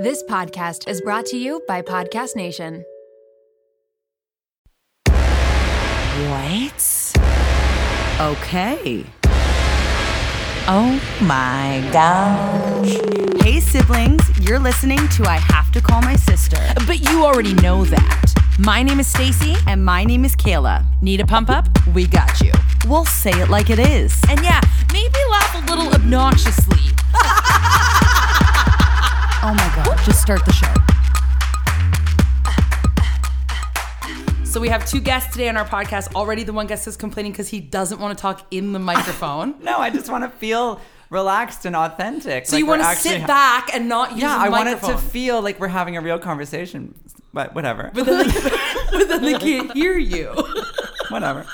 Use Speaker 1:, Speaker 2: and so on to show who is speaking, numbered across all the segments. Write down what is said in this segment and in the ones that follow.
Speaker 1: This podcast is brought to you by Podcast Nation.
Speaker 2: What? Okay. Oh my gosh.
Speaker 3: Hey, siblings, you're listening to I Have to Call My Sister.
Speaker 2: But you already know that. My name is Stacy.
Speaker 3: And my name is Kayla.
Speaker 2: Need a pump up? We got you.
Speaker 3: We'll say it like it is.
Speaker 2: And yeah, maybe laugh a little obnoxiously.
Speaker 3: Oh my God, just start the show.
Speaker 4: So we have two guests today on our podcast. Already, the one guest is complaining because he doesn't want to talk in the microphone.
Speaker 5: No, I just want to feel relaxed and authentic.
Speaker 4: so you want to sit back and not use
Speaker 5: Yeah,
Speaker 4: the
Speaker 5: I want it
Speaker 4: microphone.
Speaker 5: to feel like we're having a real conversation. But whatever.
Speaker 4: but, then they, but then they can't hear you.
Speaker 5: whatever.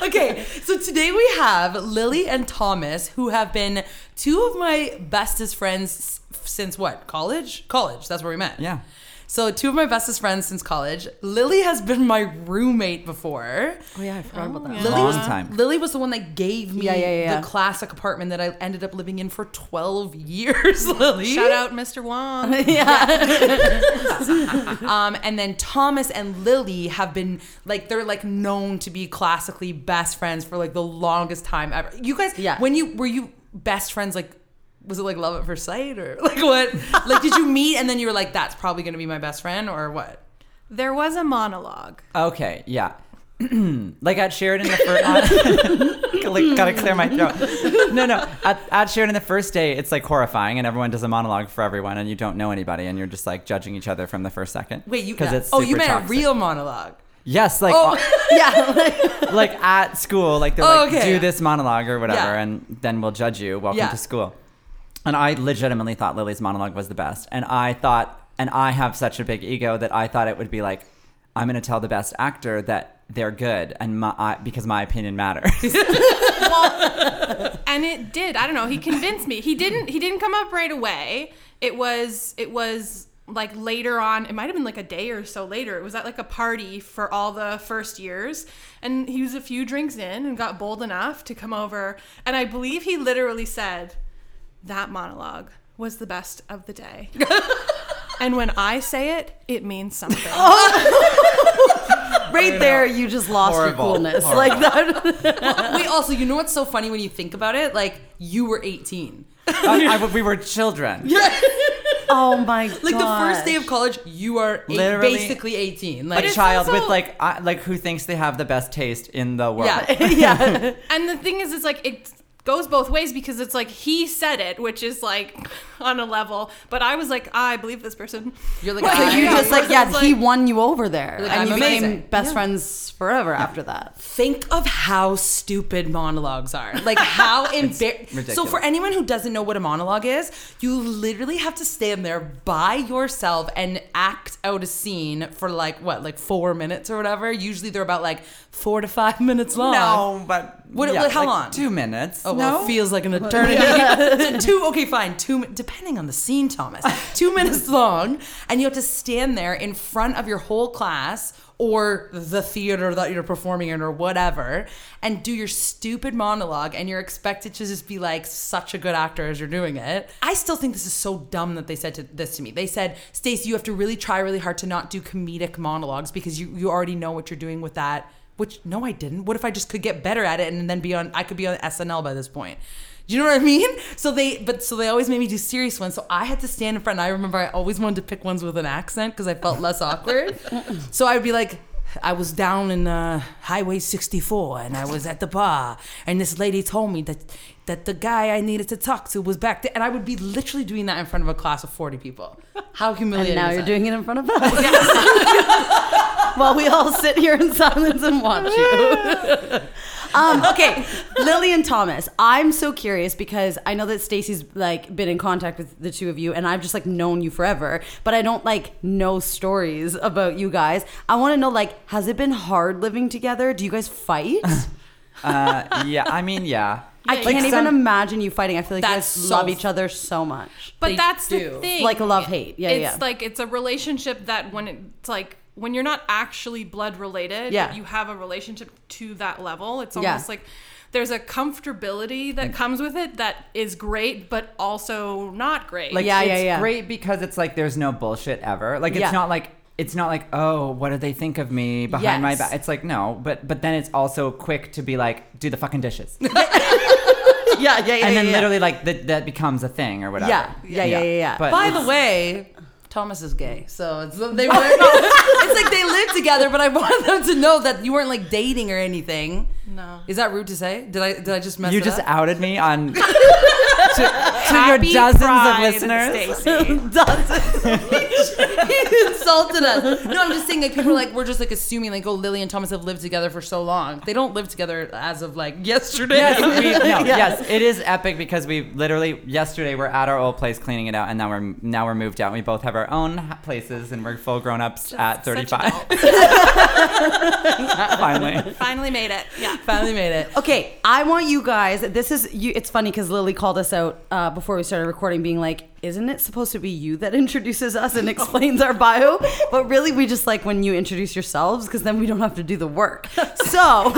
Speaker 4: okay, so today we have Lily and Thomas, who have been two of my bestest friends s- since what? College? College. That's where we met.
Speaker 5: Yeah.
Speaker 4: So two of my bestest friends since college. Lily has been my roommate before.
Speaker 5: Oh yeah, I forgot about that.
Speaker 4: Lily
Speaker 5: Long
Speaker 4: was,
Speaker 5: time.
Speaker 4: Lily was the one that gave me
Speaker 3: Yeah, yeah, yeah.
Speaker 4: the classic apartment that I ended up living in for 12 years, Lily.
Speaker 6: Shout out Mr. Wong.
Speaker 4: Um, and then Thomas and Lily have been like they're like known to be classically best friends for like the longest time ever. You guys,
Speaker 3: Yeah.
Speaker 4: When you were you best friends like. Was it like love at first sight or like what? Like, did you meet and then you were like, that's probably gonna be my best friend or what?
Speaker 6: There was a monologue.
Speaker 5: Okay, yeah. like at Sheridan the first. like, gotta clear my throat. No, no. At, at Sheridan the first day, it's like horrifying, and everyone does a monologue for everyone, and you don't know anybody, and you're just like judging each other from the first second.
Speaker 4: Wait, you,
Speaker 5: because it's
Speaker 4: oh, you
Speaker 5: super
Speaker 4: meant
Speaker 5: toxic.
Speaker 4: a real monologue.
Speaker 5: Yes, like
Speaker 4: Oh.
Speaker 5: yeah, like at school, like they're
Speaker 4: Oh,
Speaker 5: like
Speaker 4: okay.
Speaker 5: do this monologue or whatever,
Speaker 4: Yeah.
Speaker 5: and then we'll judge you. Welcome
Speaker 4: Yeah.
Speaker 5: to school. And I legitimately thought Lily's monologue was the best, and I thought, and I have such a big ego that I thought it would be like, I'm going to tell the best actor that they're good, and my I, because my opinion matters.
Speaker 6: And it did. I don't know. He convinced me. He didn't he didn't come up right away. It was it was like later on. It might have been like a day or so later. It was at like a party for all the first years. And he was a few drinks in and got bold enough to come over. And I believe he literally said, That monologue was the best of the day. and when I say it, it means something.
Speaker 3: Right there, you just lost
Speaker 5: Horrible.
Speaker 3: your coolness. Like that.
Speaker 4: Wait, also, you know what's so funny when you think about it? Like, you were 18.
Speaker 5: I, I- we were children.
Speaker 3: Oh my God.
Speaker 4: Like the first day of college, you are eight,
Speaker 5: Literally-
Speaker 4: basically 18.
Speaker 5: A
Speaker 4: Like,
Speaker 5: child with
Speaker 6: also-
Speaker 5: like I, like who thinks they have the best taste in the world.
Speaker 4: yeah.
Speaker 3: yeah.
Speaker 6: And the thing is, it's like it goes both ways because it's like he said it, which is like on a level, but I was like, I believe this person.
Speaker 4: You're like,
Speaker 3: So
Speaker 4: I
Speaker 3: you
Speaker 4: am
Speaker 3: just like,
Speaker 6: versus,
Speaker 3: yeah, he
Speaker 6: like-
Speaker 3: won you over there.
Speaker 4: Like,
Speaker 3: and
Speaker 4: I'm
Speaker 3: you became
Speaker 4: amazing.
Speaker 3: best friends forever after that.
Speaker 4: think of how stupid monologues are. Like how embarrassing.
Speaker 5: ridiculous.
Speaker 4: So for anyone who doesn't know what a monologue is, you literally have to stand there by yourself and act out a scene for like what, like four minutes or whatever. Usually they're about like four to five minutes long.
Speaker 5: No, but
Speaker 4: What-
Speaker 5: yeah,
Speaker 4: what- how
Speaker 5: like
Speaker 4: long?
Speaker 5: Two minutes.
Speaker 4: Oh, well,
Speaker 5: no?
Speaker 4: it feels like an eternity. two, okay, fine. Two, mi- depending on the scene, Thomas. Two minutes long, and you have to stand there in front of your whole class or the theater that you're performing in or whatever, and do your stupid monologue, and you're expected to just be like such a good actor as you're doing it. I still think this is so dumb that they said to, this to me. They said, Stacey, you have to really try really hard to not do comedic monologues because you, you already know what you're doing with that which no i didn't what if i just could get better at it and then be on i could be on snl by this point do you know what i mean so they but so they always made me do serious ones so i had to stand in front i remember i always wanted to pick ones with an accent because i felt less awkward so i'd be like I was down in uh, Highway 64 and I was at the bar and this lady told me that that the guy I needed to talk to was back there and I would be literally doing that in front of a class of 40 people. How humiliating.
Speaker 3: And now
Speaker 4: is
Speaker 3: you're
Speaker 4: that?
Speaker 3: doing it in front of us. While we all sit here in silence and watch you. um, okay, Lily and Thomas. I'm so curious because I know that Stacy's like been in contact with the two of you, and I've just like known you forever, but I don't like know stories about you guys. I want to know like, has it been hard living together? Do you guys fight?
Speaker 5: Uh, yeah, I mean, yeah.
Speaker 3: I
Speaker 6: yeah.
Speaker 3: can't
Speaker 6: Like
Speaker 3: even
Speaker 5: some-
Speaker 3: imagine you fighting. I feel like you guys
Speaker 4: That's so
Speaker 3: love
Speaker 4: f-
Speaker 3: each other so much.
Speaker 6: But
Speaker 4: They
Speaker 6: that's
Speaker 4: do.
Speaker 6: the thing.
Speaker 3: Like a love hate. Yeah,
Speaker 6: it's
Speaker 3: yeah.
Speaker 6: like it's a relationship that when it's like when you're not actually blood related,
Speaker 3: Yeah.
Speaker 6: you have a relationship to that level. It's
Speaker 3: Yeah.
Speaker 6: almost like there's a comfortability that comes with it that is great, but also not great.
Speaker 5: Like
Speaker 3: Ah, Yeah,
Speaker 5: it's
Speaker 3: yeah, yeah.
Speaker 5: great because it's like there's no bullshit ever. Like it's
Speaker 3: Yeah.
Speaker 5: not like it's not like, oh, what do they think of me behind my
Speaker 3: Yes.
Speaker 5: back? It's like no, but but then it's also quick to be like, do the fucking dishes.
Speaker 3: yeah, yeah, yeah.
Speaker 5: and then
Speaker 3: yeah, yeah.
Speaker 5: literally like that that becomes a thing or whatever.
Speaker 3: Yeah. Yeah, yeah, yeah, yeah.
Speaker 5: But
Speaker 4: By
Speaker 5: it's-
Speaker 4: the way, Thomas is gay, so it's they were no, it's like they live together, but I wanted them to know that you weren't like dating or anything.
Speaker 6: No.
Speaker 4: Is that rude to say? Did I did I just mess
Speaker 5: you
Speaker 4: it
Speaker 5: just
Speaker 4: up?
Speaker 5: outed me on to, to your
Speaker 6: Happy
Speaker 5: dozens
Speaker 6: Pride,
Speaker 5: of listeners.
Speaker 6: Stacey.
Speaker 4: he insulted us. No, I'm just saying like people are like we're just like assuming like oh Lily and Thomas have lived together for so long. They don't live together as of like yesterday.
Speaker 5: Yes, we, no, yes, it is epic because we literally yesterday we're at our old place cleaning it out, and now we're now we're moved out. We both have our own h- places, and we're full grown ups at thirty five. Finally,
Speaker 6: Finally made it. Yeah.
Speaker 4: Finally made it.
Speaker 3: Okay, I want you guys. This is you. It's funny because Lily called us out uh, before we started recording, being like, "Isn't it supposed to be you that introduces us and explains our bio?" But really, we just like when you introduce yourselves because then we don't have to do the work. So,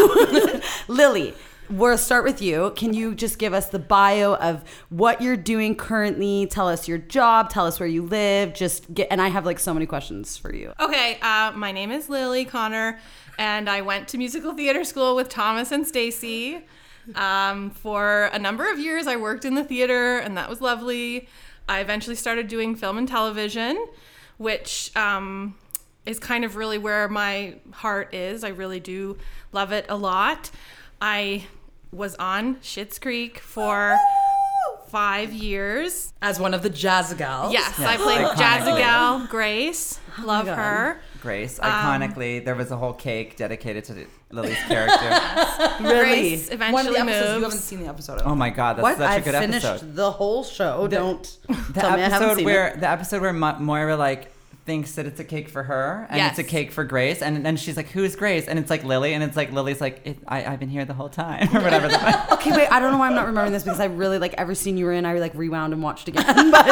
Speaker 3: Lily. We'll start with you. Can you just give us the bio of what you're doing currently? Tell us your job. Tell us where you live. Just get, and I have like so many questions for you.
Speaker 6: Okay, uh, my name is Lily Connor, and I went to musical theater school with Thomas and Stacy. Um, for a number of years, I worked in the theater, and that was lovely. I eventually started doing film and television, which um, is kind of really where my heart is. I really do love it a lot. I was on Schitt's Creek for five years.
Speaker 4: As one of the jazz gals.
Speaker 6: Yes, I played Jazzy Gal Grace. Love her.
Speaker 5: Grace.
Speaker 3: Um,
Speaker 5: Iconically, there was a whole cake dedicated to Lily's character.
Speaker 3: Really?
Speaker 6: Grace
Speaker 4: One of
Speaker 6: eventually
Speaker 4: the episodes you haven't
Speaker 6: moves.
Speaker 4: seen the episode. Of.
Speaker 5: Oh my god, that's
Speaker 3: What?
Speaker 5: such a
Speaker 3: I've
Speaker 5: good
Speaker 3: finished
Speaker 5: episode.
Speaker 3: the whole show. don't
Speaker 5: The
Speaker 3: tell me I haven't
Speaker 5: episode
Speaker 3: seen it.
Speaker 5: where the episode where Mo- Moira like thinks that it's a cake for her and it's a
Speaker 6: Yes.
Speaker 5: cake for Grace, and then she's like, "Who's Grace?" And it's like Lily, and it's like Lily's like, it, I, "I've been here the whole time" or whatever. the fuck.
Speaker 3: Okay, wait. I don't know why I'm not remembering this because I really like every scene you were in. I like rewound and watched again. But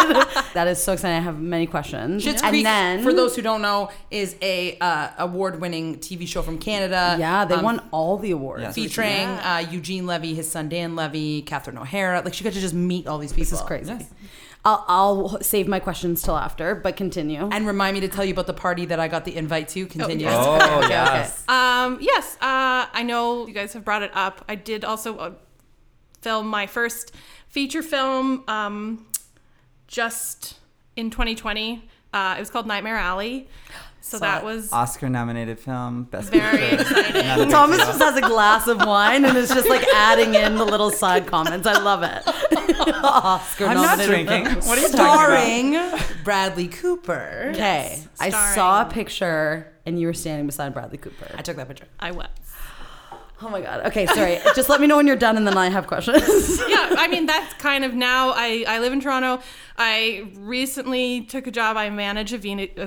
Speaker 3: that is so exciting. I have many questions.
Speaker 4: Schitt's
Speaker 3: and
Speaker 4: Creek,
Speaker 3: then
Speaker 4: for those who don't know, is a uh, award-winning TV show from Canada.
Speaker 3: yeah, they
Speaker 4: Um,
Speaker 3: won all the awards.
Speaker 5: Yes.
Speaker 4: featuring uh, Eugene Levy, his son Dan Levy, Catherine O'Hara. Like she got to just meet all these people.
Speaker 3: This is crazy. I'll, I'll save my questions till after, but continue.
Speaker 4: And remind me to tell you about the party that I got the invite to. Continue.
Speaker 6: yes.
Speaker 5: Oh yes.
Speaker 6: Um, yes, uh, I know you guys have brought it up. I did also uh, film my first feature film um, just in 2020. Uh, it was called Nightmare Alley. So that was
Speaker 5: Oscar nominated film, best
Speaker 6: very
Speaker 5: picture.
Speaker 6: exciting.
Speaker 5: Not a big
Speaker 3: Thomas
Speaker 5: deal.
Speaker 3: just has a glass of wine and is just like adding in the little side comments. I love it. Oscar
Speaker 5: I'm not
Speaker 3: nominated.
Speaker 5: drinking. What are you talking
Speaker 4: Starring Bradley Cooper.
Speaker 3: Okay, I
Speaker 6: starring-
Speaker 3: saw a picture and you were standing beside Bradley Cooper.
Speaker 4: I took that picture.
Speaker 6: I was.
Speaker 3: Oh my god. Okay, sorry. Just let me know when you're done, and then I have questions.
Speaker 6: yeah, I mean that's kind of now. I I live in Toronto. I recently took a job. I manage a, ven- a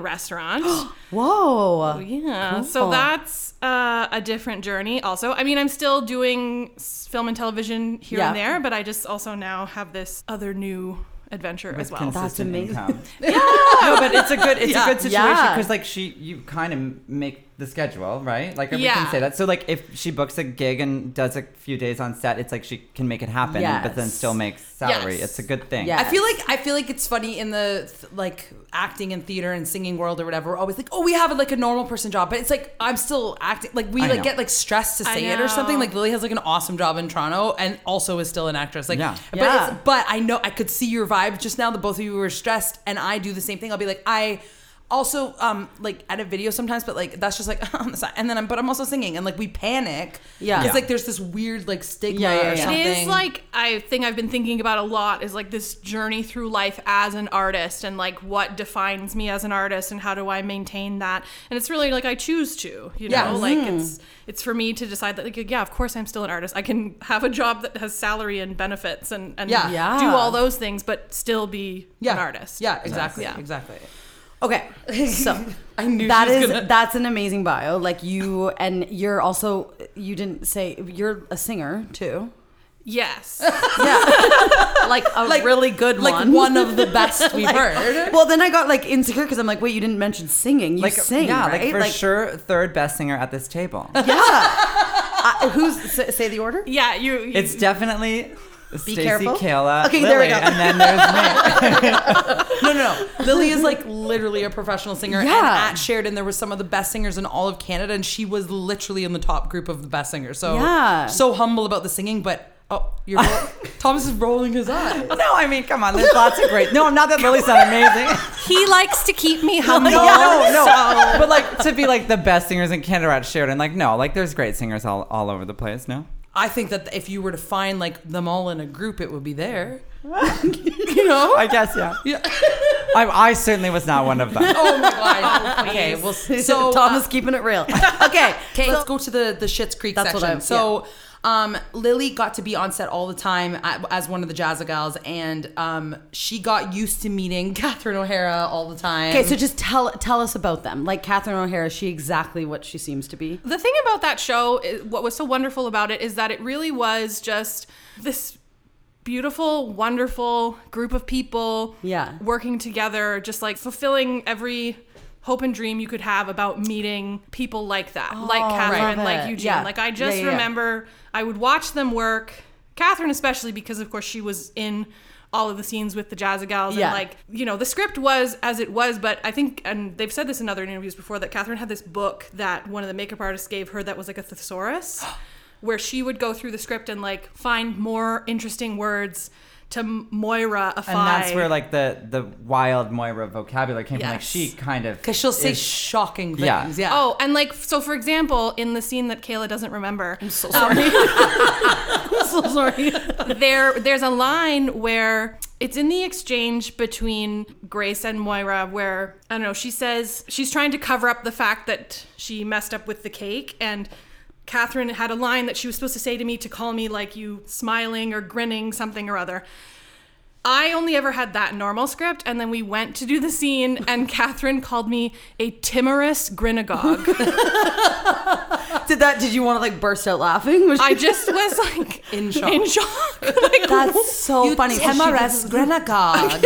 Speaker 6: restaurant.
Speaker 3: Whoa.
Speaker 6: Yeah. So that's uh, a different journey, also. I mean, I'm still doing s- film and television here and
Speaker 3: Yeah.
Speaker 6: there, but I just also now have this other new adventure as well.
Speaker 5: about? Consistent
Speaker 3: amazing.
Speaker 5: income. No, but it's a good it's a good situation
Speaker 3: Yeah.
Speaker 5: because like she you kind of make the schedule right like we
Speaker 6: Yeah.
Speaker 5: can say that so like if she books a gig and does a few days on set it's like she can make it happen but then
Speaker 3: Yes.
Speaker 5: still makes salary
Speaker 6: Yes.
Speaker 5: it's a good thing
Speaker 3: Yeah.
Speaker 4: I feel like I feel like it's funny in the th- like acting and theater and singing world or whatever. We're always like, oh, we have like a normal person job, but it's like I'm still acting. Like we
Speaker 5: I
Speaker 4: like
Speaker 5: know.
Speaker 4: get like stressed to
Speaker 6: I
Speaker 4: say it or something.
Speaker 6: know.
Speaker 4: Like Lily has like an awesome job in Toronto and also is still an actress. Like,
Speaker 5: Yeah.
Speaker 4: but
Speaker 3: Yeah.
Speaker 4: It's, but I know I could see your vibe just now. The both of you were stressed, and I do the same thing. I'll be like I. Also, um, like at a video sometimes, but like that's just like on the side, and then I'm, but I'm also singing, and like we panic,
Speaker 3: Yeah.
Speaker 4: It's
Speaker 3: Yeah.
Speaker 4: like there's this weird like stigma
Speaker 3: Yeah, yeah,
Speaker 4: or
Speaker 3: yeah.
Speaker 4: something.
Speaker 6: It is like I think I've been thinking about a lot is like this journey through life as an artist and like what defines me as an artist and how do I maintain that and it's really like I choose to you know
Speaker 4: Yeah. Mm.
Speaker 6: like it's it's for me to decide that like yeah of course I'm still an artist I can have a job that has salary and benefits and and
Speaker 4: Yeah.
Speaker 3: Yeah.
Speaker 6: do all those things but still be
Speaker 4: yeah,
Speaker 6: an artist
Speaker 4: yeah, exactly,
Speaker 6: Yeah.
Speaker 4: exactly.
Speaker 3: Okay, so
Speaker 4: I knew
Speaker 3: that
Speaker 4: she was
Speaker 3: is
Speaker 4: gonna-
Speaker 3: that's an amazing bio. Like you, and you're also you didn't say you're a singer too.
Speaker 6: yes
Speaker 3: Like a really good
Speaker 4: like
Speaker 3: one.
Speaker 4: one of the best we've heard.
Speaker 3: well, then I got like insecure because I'm like, wait, you didn't mention singing. You
Speaker 5: like
Speaker 3: sing,
Speaker 5: yeah
Speaker 3: right?
Speaker 5: like for sure third best singer at this table
Speaker 3: Yeah. I, who's s- say the order?
Speaker 6: Yeah, you. you
Speaker 5: It's definitely Stacey
Speaker 3: careful.
Speaker 5: Kayla.
Speaker 3: Okay, there we
Speaker 5: Lily,
Speaker 3: go.
Speaker 5: And then there's me.
Speaker 4: No, no, no. Lily is like literally a professional singer. And
Speaker 2: Yeah.
Speaker 4: at Sheridan, there was some of the best singers in all of Canada, and she was literally in the top group of the best singers. So,
Speaker 3: Yeah.
Speaker 4: so humble about the singing, but oh, you're ro- Thomas is rolling his eyes.
Speaker 5: No, I mean, come on. There's lots of great. No, not that Lily's not amazing.
Speaker 2: He likes to keep me humble.
Speaker 5: no, no. But like to be like the best singers in Canada at Sheridan, like no, like there's great singers all, all over the place. No,
Speaker 4: I think that if you were to find like them all in a group, it would be there. you know?
Speaker 5: I guess yeah. I, I certainly was not one of them.
Speaker 4: oh my god. okay, well, so uh,
Speaker 3: Thomas keeping it real. Okay,
Speaker 4: Okay, let's go to the the Shit's Creek
Speaker 3: That's what
Speaker 4: section.
Speaker 3: I-
Speaker 4: so, um, Lily got to be on set all the time a- as one of the Jazza gals, and um, she got used to meeting Catherine O'Hara all the time.
Speaker 3: Okay, so just tell tell us about them. Like Catherine O'Hara, is she exactly what she seems to be?
Speaker 6: the thing about that show, i- what was so wonderful about it is that it really was just this beautiful, wonderful group of people
Speaker 3: Yeah.
Speaker 6: working together, just like fulfilling every hope and dream you could have about meeting people like that, like Catherine,
Speaker 3: Oh, love
Speaker 6: like
Speaker 3: it.
Speaker 6: Eugene.
Speaker 3: Yeah.
Speaker 6: Like I
Speaker 3: Yeah,
Speaker 6: just
Speaker 3: yeah, yeah.
Speaker 6: remember I would watch them work, Catherine especially, because of course she was in all of the scenes with the Jazza Gals
Speaker 3: Yeah.
Speaker 6: and like you know, the script was as it was, but I think, and they've said this in other interviews before, that Catherine had this book that one of the makeup artists gave her that was like a thesaurus, where she would go through the script and like find more interesting words to Moira, Afai.
Speaker 5: And that's where like the the wild Moira vocabulary came from. Like
Speaker 6: Yes.
Speaker 5: she kind of
Speaker 4: because she'll say
Speaker 5: is-
Speaker 4: shocking
Speaker 5: Yeah.
Speaker 4: things. Yeah.
Speaker 6: Oh, and like so, for example, in the scene that Kayla doesn't remember,
Speaker 3: So sorry. I'm so sorry.
Speaker 6: there there's a line where it's in the exchange between Grace and Moira where I don't know, she says she's trying to cover up the fact that she messed up with the cake and Catherine had a line that she was supposed to say to me to call me like you smiling or grinning something or other. I only ever had that normal script, and then we went to do the scene, and Catherine called me a timorous grinagogue.
Speaker 3: Did that? Did you want to like burst out laughing? Was she-
Speaker 6: I just was like
Speaker 4: In shock.
Speaker 6: In shock. Like,
Speaker 3: That's so funny. So she was- and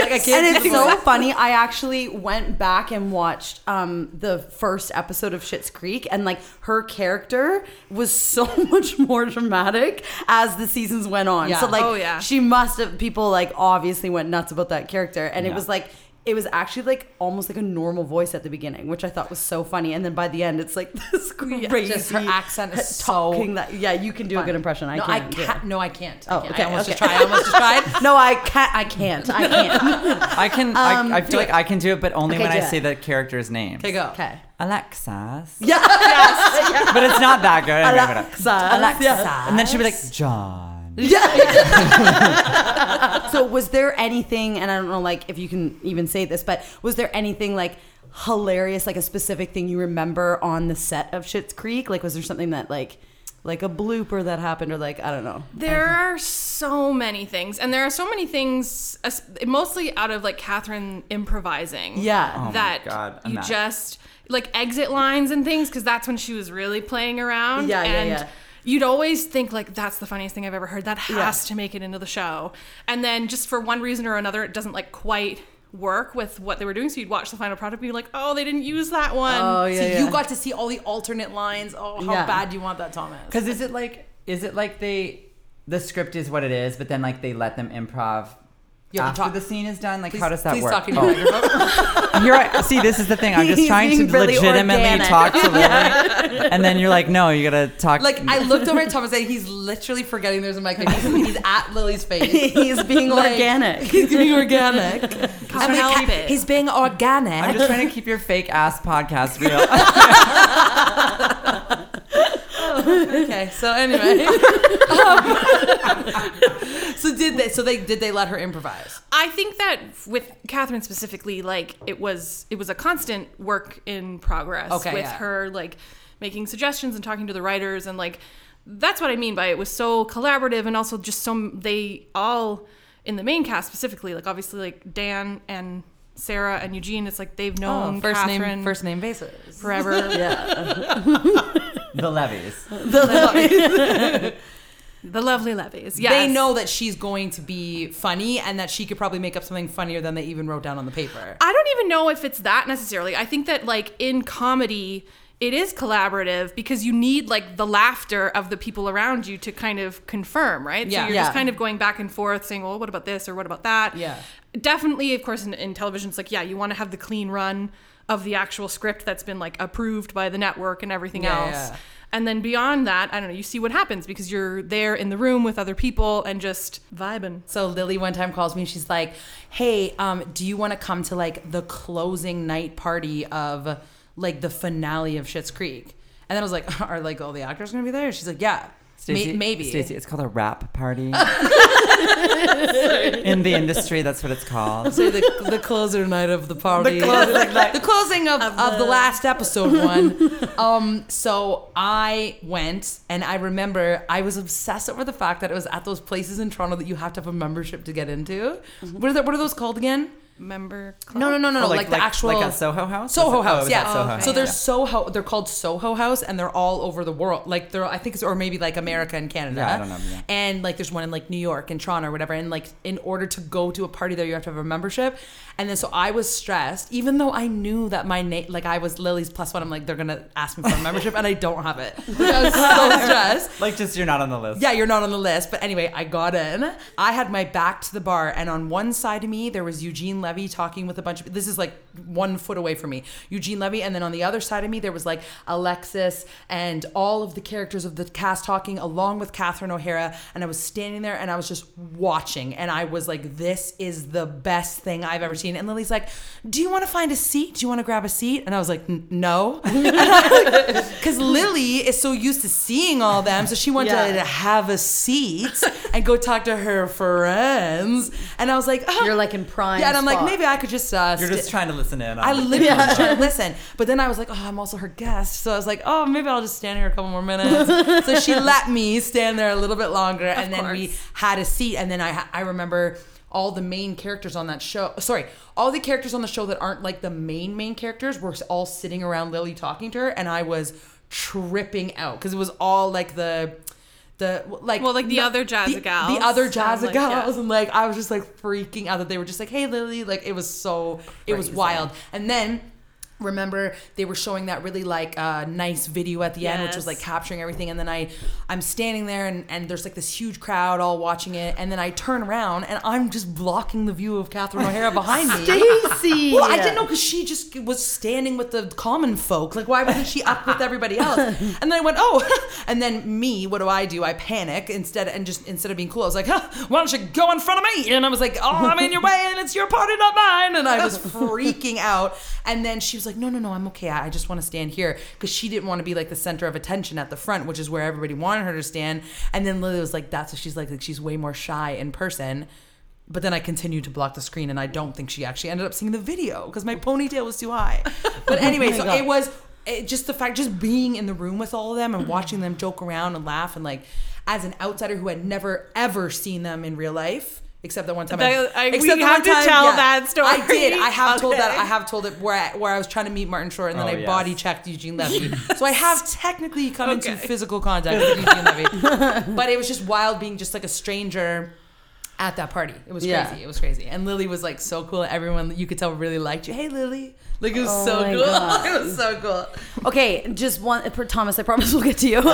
Speaker 3: it's so funny. I actually went back and watched um, the first episode of Schitt's Creek, and like her character was so much more dramatic as the seasons went on.
Speaker 4: Yeah.
Speaker 3: So like,
Speaker 6: Oh, yeah.
Speaker 3: she must have people like obviously went nuts about that character, and it
Speaker 5: Yeah.
Speaker 3: was like. It was actually like almost like a normal voice at the beginning, which I thought was so funny. And then by the end, it's like this crazy.
Speaker 4: Just her accent is so
Speaker 3: talking that yeah, you can do a good impression. I
Speaker 4: no,
Speaker 3: can't.
Speaker 4: I
Speaker 3: do it.
Speaker 4: can't. No, I can't. I
Speaker 3: Oh,
Speaker 4: can't.
Speaker 3: okay,
Speaker 4: I almost just
Speaker 3: okay.
Speaker 4: tried. I almost just tried.
Speaker 3: no, I can't. I can't. I can't.
Speaker 5: I can. I, I feel like I can do it, but only
Speaker 3: Okay,
Speaker 5: when I
Speaker 3: do it.
Speaker 5: say the character's name.
Speaker 4: Okay, go.
Speaker 3: Okay.
Speaker 5: Alexas.
Speaker 3: Yeah. yes. Yeah.
Speaker 5: But it's not that good. I don't give it up.
Speaker 3: Alexas. Alexas.
Speaker 5: And then she'd be like, John.
Speaker 3: Yeah. so was there anything, and I don't know, like if you can even say this, but was there anything like hilarious, like a specific thing you remember on the set of Schitt's Creek? Like, was there something that like, like a blooper that happened, or like I don't know.
Speaker 6: There are so many things, and there are so many things, as- mostly out of like Catherine improvising.
Speaker 3: Yeah. Oh my
Speaker 6: that
Speaker 5: God,
Speaker 6: you
Speaker 5: I'm not-
Speaker 6: just like exit lines and things, because that's when she was really playing around.
Speaker 3: Yeah, yeah,
Speaker 6: and
Speaker 3: yeah.
Speaker 6: You'd always think like that's the funniest thing I've ever heard. That has
Speaker 3: Yeah.
Speaker 6: to make it into the show, and then just for one reason or another, it doesn't like quite work with what they were doing. So you'd watch the final product and be like, "Oh, they didn't use that one."
Speaker 3: Oh,
Speaker 4: so you got to see all the alternate lines. Oh, how
Speaker 3: Yeah.
Speaker 4: bad do you want that, Thomas?
Speaker 5: Because is it like is it like they the script is what it is, but then like they let them improv
Speaker 4: You have to
Speaker 5: after
Speaker 4: talk-
Speaker 5: the scene is done? Like
Speaker 4: Please-
Speaker 5: how does that
Speaker 4: please
Speaker 5: work?
Speaker 4: talk into your
Speaker 5: Oh. You're right. See, this is the thing. I'm just
Speaker 3: He's
Speaker 5: trying to
Speaker 3: being really
Speaker 5: legitimately
Speaker 3: organic.
Speaker 5: talk to Lily, and then you're like, no, you gotta talk.
Speaker 4: Like I looked over at Thomas and he's literally forgetting there's a mic. Like, he's, he's at Lily's face.
Speaker 3: He's being
Speaker 4: Like-
Speaker 3: organic.
Speaker 4: He's being organic. I'm
Speaker 6: help
Speaker 4: like,
Speaker 6: it.
Speaker 4: He's being
Speaker 5: I'm
Speaker 4: organic.
Speaker 5: just trying to keep your fake ass podcast real.
Speaker 4: okay, so anyway. Um, so did they? So they did they let her improvise?
Speaker 6: I think that with Catherine specifically, like it was it was a constant work in progress
Speaker 4: Okay,
Speaker 6: with
Speaker 4: yeah.
Speaker 6: her like making suggestions and talking to the writers and like that's what I mean by it was so collaborative and also just so they all in the main cast specifically, like obviously like Dan and Sarah and Eugene, it's like they've known
Speaker 4: Oh, first
Speaker 6: Catherine
Speaker 4: name first name basis.
Speaker 6: forever.
Speaker 5: the levies.
Speaker 6: The lovely levies. Yes.
Speaker 4: They know that she's going to be funny and that she could probably make up something funnier than they even wrote down on the paper.
Speaker 6: I don't even know if it's that necessarily. I think that like in comedy, it is collaborative because you need like the laughter of the people around you to kind of confirm, right?
Speaker 4: Yeah.
Speaker 6: So you're
Speaker 3: Yeah.
Speaker 6: just kind of going back and forth saying, well, what about this or what about that?
Speaker 4: Yeah.
Speaker 6: Definitely, of course, in, in television, it's like, yeah, you want to have the clean run of the actual script that's been like approved by the network and everything
Speaker 4: Yeah,
Speaker 6: else.
Speaker 4: yeah.
Speaker 6: And then beyond that, I don't know, you see what happens because you're there in the room with other people and just vibing.
Speaker 4: So Lily one time calls me. She's like, "Hey, um, do you want to come to like the closing night party of like the finale of Schitt's Creek?" And then I was like, "Are like all the actors gonna be there?" She's like, "Yeah,
Speaker 5: Stacey-
Speaker 4: May- maybe."
Speaker 5: Stacey, it's called a rap party. In the industry, that's what it's called.
Speaker 4: So the, the closer night of the party. The
Speaker 5: closer
Speaker 4: closing, of, of, the... last episode one. um, so I went and I remember I was obsessed over the fact that it was at those places in Toronto that you have to have a membership to get into. What, are the, what are those called again?
Speaker 6: Member club.
Speaker 4: No, no, no, no, no.
Speaker 5: Oh, like-
Speaker 4: like, the
Speaker 5: like-
Speaker 4: actual
Speaker 5: like a Soho house? Was it-
Speaker 4: Soho
Speaker 5: oh, it
Speaker 4: House,
Speaker 5: was
Speaker 4: yeah.
Speaker 5: at Soho
Speaker 4: So
Speaker 5: House,
Speaker 4: there's
Speaker 5: yeah.
Speaker 4: Soho. They're called Soho House, and they're all over the world. Like they're, I think, it's, or maybe like America and Canada.
Speaker 5: Yeah, I don't know, yeah.
Speaker 4: And like there's one in like New York and Toronto or whatever. And like in order to go to a party there, you have to have a membership. And then so I was stressed, even though I knew that my name, like I was Lily's plus one. I'm like they're gonna ask me for a membership, and I don't have it. Like, I was so stressed.
Speaker 5: Like, just you're not on the list.
Speaker 4: Yeah, you're not on the list. But anyway, I got in. I had my back to the bar, and on one side of me there was Eugene Levy talking with a bunch of. This is like one foot away from me, Eugene Levy, and then on the other side of me there was like Alexis and all of the characters of the cast talking along with Catherine O'Hara, and I was standing there and I was just watching, and I was like, "This is the best thing I've ever seen." And Lily's like, "Do you want to find a seat? Do you want to grab a seat?" And I was like, "N- "No." Because Lily is so used to seeing all them, so she wanted
Speaker 3: Yeah.
Speaker 4: to have a seat and go talk to her friends. And I was like, oh.
Speaker 3: You're, like, in prime
Speaker 4: Yeah, and I'm like,
Speaker 3: spot.
Speaker 4: maybe I could just. Uh,
Speaker 5: You're
Speaker 4: sti-
Speaker 5: just trying to listen in. on
Speaker 4: I
Speaker 5: it.
Speaker 4: literally was trying to listen. But then I was like, oh, I'm also her guest. So I was like, oh, maybe I'll just stand here a couple more minutes. so she let me stand there a little bit longer. and then we
Speaker 6: course.
Speaker 4: had a seat. And then I, ha- I remember all the main characters on that show sorry all the characters on the show that aren't like the main main characters were all sitting around lily talking to her and i was tripping out because it was all like the the like
Speaker 6: Well, like the
Speaker 4: no-
Speaker 6: other Jazza
Speaker 4: the,
Speaker 6: gals
Speaker 4: the other
Speaker 6: and,
Speaker 4: jazz
Speaker 6: like, yeah.
Speaker 4: gals and like I was just like freaking out that they were just like, "Hey, Lily!" Like it was so, it was wild. And then remember they were showing that really like uh, nice video at the end, which was
Speaker 6: Yes.
Speaker 4: like capturing everything. And then I, I'm standing there and and there's like this huge crowd all watching it. And then I turn around and I'm just blocking the view of Catherine O'Hara behind me.
Speaker 3: Daisy.
Speaker 4: Well, I didn't know because she just was standing with the common folk. Like, why wasn't she up with everybody else? And then I went, oh, and then me, what do I do? I panic instead, and just instead of being cool, I was like, huh, why don't you go in front of me? And I was like, oh, I'm in your way, and it's your party, not mine. And I was freaking out. And then she was like, no, no, no, I'm okay. I I just want to stand here because she didn't want to be like the center of attention at the front, which is where everybody wanted her to stand. And then Lily was like, that's what she's like. Like, she's way more shy in person. But then I continued to block the screen, and I don't think she actually ended up seeing the video because my ponytail was too high.
Speaker 6: Oh
Speaker 4: But anyway, so it was it, just the fact, just being in the room with all of them and watching them joke around and laugh, and like as an outsider who had never ever seen them in real life, except that one time.
Speaker 6: That- I-
Speaker 4: except
Speaker 6: we
Speaker 4: the
Speaker 6: have to tell that story.
Speaker 4: I did. I have told that.
Speaker 6: Okay.
Speaker 4: I have told it where I, where I was trying to meet Martin Short, and then
Speaker 5: Oh,
Speaker 4: I
Speaker 5: yes.
Speaker 4: body checked Eugene Levy. so I have technically come into
Speaker 6: Okay.
Speaker 4: physical contact with Eugene Levy, but it was just wild being just like a stranger at that party. It was
Speaker 3: Yeah.
Speaker 4: crazy. It was crazy. And Lily was like so cool. Everyone you could tell really liked you. Hey Lily. Like it was
Speaker 3: Oh
Speaker 4: so
Speaker 3: my
Speaker 4: cool.
Speaker 3: God.
Speaker 4: it was so cool.
Speaker 3: Okay, just one. For Thomas, I promise we'll get to you.
Speaker 5: No,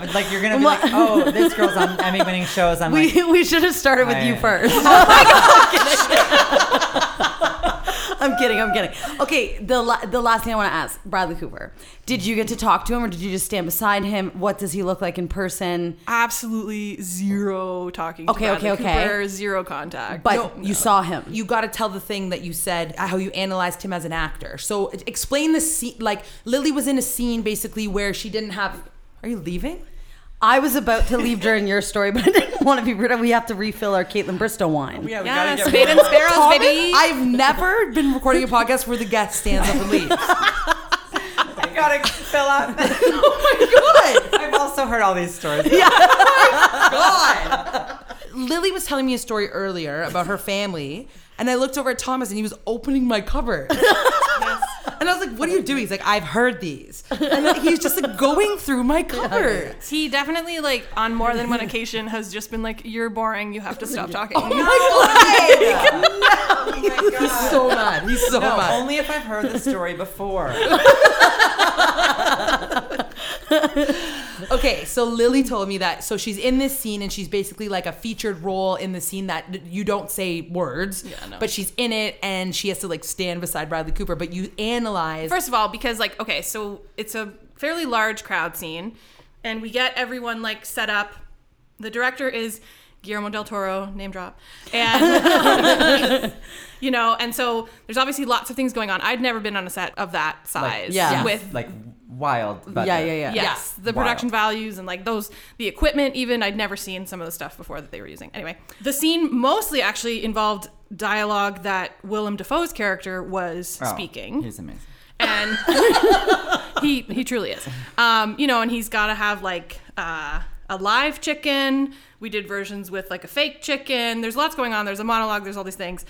Speaker 5: but like you're gonna be like, oh, this girl's on Emmy-winning shows. I'm like,
Speaker 3: we we should have started with you
Speaker 5: I-
Speaker 3: first. I'm kidding. I'm kidding. Okay, the la- the last thing I want to ask, Bradley Cooper. Did you get to talk to him, or did you just stand beside him? What does he look like in person?
Speaker 6: Absolutely zero talking.
Speaker 3: Okay,
Speaker 6: to
Speaker 3: okay,
Speaker 6: Bradley
Speaker 3: okay.
Speaker 6: Cooper, zero contact.
Speaker 3: But
Speaker 4: No,
Speaker 3: you saw him.
Speaker 4: You got to tell the thing that you said uh, how you analyzed him as an actor. So e- explain the scene like Lily was in a scene basically where she didn't have Are you leaving?
Speaker 3: I was about to leave during your story, but I didn't want to be rude. We have to refill our Caitlin Bristow wine.
Speaker 5: yeah, we
Speaker 6: yeah,
Speaker 5: gotta
Speaker 6: spade
Speaker 5: get.
Speaker 6: and sparrows,
Speaker 4: Thomas,
Speaker 6: baby.
Speaker 4: I've never been recording a podcast where the guest stands up and leaves.
Speaker 5: I gotta fill up.
Speaker 3: Oh
Speaker 4: Good.
Speaker 5: I've also heard all these stories. Oh
Speaker 4: Lily was telling me a story earlier about her family, and I looked over at Thomas and he was opening my cupboard. And I was like, what are you doing? He's like, I've heard these. And then he's just like going through my cupboards.
Speaker 6: He definitely like on more than one occasion has just been like, "You're boring. You have to stop
Speaker 3: Oh
Speaker 6: talking."
Speaker 4: He's so mad. He's
Speaker 3: Oh
Speaker 4: so
Speaker 5: No,
Speaker 4: mad.
Speaker 5: only if I've heard the story before.
Speaker 4: Okay, so Lily told me that. So she's in this scene and she's basically like a featured role in the scene that you don't say words,
Speaker 6: I know.
Speaker 4: but she's in it and she has to like stand beside Bradley Cooper. But you analyze.
Speaker 6: First of all, because like okay, so it's a fairly large crowd scene, and we get everyone like set up. The director is Guillermo del Toro, name drop, and you know, and so there's obviously lots of things going on. I'd never been on a set of that size.
Speaker 3: yeah.
Speaker 6: with
Speaker 5: like wild. Budget.
Speaker 3: Yeah, yeah, yeah.
Speaker 6: yes, the
Speaker 5: Wow.
Speaker 6: production values and like those the equipment. Even I'd never seen some of the stuff before that they were using. Anyway, the scene mostly actually involved dialogue that Willem Dafoe's character was
Speaker 5: Oh,
Speaker 6: speaking
Speaker 5: He's amazing.
Speaker 6: and he he truly is. Um, you know, and he's got to have like uh, a live chicken. We did versions with like a fake chicken. There's lots going on. There's a monologue. There's all these things,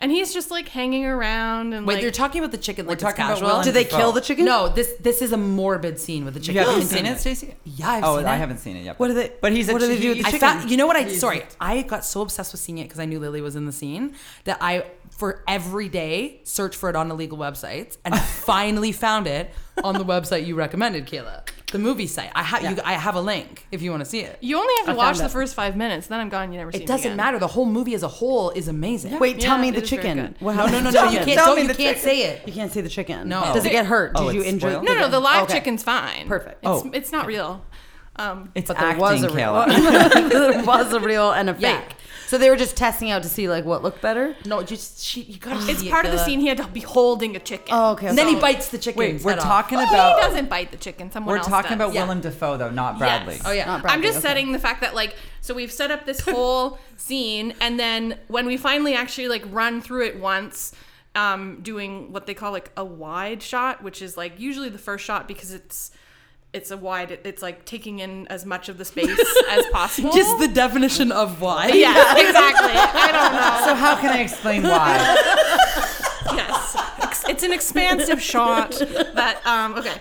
Speaker 6: and he's just like hanging around and
Speaker 4: Wait,
Speaker 6: like
Speaker 4: they're talking about the chicken. Like
Speaker 5: We're
Speaker 4: it's
Speaker 5: talking about
Speaker 4: casual.
Speaker 5: Willem
Speaker 3: Did they
Speaker 5: Dafoe.
Speaker 3: kill the chicken?
Speaker 4: No, this this is a morbid scene with the
Speaker 5: You
Speaker 4: chicken.
Speaker 5: haven't
Speaker 4: Continue.
Speaker 5: seen it, Stacey?
Speaker 4: Yeah, I've
Speaker 5: oh,
Speaker 4: seen
Speaker 5: I
Speaker 4: it.
Speaker 5: haven't seen it yet.
Speaker 3: What do they-
Speaker 5: But he's. a
Speaker 3: what do they do with
Speaker 5: cheese-
Speaker 3: the
Speaker 4: I
Speaker 3: chicken?
Speaker 4: found, you know what I
Speaker 5: He's-
Speaker 4: sorry I got so obsessed with seeing it because I knew Lily was in the scene that I for every day search for it on illegal websites and finally found it on the website you recommended Kayla the movie site I have you I have a link if you want to see it
Speaker 6: you only have to
Speaker 3: I
Speaker 6: watch
Speaker 3: found
Speaker 6: the
Speaker 3: it.
Speaker 6: first five minutes. Then I'm gone. You never see
Speaker 4: it
Speaker 6: me
Speaker 4: doesn't
Speaker 6: again.
Speaker 4: matter the whole movie as a whole is amazing
Speaker 3: Wait, tell
Speaker 6: Yeah,
Speaker 3: me
Speaker 6: it
Speaker 3: the
Speaker 6: is very
Speaker 3: chicken.
Speaker 6: good.
Speaker 3: What
Speaker 4: no no
Speaker 3: happened
Speaker 4: no
Speaker 3: to the
Speaker 4: no you
Speaker 3: chicken?
Speaker 4: can't
Speaker 5: Tell
Speaker 4: don't,
Speaker 5: me
Speaker 4: you
Speaker 5: the
Speaker 4: can't
Speaker 5: chicken.
Speaker 4: say it
Speaker 3: You can't see the chicken.
Speaker 4: No.
Speaker 3: Does it get hurt?
Speaker 5: Oh,
Speaker 3: Did you
Speaker 5: it's
Speaker 3: injure?
Speaker 5: spoiled?
Speaker 6: No, no, the live
Speaker 3: Okay.
Speaker 6: chicken's fine.
Speaker 3: Perfect.
Speaker 6: It's, it's not real. Um,
Speaker 5: It's
Speaker 3: But there
Speaker 5: acting,
Speaker 3: was a real.
Speaker 5: Kayla.
Speaker 3: there was a real and a fake.
Speaker 4: Yeah.
Speaker 3: So they were just testing out to see like what looked better.
Speaker 4: no just she, you gotta
Speaker 6: it's
Speaker 4: see it,
Speaker 6: part of the
Speaker 4: Kayla.
Speaker 6: scene. He had to be holding a chicken.
Speaker 3: Oh, okay.
Speaker 4: and then he
Speaker 3: So-
Speaker 4: bites the chicken
Speaker 5: Wait, we're talking about.
Speaker 6: He doesn't bite the chicken. Someone
Speaker 5: We're
Speaker 6: else
Speaker 5: talking
Speaker 6: does.
Speaker 5: about
Speaker 4: Yeah.
Speaker 5: Willem Dafoe though, not Bradley.
Speaker 6: Yes.
Speaker 4: oh yeah
Speaker 3: Not
Speaker 6: I'm
Speaker 3: Bradley,
Speaker 6: just
Speaker 3: okay.
Speaker 6: setting the fact that like so we've set up this whole scene and then when we finally actually like run through it once um doing what they call like a wide shot which is like usually the first shot because it's it's a wide it's like taking in as much of the space as possible.
Speaker 4: just the definition of why
Speaker 6: yeah, exactly. I
Speaker 5: So how can I explain why?
Speaker 6: don't know. Yes. Ex- It's an expansive shot that um okay.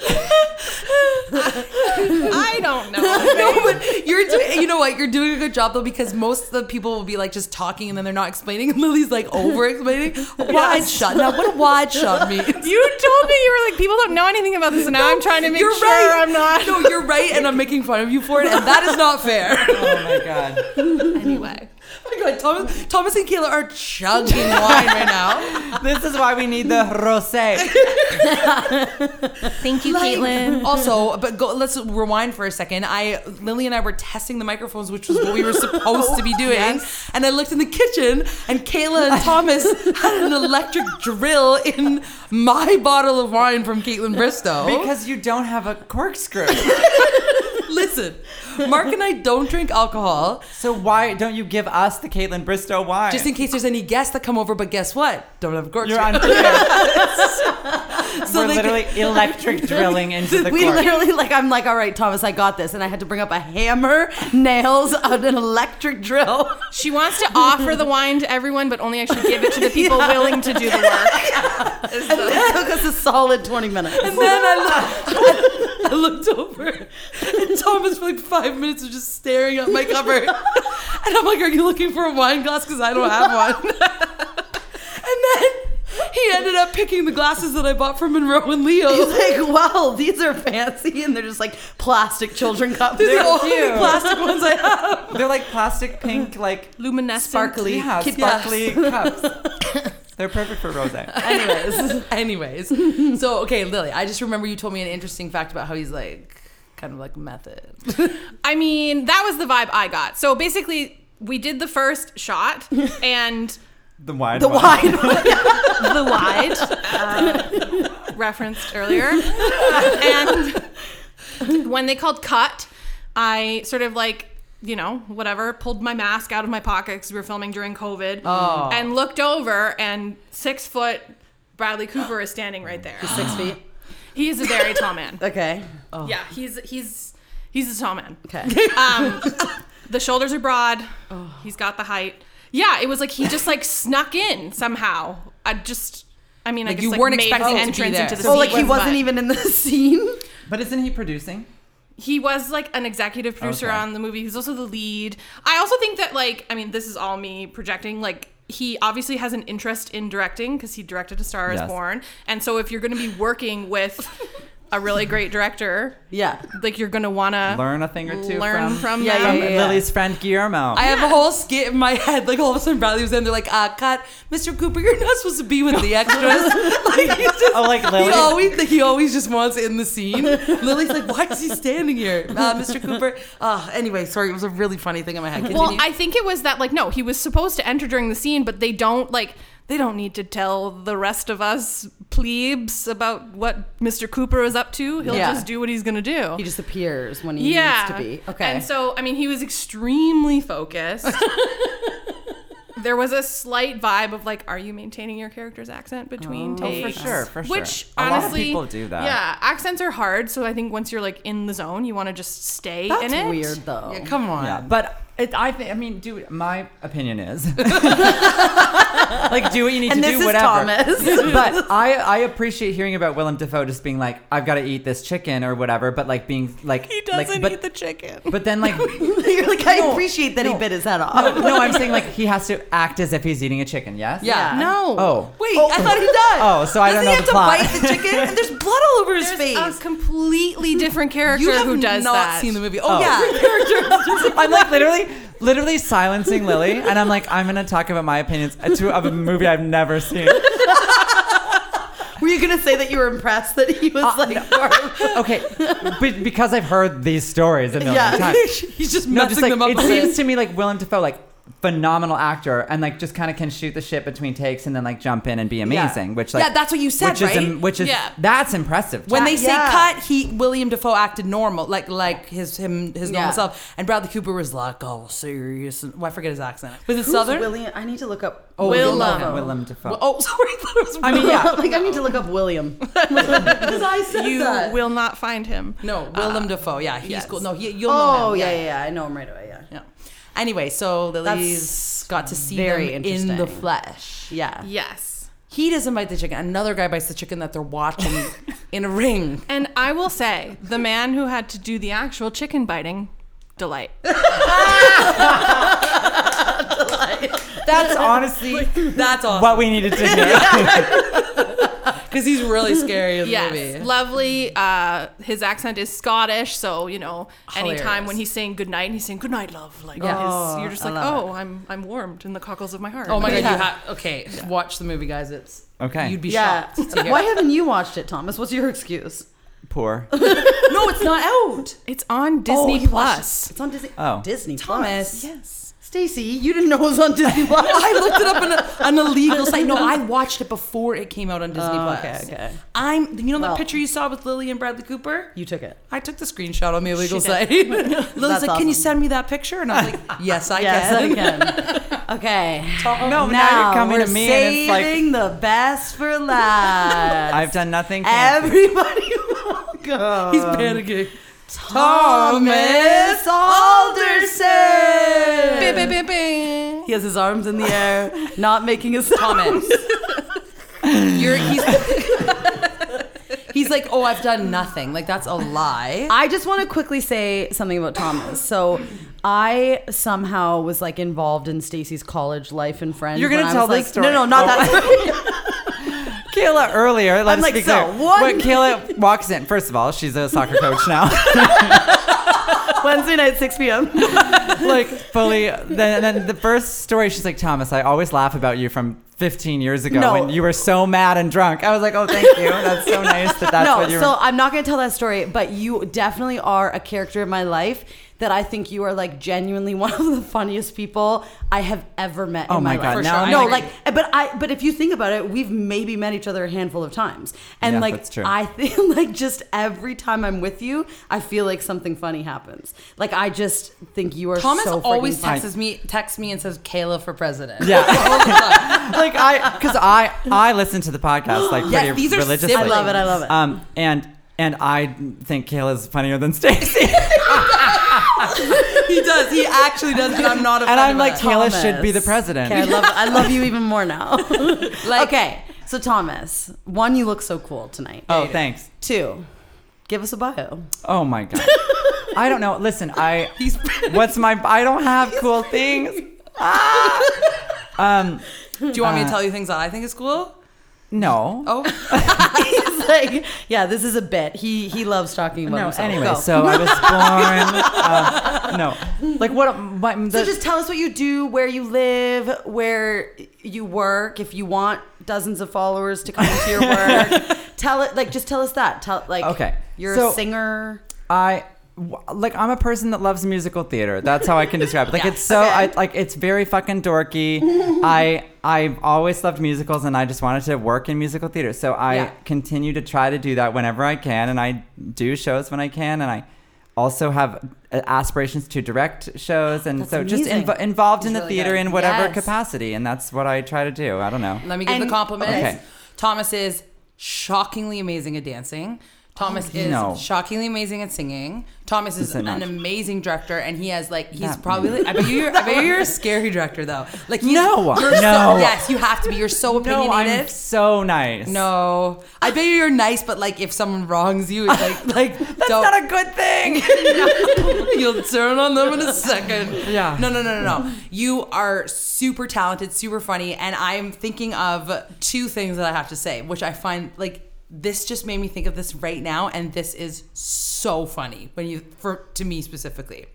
Speaker 6: I don't know.
Speaker 4: No, but you're doing. You know what? You're doing a good job though, because most of the people will be like just talking and then they're not explaining. And Lily's like over explaining. Wide shot. Now, what a wide shot means?
Speaker 6: You told me you were like, people don't know anything about this, and now I'm trying to make
Speaker 4: You're
Speaker 6: sure
Speaker 4: right.
Speaker 6: I'm not.
Speaker 4: No, you're right, and I'm making fun of you for it, and that is not fair.
Speaker 5: oh my god.
Speaker 6: Anyway.
Speaker 4: Oh my God, Thomas, Thomas and Kayla are chugging wine right now.
Speaker 5: This is why we need the rosé.
Speaker 2: Thank you, Caitlin.
Speaker 4: Also, but go, let's rewind for a second. I Lily and I were testing the microphones, which was what we were supposed to be doing. And I looked in the kitchen, and Kayla and Thomas had an electric drill in my bottle of wine from Caitlin Bristow.
Speaker 3: Oh.
Speaker 5: Because you don't have a corkscrew.
Speaker 4: listen, Mark and I don't drink alcohol,
Speaker 5: so why don't you give us the Caitlin Bristow wine?
Speaker 4: just in case there's any guests that come over. But guess what? Don't have a corkscrew.
Speaker 5: You're unfair.
Speaker 4: So
Speaker 5: We're
Speaker 4: they-
Speaker 5: literally electric drilling into the
Speaker 3: we
Speaker 5: cork.
Speaker 3: literally like I'm like, all right, Thomas, I got this, and I had to bring up a hammer, nails, and an electric drill.
Speaker 6: She wants to offer the wine to everyone, but only actually give it to the people willing to do the work. Is
Speaker 3: And
Speaker 6: the-
Speaker 3: it took us a solid 20 minutes.
Speaker 4: And then I looked, I looked over, and Thomas for like five minutes was just staring at my cupboard. And I'm like, "Are you looking for a wine glass? Because I don't have one." and then he ended up picking the glasses that I bought from Monroe and Leo.
Speaker 3: He's like, wow, these are fancy, and they're just like plastic children cups.
Speaker 4: They're the only
Speaker 5: cute.
Speaker 4: plastic ones I have.
Speaker 5: They're like plastic pink, like
Speaker 6: Luminescent.
Speaker 5: sparkly, yeah,
Speaker 4: Kit Kats.
Speaker 5: sparkly cups. They're perfect for rosé.
Speaker 4: Anyways, anyways. So okay, Lily, I just remember you told me an interesting fact about how he's like kind of like method.
Speaker 6: I mean, that was the vibe I got. So basically, we did the first shot, and
Speaker 5: The wine.
Speaker 3: The
Speaker 5: wine.
Speaker 3: wine.
Speaker 6: the wide uh, referenced earlier. Uh, and when they called cut, I sort of like, you know, whatever, pulled my mask out of my pocket because we were filming during COVID and looked over, and six foot Bradley Cooper is standing right there.
Speaker 3: Six feet.
Speaker 6: He is a very tall man.
Speaker 3: Okay.
Speaker 6: Yeah, he's he's he's a tall man.
Speaker 3: Okay.
Speaker 6: Um, the shoulders are broad.
Speaker 4: Oh.
Speaker 6: He's got the height. Yeah, it was like he just like snuck in somehow. I just I mean, I
Speaker 4: Like,
Speaker 6: guess
Speaker 4: you
Speaker 6: like
Speaker 4: weren't
Speaker 6: made
Speaker 4: expecting
Speaker 6: his
Speaker 4: to be
Speaker 6: entrance
Speaker 4: there.
Speaker 6: into the
Speaker 4: So
Speaker 3: Oh,
Speaker 6: scene
Speaker 3: like he
Speaker 6: was
Speaker 3: wasn't
Speaker 6: fun.
Speaker 3: even in the scene.
Speaker 5: But isn't he producing?
Speaker 6: he was like an executive producer
Speaker 5: Okay.
Speaker 6: on the movie. He's also the lead. I also think that like I mean this is all me projecting like he obviously has an interest in directing because he directed A Star
Speaker 5: Yes.
Speaker 6: Is Born, and so if you're going to be working with a really great director,
Speaker 3: Yeah.
Speaker 6: like you're going to want to
Speaker 5: Learn a thing or two
Speaker 6: learn
Speaker 5: from,
Speaker 6: from,
Speaker 3: Yeah,
Speaker 6: them.
Speaker 3: yeah, yeah.
Speaker 5: Lily's friend Guillermo.
Speaker 4: I have a whole skit in my head. Like all of a sudden, Bradley was in. They're like, "Ah, cut, Mr. Cooper, you're not supposed to be with the extras." like, he just,
Speaker 5: Oh, like Lily?
Speaker 4: He always, like, he always just wants in the scene. Lily's like, "Why is he standing here, uh, Mr. Cooper?" Uh, anyway, sorry, it was a really funny thing in my head.
Speaker 6: Well,
Speaker 4: Continue.
Speaker 6: I think it was that like no, he was supposed to enter during the scene, but they don't like they don't need to tell the rest of us plebes about what Mr. Cooper is up to. He'll
Speaker 3: Yeah.
Speaker 6: just do what he's gonna do.
Speaker 3: He just appears when he
Speaker 6: yeah.
Speaker 3: needs to be. Okay.
Speaker 6: And so I mean he was extremely focused. There was a slight vibe of like, are you maintaining your character's accent between
Speaker 3: Oh,
Speaker 6: takes?
Speaker 5: Oh, for sure, for sure.
Speaker 6: Which
Speaker 5: A lot of
Speaker 6: honestly,
Speaker 5: people do that.
Speaker 6: Yeah, accents are hard, so I think once you're like in the zone, you want to just stay
Speaker 3: That's
Speaker 6: in it.
Speaker 3: weird though.
Speaker 4: yeah, come on.
Speaker 5: Yeah, but it, I think I mean, dude, my opinion is like do what you need
Speaker 3: And
Speaker 5: to
Speaker 3: this
Speaker 5: do,
Speaker 3: is
Speaker 5: whatever.
Speaker 3: Thomas.
Speaker 5: but I I appreciate hearing about Willem Dafoe just being like, I've got to eat this chicken or whatever, but like being like
Speaker 4: he doesn't
Speaker 5: like, but,
Speaker 4: eat the chicken.
Speaker 5: But then like.
Speaker 3: You're like, I
Speaker 5: No,
Speaker 3: appreciate that he
Speaker 5: no.
Speaker 3: bit his head off.
Speaker 5: No, I'm saying like he has to act as if he's eating a chicken. Yes.
Speaker 4: Yeah.
Speaker 6: No.
Speaker 5: Oh.
Speaker 4: Wait, I thought he died.
Speaker 5: Oh, so I
Speaker 4: Doesn't
Speaker 5: don't know
Speaker 4: he have to
Speaker 5: the plot.
Speaker 4: bite the chicken? And there's blood all over his face.
Speaker 6: There's a completely different character
Speaker 4: you have
Speaker 6: who does
Speaker 4: not
Speaker 6: that.
Speaker 4: seen the movie. Oh, yeah.
Speaker 5: I'm like literally, literally silencing Lily, and I'm like, I'm gonna talk about my opinions to, of a movie I've never seen.
Speaker 3: Were you gonna say that you were impressed that he
Speaker 5: Uh,
Speaker 3: was like?
Speaker 5: Okay, but because I've heard these stories a million
Speaker 3: Yeah.
Speaker 5: times.
Speaker 4: He's just
Speaker 5: No,
Speaker 4: messing
Speaker 5: just like
Speaker 4: them up.
Speaker 5: it
Speaker 4: a bit.
Speaker 5: seems to me like Willem Dafoe, like phenomenal actor, and like just kind of can shoot the shit between takes and then like jump in and be amazing. Which like
Speaker 4: Yeah, that's what you said,
Speaker 5: which is im-
Speaker 4: right?
Speaker 5: which is
Speaker 6: Yeah.
Speaker 5: that's impressive.
Speaker 4: When they say
Speaker 3: Yeah.
Speaker 4: cut, he William Defoe acted normal, like like his him his normal
Speaker 3: Yeah.
Speaker 4: self, and Bradley Cooper was like all serious. And, well, I forget his accent. Was it
Speaker 3: Who's
Speaker 4: Southern?
Speaker 3: William? I need to look up.
Speaker 5: Oh,
Speaker 6: Willem.
Speaker 5: Willem Dafoe.
Speaker 4: oh, sorry, I thought it was.
Speaker 5: I mean, yeah.
Speaker 3: like I need to look up William. Because I said
Speaker 6: You
Speaker 3: that.
Speaker 6: will not find him.
Speaker 4: no, William Defoe. Yeah, he's
Speaker 6: yes.
Speaker 4: cool. No, he, you'll know
Speaker 3: oh
Speaker 4: him.
Speaker 3: yeah, yeah, yeah. I know him right away. Yeah.
Speaker 4: yeah. Anyway, so Lily's got to see
Speaker 3: very
Speaker 4: them in the
Speaker 3: interesting.
Speaker 4: flesh.
Speaker 3: Yeah.
Speaker 6: Yes.
Speaker 4: He doesn't bite the chicken. Another guy bites the chicken that they're watching in a ring.
Speaker 6: And I will say, the man who had to do the actual chicken biting, delight.
Speaker 5: that's honestly
Speaker 4: That's awesome
Speaker 5: what we needed to hear.
Speaker 4: because he's really scary in the
Speaker 6: Yes.
Speaker 4: movie.
Speaker 6: Lovely. Uh, his accent is Scottish, so you know, anytime
Speaker 4: Hilarious.
Speaker 6: when he's saying good night, he's saying good night, love. Like
Speaker 4: Yeah.
Speaker 6: his- you're just
Speaker 3: I
Speaker 6: like,
Speaker 3: love
Speaker 6: oh, I'm I'm warmed in the cockles of my heart.
Speaker 4: Oh my god!
Speaker 3: Yeah.
Speaker 4: You ha- okay, watch the movie, guys. It's
Speaker 5: Okay.
Speaker 4: You'd be
Speaker 3: Yeah.
Speaker 4: shocked. to hear.
Speaker 3: Why haven't you watched it, Thomas? What's your excuse?
Speaker 5: Poor.
Speaker 4: No, it's not out.
Speaker 6: It's on Disney
Speaker 3: you watched
Speaker 6: Plus.
Speaker 3: it. It's on Disney.
Speaker 5: Oh.
Speaker 3: Disney Plus.
Speaker 4: Thomas.
Speaker 6: Yes.
Speaker 3: Stacy, you didn't know it was on Disney Plus.
Speaker 4: I looked it up on, a, on a legal site. No, I watched it before it came out on Disney
Speaker 3: Oh,
Speaker 4: Plus.
Speaker 3: okay, okay.
Speaker 4: I'm. You know
Speaker 3: Well-
Speaker 4: that picture you saw with Lily and Bradley Cooper?
Speaker 3: you took it.
Speaker 4: I took the screenshot on the illegal
Speaker 3: She
Speaker 4: site.
Speaker 3: did.
Speaker 4: Lily's
Speaker 3: That's
Speaker 4: like, "Can you
Speaker 3: awesome.
Speaker 4: send me that picture?" And I'm like, "Yes, I
Speaker 3: Yes,
Speaker 4: can."
Speaker 3: I can. okay.
Speaker 5: No, now, you're coming
Speaker 3: we're
Speaker 5: to me
Speaker 3: saving
Speaker 5: and it's like
Speaker 3: the best for last.
Speaker 5: I've done nothing. fancy.
Speaker 3: Everybody, welcome.
Speaker 4: He's panicking.
Speaker 3: Thomas Alderson.
Speaker 6: Bing, bing, bing, bing.
Speaker 3: He has his arms in the air, not making a sound.
Speaker 4: Thomas. You're, he's, he's like, "Oh, I've done nothing." Like that's a lie.
Speaker 3: I just want to quickly say something about Thomas. So, I somehow was like involved in Stacy's college life and friends.
Speaker 5: You're gonna
Speaker 3: when I
Speaker 5: tell
Speaker 3: was,
Speaker 5: this
Speaker 3: like-
Speaker 5: story.
Speaker 3: No, no, not
Speaker 5: Oh.
Speaker 3: that.
Speaker 5: Kayla earlier. Let's
Speaker 3: like,
Speaker 5: be
Speaker 3: so,
Speaker 5: clear.
Speaker 3: one-
Speaker 5: When Kayla walks in, first of all, she's a soccer coach now.
Speaker 3: Wednesday night, six p.m.
Speaker 5: like fully. Then, then the first story, she's like, Thomas, I always laugh about you from 15 years ago
Speaker 3: No.
Speaker 5: when you were so mad and drunk. I was like, oh, thank you. That's so nice that that's
Speaker 3: no,
Speaker 5: what you
Speaker 3: so
Speaker 5: were.
Speaker 3: I'm not going to tell that story, but you definitely are a character in my life that I think you are like genuinely one of the funniest people I have ever met.
Speaker 5: Oh
Speaker 3: in
Speaker 5: my
Speaker 3: my,
Speaker 5: God,
Speaker 3: life.
Speaker 5: now
Speaker 4: I'm
Speaker 3: no,
Speaker 4: like-
Speaker 3: like, but I, but if you think about it, we've maybe met each other a handful of times, and
Speaker 5: Yeah,
Speaker 3: like
Speaker 5: that's true.
Speaker 3: I think like just every time I'm with you, I feel like something funny happens. Like I just think you are
Speaker 4: Thomas
Speaker 3: so freaking
Speaker 4: always
Speaker 3: funny.
Speaker 4: texts me, texts me and says, "Kayla for president."
Speaker 5: Yeah.
Speaker 4: All the time.
Speaker 5: like I, because I, I listen to the podcast like
Speaker 4: Yes,
Speaker 5: pretty
Speaker 4: these are
Speaker 5: religiously.
Speaker 3: I love it. I love it.
Speaker 5: Um, and and I think Kayla's funnier than Stacey.
Speaker 4: He does. He actually does, and I'm not.
Speaker 5: and
Speaker 4: offended
Speaker 5: I'm
Speaker 4: by
Speaker 5: like,
Speaker 4: that.
Speaker 5: Kayla
Speaker 3: Thomas.
Speaker 5: should be the president.
Speaker 3: Okay, I love I love you even more now.
Speaker 4: Like-
Speaker 3: okay. So Thomas, one, you look so cool tonight.
Speaker 5: Oh, thanks.
Speaker 3: Two, give us a bio.
Speaker 5: Oh my god. I don't know. Listen, I what's my I don't have cool things.
Speaker 4: Do you want me to tell you things that I think is cool?
Speaker 5: No.
Speaker 4: Oh,
Speaker 3: He's like, yeah, this is a bit. He he loves talking about
Speaker 5: no.
Speaker 3: himself.
Speaker 5: Anyway,
Speaker 3: Go.
Speaker 5: so I was born. uh, no, like what? My,
Speaker 3: So
Speaker 5: the-
Speaker 3: just tell us what you do, where you live, where you work. If you want dozens of followers to come to your work, tell it like just tell us that. Tell like
Speaker 5: Okay.
Speaker 3: you're
Speaker 5: So-
Speaker 3: a singer.
Speaker 5: I w- like I'm a person that loves musical theater. That's how I can describe it. Like it's so I like it's very fucking dorky. I I've always loved musicals and I just wanted to work in musical theater. So I
Speaker 4: Yeah.
Speaker 5: continue to try to do that whenever I can and I do shows when I can and I also have uh, aspirations to direct shows and so just
Speaker 3: amazing.
Speaker 5: inv- involved in the
Speaker 3: That's really
Speaker 5: theater
Speaker 3: good.
Speaker 5: in whatever
Speaker 3: Yes.
Speaker 5: capacity and that's what I try to do. I don't know.
Speaker 4: let me give the
Speaker 3: And-
Speaker 4: compliments.
Speaker 5: Okay.
Speaker 4: Thomas is shockingly amazing at dancing. Thomas is
Speaker 5: no.
Speaker 4: shockingly amazing at singing. Thomas is
Speaker 5: Listen,
Speaker 4: an
Speaker 5: not-
Speaker 4: amazing director, and he has like he's
Speaker 5: Not
Speaker 4: probably.
Speaker 5: me.
Speaker 4: Like, I bet you're. I bet you're a scary director though. Like he's,
Speaker 5: No.
Speaker 4: you're
Speaker 5: No.
Speaker 4: So, yes, you have to be. You're so
Speaker 5: No,
Speaker 4: opinionated.
Speaker 5: I'm so nice.
Speaker 4: No, Oh, I bet you're nice, but like if someone wrongs you, it's like like
Speaker 5: That's
Speaker 4: don't.
Speaker 5: not a good thing.
Speaker 4: You'll turn on them in a second.
Speaker 5: Yeah.
Speaker 4: No, no, no, no, no. You are super talented, super funny, and I'm thinking of two things that I have to say, which I find like this just made me think of this right now, and this is so funny when you for to me specifically.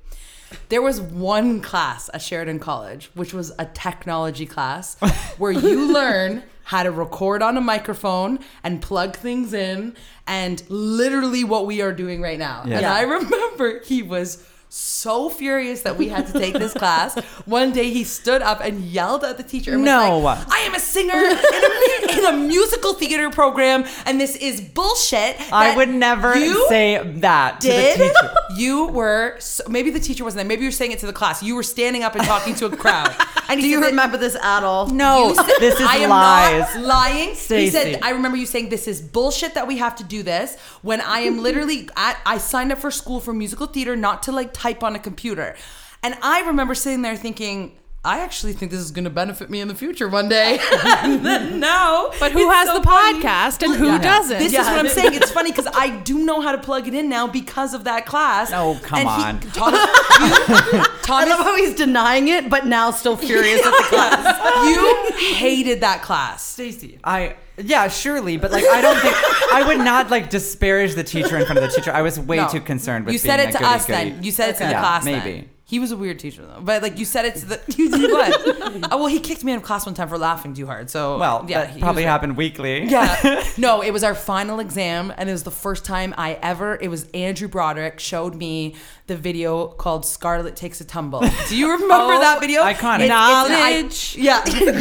Speaker 4: There was one class at Sheridan College, which was a technology class, where you learn how to record on a microphone and plug things in, and literally what we are doing right now. And
Speaker 5: Yeah.
Speaker 4: I remember he was so furious that we had to take this class. One day he stood up and yelled at the teacher. And
Speaker 5: No.
Speaker 4: was like, I am a singer in a, in a musical theater program, and this is bullshit.
Speaker 5: I
Speaker 4: that
Speaker 5: would never
Speaker 4: you
Speaker 5: say that
Speaker 4: did.
Speaker 5: to the teacher.
Speaker 4: You were so, maybe the teacher wasn't there. Maybe you were saying it to the class. You were standing up and talking to a crowd. And
Speaker 3: Do
Speaker 4: he
Speaker 3: you
Speaker 4: said that-
Speaker 3: remember this at all?
Speaker 5: No,
Speaker 4: you said-
Speaker 5: this is
Speaker 4: I am
Speaker 5: lies.
Speaker 4: Not lying. He
Speaker 5: Stacey.
Speaker 4: said, I remember you saying this is bullshit that we have to do this when I am literally at, I signed up for school for musical theater not to like type on a computer. And I remember sitting there thinking, I actually think this is going to benefit me in the future one day. And then now,
Speaker 6: But who
Speaker 4: it's
Speaker 6: has
Speaker 4: so
Speaker 6: the
Speaker 4: funny.
Speaker 6: podcast and who
Speaker 5: Yeah.
Speaker 6: doesn't?
Speaker 4: This is what I'm saying. It's funny because I do know how to plug it in now because of that class.
Speaker 5: Oh, come
Speaker 4: And he-
Speaker 5: on.
Speaker 4: Thomas, you-
Speaker 3: I love
Speaker 4: Thomas,
Speaker 3: how he's denying it, but now still furious at the class.
Speaker 4: you hated that class. Stacey.
Speaker 5: I yeah, surely, but like I don't think I would not like disparage the teacher in front of the teacher. I was way
Speaker 4: No.
Speaker 5: too concerned with
Speaker 4: You
Speaker 5: being
Speaker 4: said
Speaker 5: a
Speaker 4: it to
Speaker 5: goody
Speaker 4: us
Speaker 5: goody.
Speaker 4: then. You said it to the
Speaker 5: Yeah,
Speaker 4: class.
Speaker 5: Maybe.
Speaker 4: then. He was a weird teacher though, but like you said it to the. You did what? oh, well, he kicked me out of class one time for laughing too hard. So
Speaker 5: Well,
Speaker 4: yeah,
Speaker 5: that
Speaker 4: he
Speaker 5: probably
Speaker 4: was-
Speaker 5: happened weekly.
Speaker 4: Yeah. no, it was our final exam, and it was the first time I ever. It was Andrew Broderick showed me the video called "Scarlet Takes a Tumble." Do you remember
Speaker 5: Oh,
Speaker 4: that video?
Speaker 5: iconic.
Speaker 4: Knowledge. yeah,
Speaker 3: yeah, yeah.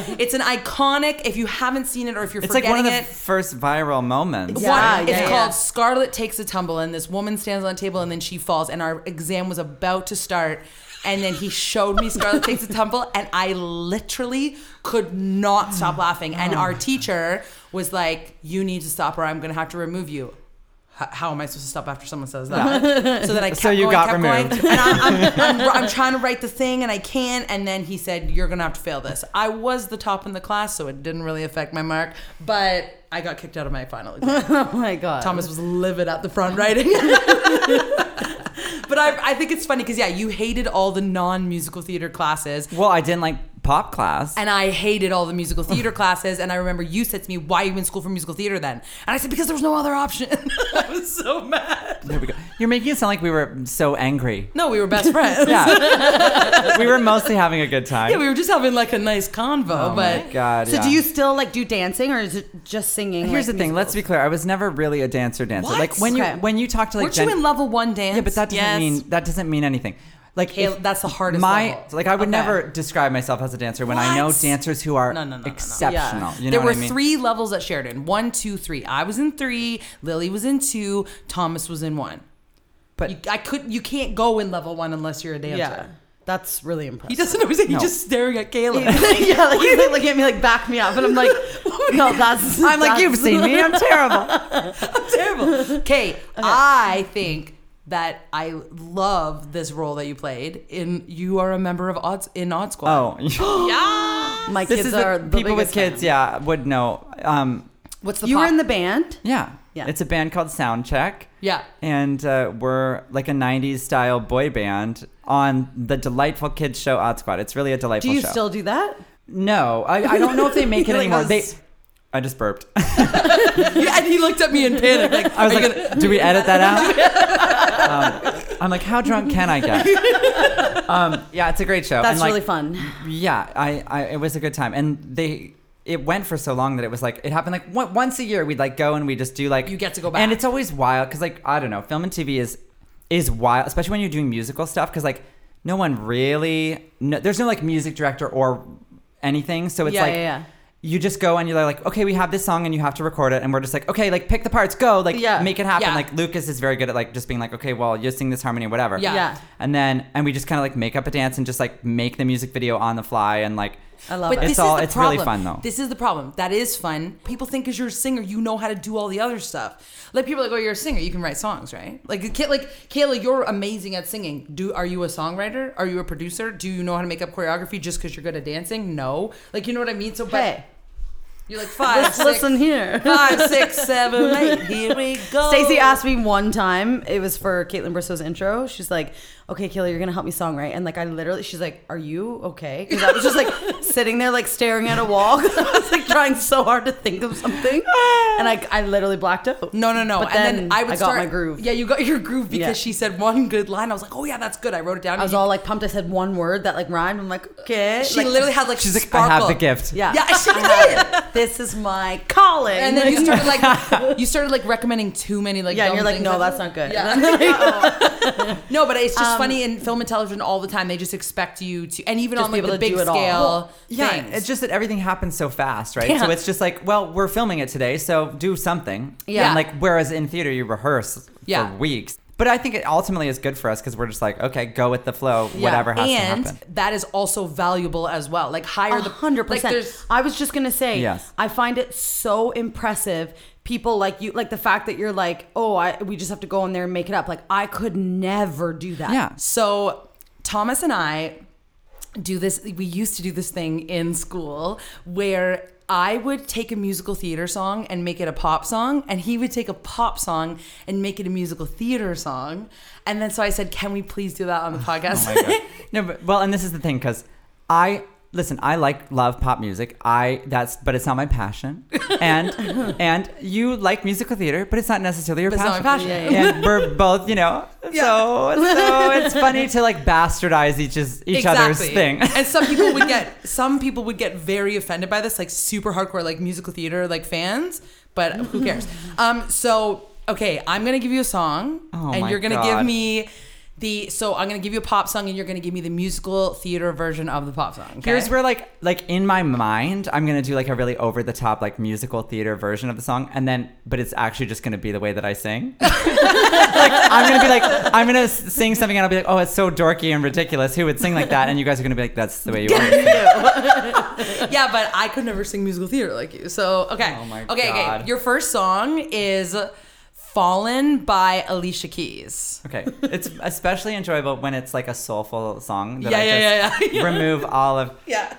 Speaker 4: Knowledge. It's an iconic. If you haven't seen it, or if you're
Speaker 5: It's like
Speaker 4: forgetting
Speaker 5: one of the
Speaker 4: it,
Speaker 5: first viral moments.
Speaker 3: Yeah.
Speaker 4: one, it's
Speaker 3: yeah,
Speaker 4: called
Speaker 3: yeah.
Speaker 4: Scarlet Takes a Tumble, and this woman stands on a table and then she falls, and our exam was about to start. And then he showed me Scarlet Takes a Tumble, and I literally could not stop laughing. And our teacher was like, You need to stop, or I'm gonna have to remove you. H- How am I supposed to stop after someone says that? So then I kept
Speaker 5: So you
Speaker 4: going,
Speaker 5: got
Speaker 4: kept going,
Speaker 5: removed.
Speaker 4: and I'm, I'm, I'm, I'm trying to write the thing, and I can't. And then he said, "You're gonna have to fail this." I was the top in the class, so it didn't really affect my mark, but I got kicked out of my final exam.
Speaker 3: Oh my god.
Speaker 4: Thomas was livid at the front writing. but I, I think it's funny because, yeah, you hated all the non musical theater classes.
Speaker 5: Well, I didn't like pop class.
Speaker 4: And I hated all the musical theater classes. And I remember you said to me, Why are you in school for musical theater then? And I said, Because there was no other option. I was so mad.
Speaker 5: There we go. You're making it sound like we were so angry.
Speaker 4: No, we were best friends.
Speaker 5: Yeah. we were mostly having a good time.
Speaker 4: Yeah, we were just having like a nice convo.
Speaker 5: oh
Speaker 4: but
Speaker 5: my god.
Speaker 3: so
Speaker 5: yeah.
Speaker 3: do you still like do dancing or is it just singing?
Speaker 5: Here's
Speaker 3: like,
Speaker 5: the thing. Let's
Speaker 3: musicals?
Speaker 5: be clear. I was never really a dancer dancer.
Speaker 4: What?
Speaker 5: Like when you
Speaker 3: Okay.
Speaker 5: when you talk to like
Speaker 4: weren't
Speaker 5: gen-
Speaker 4: you in level one dance?
Speaker 5: Yeah, but that doesn't
Speaker 6: Yes.
Speaker 5: mean that doesn't mean anything. Like
Speaker 4: Kayla, that's the hardest
Speaker 5: My
Speaker 4: level.
Speaker 5: like I would
Speaker 4: Okay.
Speaker 5: never describe myself as a dancer when I know
Speaker 4: What?
Speaker 5: dancers who are
Speaker 4: No, no, no, no, no.
Speaker 5: exceptional.
Speaker 3: Yeah.
Speaker 5: You know
Speaker 4: there
Speaker 5: what
Speaker 4: were
Speaker 5: I mean?
Speaker 4: three levels at Sheridan one, two, three. I was in three, Lily was in two, Thomas was in one.
Speaker 5: but
Speaker 4: You, I could. You can't go in level one unless you're a dancer.
Speaker 3: Yeah. That's really impressive.
Speaker 4: He doesn't know. He's
Speaker 5: No.
Speaker 4: he's just staring at Caleb.
Speaker 3: yeah, like he's like looking at me like back me up, and I'm like, no, that's.
Speaker 5: I'm like
Speaker 3: that's-
Speaker 5: you've seen me. I'm terrible.
Speaker 4: Terrible. Okay, I think that I love this role that you played. In you are a member of odds in Odd Squad.
Speaker 5: Oh,
Speaker 6: yeah.
Speaker 3: My
Speaker 5: This
Speaker 3: kids
Speaker 5: is
Speaker 3: are
Speaker 5: the,
Speaker 3: the
Speaker 5: people with
Speaker 3: biggest
Speaker 5: kids.
Speaker 3: fan.
Speaker 5: Yeah, would know. Um,
Speaker 4: What's the
Speaker 3: You were
Speaker 4: pop-
Speaker 3: in the band.
Speaker 5: yeah,
Speaker 3: Yeah.
Speaker 5: It's a band called Soundcheck.
Speaker 4: Yeah.
Speaker 5: and uh, we're like a '90s style boy band on the delightful kids show Odd Squad. It's really a delightful.
Speaker 3: Do you
Speaker 5: show.
Speaker 3: still do that?
Speaker 5: No, I, I don't know if they make it
Speaker 4: Like
Speaker 5: anymore. They.
Speaker 4: those-
Speaker 5: I just burped.
Speaker 4: Yeah, and he looked at me in panic. Like
Speaker 5: I was like, "Do we edit that out?" um, I'm like, "How drunk can I get?" Um, yeah, it's a great show. and
Speaker 3: That's
Speaker 5: like,
Speaker 3: really fun.
Speaker 5: Yeah, I, I it was a good time, and they it went for so long that it was like it happened like one, once a year we'd like go and we just do like
Speaker 4: You get to go
Speaker 5: and
Speaker 4: back.
Speaker 5: it's always wild because like I don't know, film and TV is is wild, especially when you're doing musical stuff because like no one really no, there's no like music director or anything, so it's
Speaker 3: Yeah,
Speaker 5: like
Speaker 3: yeah, yeah.
Speaker 5: you just go and you're like, okay, we have this song and you have to record it, and we're just like, okay, like pick the parts, go, like
Speaker 3: Yeah.
Speaker 5: make it happen.
Speaker 4: Yeah.
Speaker 5: Like Lucas is very good at like just being like, okay, well, you sing this harmony, whatever.
Speaker 4: Yeah.
Speaker 3: Yeah.
Speaker 5: And then and we just kind of like make up a dance and just like make the music video on the fly and like
Speaker 3: I love
Speaker 4: But
Speaker 3: it.
Speaker 4: this
Speaker 5: it's all
Speaker 4: is the
Speaker 5: it's
Speaker 4: problem.
Speaker 5: really fun though.
Speaker 4: This is the problem. That is fun. People think because you're a singer, you know how to do all the other stuff. Like people are like, oh, you're a singer, you can write songs, right? Like, Kay- like Kayla, you're amazing at singing. Do are you a songwriter? Are you a producer? Do you know how to make up choreography just because you're good at dancing? No. Like you know what I mean? So, but
Speaker 3: Hey,
Speaker 4: you're like five,
Speaker 3: let's
Speaker 4: six-
Speaker 3: listen here.
Speaker 4: five, six, seven, eight. Here we go.
Speaker 3: Stacey asked me one time, it was for Caitlin Bristow's intro. She's like, okay, Kayla, you're going to help me song, right? And like, I literally, she's like, are you okay? Because I was just like sitting there, like staring at a wall. 'cause I was like trying so hard to think of something. And I, I literally blacked out.
Speaker 4: No, no, no.
Speaker 3: But
Speaker 4: and then, I would
Speaker 3: got
Speaker 4: start
Speaker 3: my groove.
Speaker 4: Yeah, you got your groove because
Speaker 3: Yeah.
Speaker 4: she said one good line. I was like, oh yeah, that's good. I wrote it down.
Speaker 3: I was all like pumped. I said one word that like rhymed. I'm like, okay.
Speaker 4: she
Speaker 3: Like,
Speaker 4: literally had like
Speaker 5: She's like, I have
Speaker 4: sparkle.
Speaker 5: the gift.
Speaker 3: yeah.
Speaker 4: Yeah, she
Speaker 3: this is my calling.
Speaker 4: and then you started like you started like recommending too many like
Speaker 3: yeah, and
Speaker 4: dumb
Speaker 3: you're like,
Speaker 4: things.
Speaker 3: no,
Speaker 4: I-
Speaker 3: that's not good. oh. Um,
Speaker 4: Yeah. no, but it's just funny in film and television all the time. They just expect you to, and even
Speaker 3: Just
Speaker 4: on like
Speaker 3: be able
Speaker 4: the
Speaker 3: to
Speaker 4: big
Speaker 3: do it all.
Speaker 4: scale.
Speaker 5: Yeah,
Speaker 4: things.
Speaker 5: it's just that everything happens so fast, right? So
Speaker 4: Yeah.
Speaker 5: it's just like, well, we're filming it today, so do something.
Speaker 4: Yeah.
Speaker 5: And like, whereas in theater, you rehearse
Speaker 4: Yeah.
Speaker 5: for weeks. But I think it ultimately is good for us because we're just like, okay, go with the flow, whatever has
Speaker 4: and
Speaker 5: to happen.
Speaker 4: that is also valuable as well. Like higher the
Speaker 3: A hundred
Speaker 4: like,
Speaker 3: percent.
Speaker 4: there's-
Speaker 3: I was just gonna say,
Speaker 5: Yes.
Speaker 3: I find it so impressive. People like you, like the fact that you're like, oh, I, we just have to go in there and make it up. Like I could never do that.
Speaker 5: Yeah.
Speaker 4: So Thomas and I do this we used to do this thing in school where I would take a musical theater song and make it a pop song and he would take a pop song and make it a musical theater song. And then so I said, "Can we please do that on the podcast?"
Speaker 5: Oh my God. no, but well, and this is the thing because I listen. I like love pop music. I that's, but it's not my passion. And and you like musical theater, but it's not necessarily your
Speaker 4: But it's
Speaker 5: passion.
Speaker 4: not my passion.
Speaker 5: And we're both, you know. So so it's funny to like bastardize each is- each other's thing.
Speaker 4: and some people would get some people would get very offended by this, like super hardcore, like musical theater, like fans. But who cares? um, so okay, I'm gonna give you a song,
Speaker 5: Oh
Speaker 4: and
Speaker 5: my
Speaker 4: you're gonna
Speaker 5: God.
Speaker 4: give me the. So I'm gonna give you a pop song, and you're gonna give me the musical theater version of the pop song. okay?
Speaker 5: Here's where like like in my mind I'm gonna do like a really over the top like musical theater version of the song and then but it's actually just gonna be the way that I sing. like I'm gonna be like I'm gonna s- sing something and I'll be like oh it's so dorky and ridiculous who would sing like that and you guys are gonna be like that's the way you want. it."
Speaker 4: yeah, but I could never sing musical theater like you. So okay,
Speaker 5: Oh my
Speaker 4: okay, okay.
Speaker 5: God.
Speaker 4: Your first song is "Fallen" by Alicia Keys.
Speaker 5: Okay, it's especially enjoyable when it's like a soulful song that
Speaker 4: Yeah,
Speaker 5: I
Speaker 4: yeah,
Speaker 5: just
Speaker 4: yeah, yeah.
Speaker 5: remove all of.
Speaker 4: Yeah.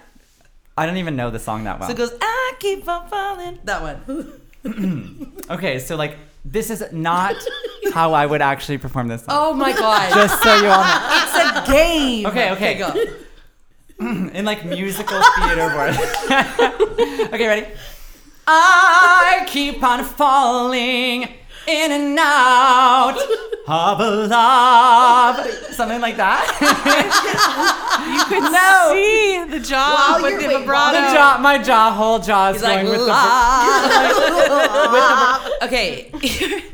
Speaker 5: I don't even know the song that well.
Speaker 4: So it goes, I keep on falling. That one.
Speaker 5: okay, so like this is not how I would actually perform this song.
Speaker 4: Oh my god.
Speaker 5: Just so you all know.
Speaker 4: it's a game.
Speaker 5: Okay, okay.
Speaker 4: go.
Speaker 5: in like musical theater voice. okay, ready? I keep on falling in and out of a love, something like that.
Speaker 6: You could see the job with the
Speaker 5: The
Speaker 6: vibrato.
Speaker 5: jaw, my jaw, whole jaw is
Speaker 4: It's
Speaker 5: going
Speaker 4: like
Speaker 5: with the.
Speaker 4: la.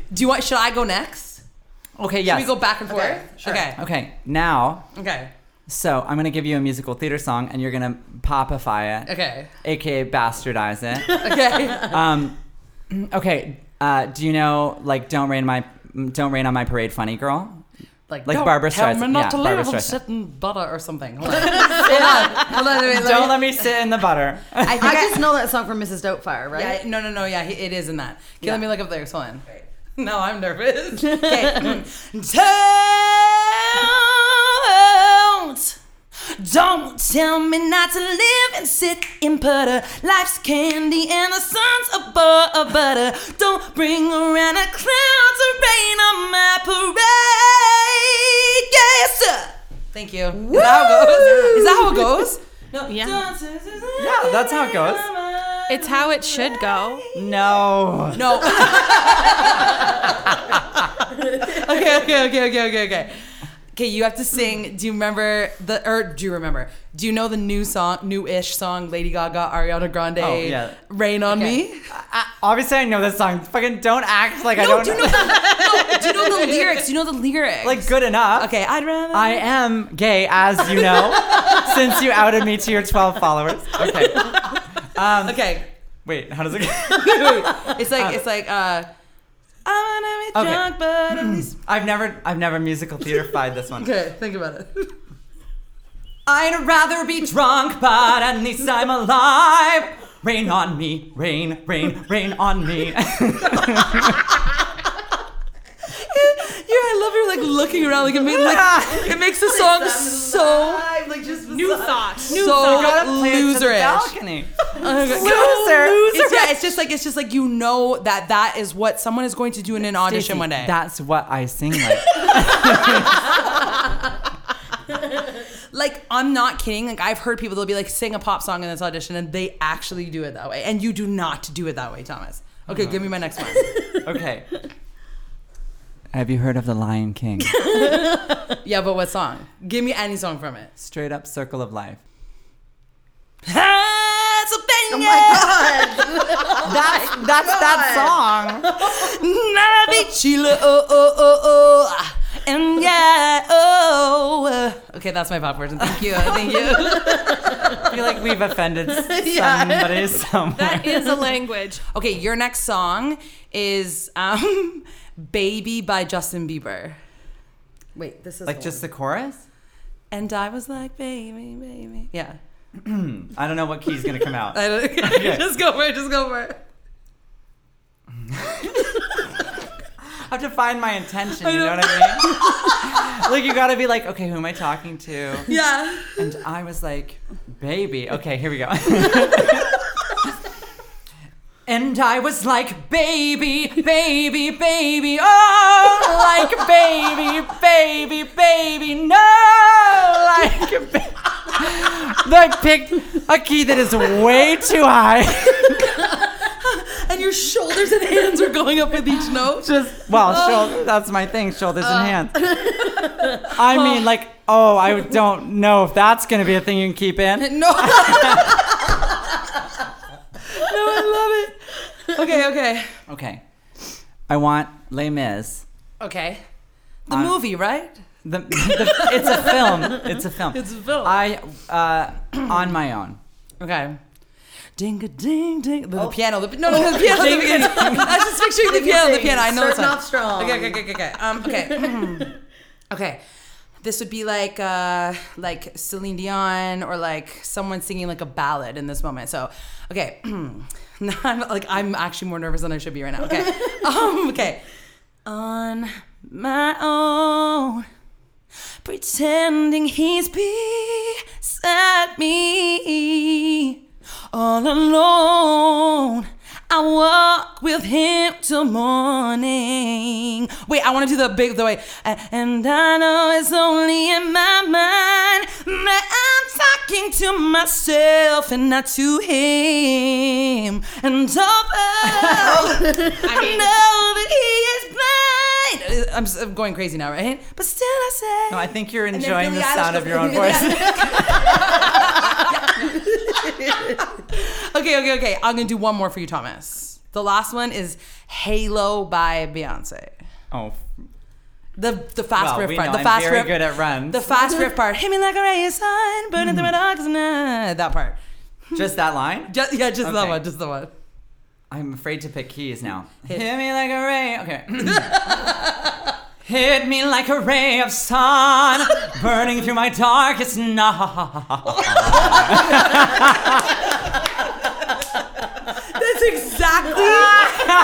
Speaker 4: Okay. Do you want? Should I go next?
Speaker 5: Okay, yes.
Speaker 4: We go back and forth. Okay. Okay.
Speaker 5: Okay, now,
Speaker 4: Okay.
Speaker 5: so I'm gonna give you a musical theater song, and you're gonna popify it,
Speaker 4: Okay.
Speaker 5: aka bastardize it.
Speaker 4: Okay.
Speaker 5: um, okay, uh, do you know like "Don't Rain My Don't Rain on My Parade" funny girl?
Speaker 4: Oh,
Speaker 5: Like
Speaker 4: don't
Speaker 5: Barbra
Speaker 4: tell
Speaker 5: Streisand.
Speaker 4: me not
Speaker 5: Yeah,
Speaker 4: to
Speaker 5: Barbra
Speaker 4: live on
Speaker 5: Streisand.
Speaker 4: shit and butter or something. Hold on. Hold on. Hold on. Wait,
Speaker 5: Don't let me sit in the butter.
Speaker 3: I, think I just know that song from Mrs. Doubtfire, right?
Speaker 4: Yeah, no, no, no. Yeah, he- it is in that. Okay,
Speaker 3: Yeah.
Speaker 4: let me look up lyrics. Hold on. No, I'm nervous. okay. Don't, Don't tell me not to live and sit in putter. Life's candy and the sun's a bar of butter. Don't bring around a cloud to rain on my parade. Yes, sir. Thank you. Is that how it goes? Is that how it goes? No.
Speaker 6: Yeah.
Speaker 5: Yeah, that's how it goes.
Speaker 6: It's how it should go.
Speaker 5: No.
Speaker 4: No. okay, okay, okay, okay, okay, okay. Okay, you have to sing. Do you remember the or do you remember? Do you know the new song, new-ish song, Lady Gaga, Ariana Grande,
Speaker 5: Oh, yeah.
Speaker 4: "Rain on Me"?
Speaker 5: I, obviously, I know this song. Fucking don't act like I
Speaker 4: No,
Speaker 5: don't
Speaker 4: do you know the, no, Uh, do you know the lyrics? Do you know the lyrics?
Speaker 5: like good enough.
Speaker 4: okay, I'd rather.
Speaker 5: I am gay, as you know, since you outed me to your 12 followers. Okay.
Speaker 4: okay,
Speaker 5: Wait, how does it go?
Speaker 4: it's like it's like uh, I wanna be
Speaker 5: Okay.
Speaker 4: drunk,
Speaker 5: Hmm.
Speaker 4: but at least
Speaker 5: I've never I've never musical theater fied this one.
Speaker 4: Okay, think about it. I'd rather be drunk, but at least I'm alive.
Speaker 5: Rain on me, rain, rain, rain on me.
Speaker 4: Yeah, I love you're like looking around like it made like it makes the song so
Speaker 5: like just
Speaker 6: New thoughts.
Speaker 4: so loserish.
Speaker 5: balcony.
Speaker 4: Loser. It's,
Speaker 5: Loser.
Speaker 4: yeah, it's just like it's just like you know that that is what someone is going to do in an audition
Speaker 5: Stacey,
Speaker 4: one day.
Speaker 5: That's what I sing like.
Speaker 4: like I'm not kidding. Like I've heard people they'll be like sing a pop song in this audition and they actually do it that way, and you do not do it that way, Thomas. Okay, give me my next one.
Speaker 5: okay. Have you heard of the Lion King?
Speaker 4: yeah, but what song? Give me any song from it.
Speaker 5: Straight up circle of life.
Speaker 4: Pennsylvania. that's that's that song. Nairobi, Chile, oh oh oh oh, and yeah, oh. Okay, that's my pop version. Thank you, uh, thank you.
Speaker 5: I feel like we've offended somebody somewhere.
Speaker 6: That is a language.
Speaker 4: Okay, your next song is um, "Baby" by Justin Bieber.
Speaker 3: Wait, this is
Speaker 5: like just the chorus?
Speaker 4: And I was like, "Baby, baby, yeah."
Speaker 5: I don't know what key's gonna come out.
Speaker 4: I don't, just go for it. Just go for it.
Speaker 5: I have to find my intention, you know what I mean? like you gotta be like, okay, who am I talking to?
Speaker 4: Yeah.
Speaker 5: And I was like, baby. Okay, here we go. and I was like, baby, baby, baby, oh, like baby, baby, baby, no, like baby. I picked a key that is way too high.
Speaker 4: And your shoulders and hands are going up with each note.
Speaker 5: Just well, shoul- that's my thing, shoulders and hands. I mean, like, oh, I don't know if that's gonna be a thing you can keep in.
Speaker 4: No. no, Oh, I love it. Okay, okay.
Speaker 5: Okay. I want Les Mis.
Speaker 4: Okay. The
Speaker 5: Uh,
Speaker 4: movie, right?
Speaker 5: The, the- it's a film. It's a film. It's a film. I uh, on my own.
Speaker 4: Okay. Oh. Ding a ding ding. The, the piano. The, no, no, the piano. The piano. I was just picturing the piano. The piano. I know it's
Speaker 3: Starting
Speaker 4: not
Speaker 3: off strong.
Speaker 4: Okay, okay, okay, okay, okay. Um, okay. okay. This would be like uh, like Celine Dion or like someone singing like a ballad in this moment. So, okay. now I'm, like I'm actually more nervous than I should be right now. Okay. um, okay. On my own pretending he's beside me. All alone, I walk with him till morning. Wait, I want to do the big the way. A- And I know it's only in my mind that I'm talking to myself and not to him. And over. I know that he is blind. I'm, s- I'm going crazy now, right? But still, I say.
Speaker 5: No, I think you're
Speaker 3: then
Speaker 5: enjoying the
Speaker 3: Billie Eilish
Speaker 5: sound
Speaker 3: goes-
Speaker 5: of your own voice.
Speaker 4: okay, okay, okay. I'm gonna do one more for you, Thomas. The last one is Halo by Beyonce.
Speaker 5: Oh,
Speaker 4: The the fast
Speaker 5: Well,
Speaker 4: riff
Speaker 5: we
Speaker 4: part.
Speaker 5: know
Speaker 4: the
Speaker 5: I'm
Speaker 4: fast
Speaker 5: very
Speaker 4: riff.
Speaker 5: good at runs. Hmm.
Speaker 4: The fast riff part. Hit me like a ray of sun, burning through my dogs night. That part.
Speaker 5: just that line.
Speaker 4: Just, yeah, just that
Speaker 5: Okay.
Speaker 4: one. Just the one.
Speaker 5: I'm afraid to pick keys now. Hit, me like a ray. Okay. Hit me like a ray of sun, burning through my darkest night.
Speaker 4: That's exactly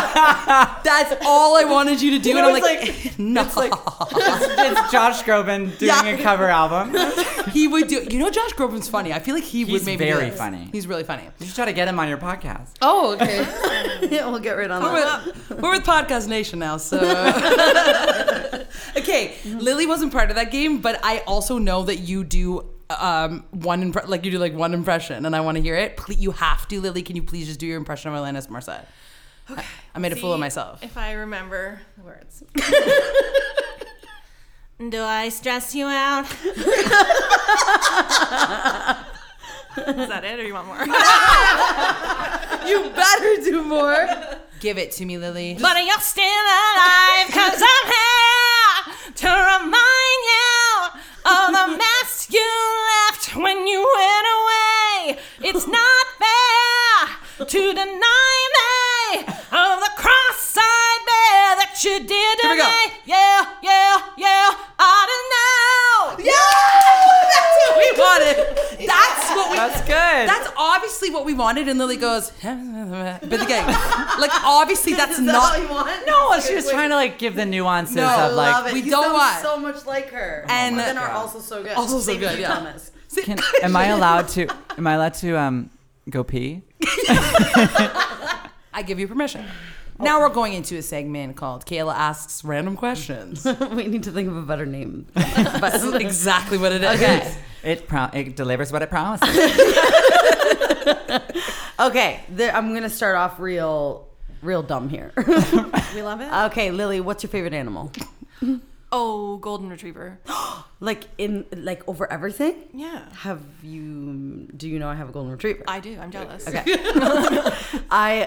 Speaker 4: That's all I wanted you to do, and I'm
Speaker 5: was
Speaker 4: like, no.
Speaker 5: it's Josh Groban doing a cover album. You
Speaker 4: he would do. You know, Josh Groban's funny. I feel like he would
Speaker 5: He's
Speaker 4: maybe do
Speaker 5: very
Speaker 4: this.
Speaker 5: funny.
Speaker 4: He's really funny.
Speaker 5: should try to get him on your podcast.
Speaker 4: Oh, okay.
Speaker 3: Yeah, we'll get rid on that.
Speaker 4: we're, with, we're with Podcast Nation now, so. Mm-hmm. okay, Lily wasn't part of that game, but I also know that you do um one impre- like you do like one impression and i want to hear it please you have to lily can you please just do your impression of alanis morissette okay. I, I made a fool of
Speaker 6: See
Speaker 4: myself
Speaker 6: If I remember the words. Do I stress you out? Is that it, or you want more?
Speaker 4: you better do more give it to me lily
Speaker 6: but you're still alive, cause I'm here to remind you of the mess you left when you went away. It's not fair to deny me of the cross I bear that you did to
Speaker 4: Here we go.
Speaker 6: me. Yeah, yeah, yeah, I don't know.
Speaker 4: Yeah! That's what we wanted. That's what we.
Speaker 5: That's good.
Speaker 4: That's obviously what we wanted. And Lily goes, but again, like obviously that's not.
Speaker 3: want?
Speaker 5: No, she was trying to like give the nuances
Speaker 4: No,
Speaker 5: of like.
Speaker 3: Love it.
Speaker 4: we
Speaker 3: You
Speaker 4: don't
Speaker 3: sound
Speaker 4: want-
Speaker 3: so much like her,
Speaker 4: And-
Speaker 3: and then are also so good.
Speaker 4: Also so
Speaker 3: Same
Speaker 4: good,
Speaker 3: as
Speaker 4: yeah.
Speaker 3: Thomas.
Speaker 5: Can, am I allowed to? Am I allowed to um go pee?
Speaker 4: I give you permission. Now we're going into a segment called Kayla asks random questions.
Speaker 3: we need to think of a better name.
Speaker 4: That's exactly what it is.
Speaker 3: Okay.
Speaker 5: It pro- it delivers what it promises.
Speaker 3: okay, the, I'm gonna start off real, real dumb here.
Speaker 6: We love it.
Speaker 3: okay, Lily, what's your favorite animal?
Speaker 6: Oh, golden retriever.
Speaker 3: Like in like over everything?
Speaker 6: Yeah,
Speaker 3: Have you? Do you know I have a golden retriever?
Speaker 6: I do. I'm jealous.
Speaker 3: I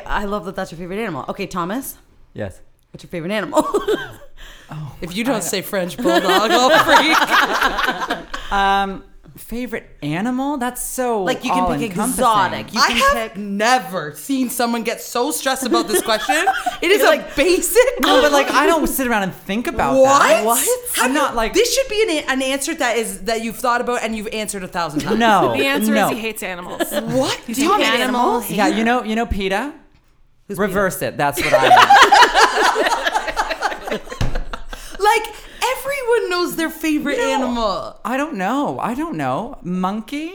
Speaker 3: I love that. That's your favorite animal. Okay, Thomas,
Speaker 5: yes.
Speaker 3: what's your favorite animal?
Speaker 4: If you don't say French bulldog, I'll freak.
Speaker 5: Um, favorite animal? That's so
Speaker 3: like you can pick
Speaker 5: all-encompassing.
Speaker 3: exotic. You
Speaker 4: I
Speaker 3: can
Speaker 4: have
Speaker 3: pick.
Speaker 4: never seen someone get so stressed about this question. It is
Speaker 3: You're
Speaker 4: like basic.
Speaker 5: No, but like I don't sit around and think about
Speaker 4: What?
Speaker 5: that.
Speaker 4: How
Speaker 5: I'm
Speaker 4: do you-
Speaker 5: not like
Speaker 4: this. Should be an, an answer that is that you've thought about and you've answered a thousand times.
Speaker 5: No,
Speaker 6: The answer
Speaker 5: no.
Speaker 6: is he hates animals.
Speaker 4: What? Do you
Speaker 6: an
Speaker 4: want me to-
Speaker 6: animal?
Speaker 5: Yeah, you know, you know, Peta. Reverse it. That's what I. am.
Speaker 4: Like everyone knows their favorite animal.
Speaker 5: I don't know. I don't know. Monkey.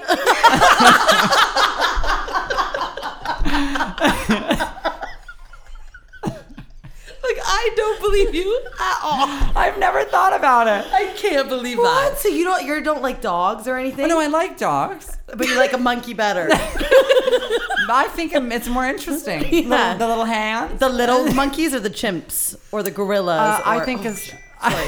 Speaker 4: Like I don't believe you at all.
Speaker 5: I've never thought about it.
Speaker 4: I can't believe
Speaker 3: What?
Speaker 4: that.
Speaker 3: So you don't you don't like dogs or anything?
Speaker 5: But
Speaker 4: Oh,
Speaker 5: no, I like dogs.
Speaker 3: but you like a monkey better.
Speaker 5: I think it's more interesting. Little-
Speaker 3: Yeah.
Speaker 5: the little hands.
Speaker 3: the little monkeys or the chimps or the gorillas?
Speaker 5: Uh, I
Speaker 3: or-
Speaker 5: think
Speaker 3: oh,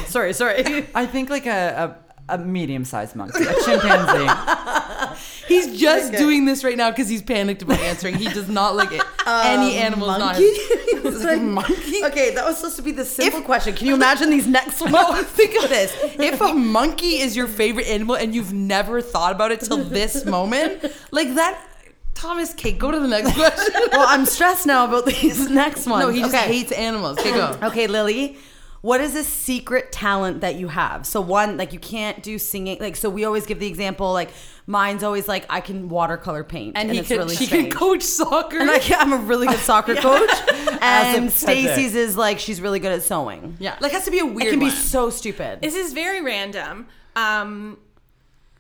Speaker 5: is.
Speaker 3: sorry, sorry, sorry.
Speaker 5: I think like a. a a medium-sized monkey, a chimpanzee.
Speaker 4: He's just
Speaker 3: Okay.
Speaker 4: doing this right now because he's panicked about answering. He does not like it. Any animal is not. his-
Speaker 3: It's like
Speaker 4: monkey?
Speaker 3: Okay, that was supposed to be the simple question. Can you imagine these next ones?
Speaker 4: Think of this. If a monkey is your favorite animal and you've never thought about it till this moment, like that, Thomas Kate, go to the next question.
Speaker 3: well, I'm stressed now about these next ones.
Speaker 4: No, he just
Speaker 3: okay.
Speaker 4: hates animals. Okay, go.
Speaker 3: Okay, Lily, what is a secret talent that you have? So one, like you can't do singing. Like so, we always give the example. Like mine's always like I can watercolor paint, and,
Speaker 4: he
Speaker 3: it's
Speaker 4: could,
Speaker 3: really
Speaker 4: she
Speaker 3: strange.
Speaker 4: can coach soccer.
Speaker 3: And I can, I'm a really good soccer coach,
Speaker 5: As
Speaker 3: and
Speaker 5: if said that.
Speaker 3: Stacy's is like she's really good at sewing.
Speaker 4: yeah, like has to be a weird.
Speaker 3: It can be
Speaker 4: one.
Speaker 3: so stupid.
Speaker 6: This is very random. Um,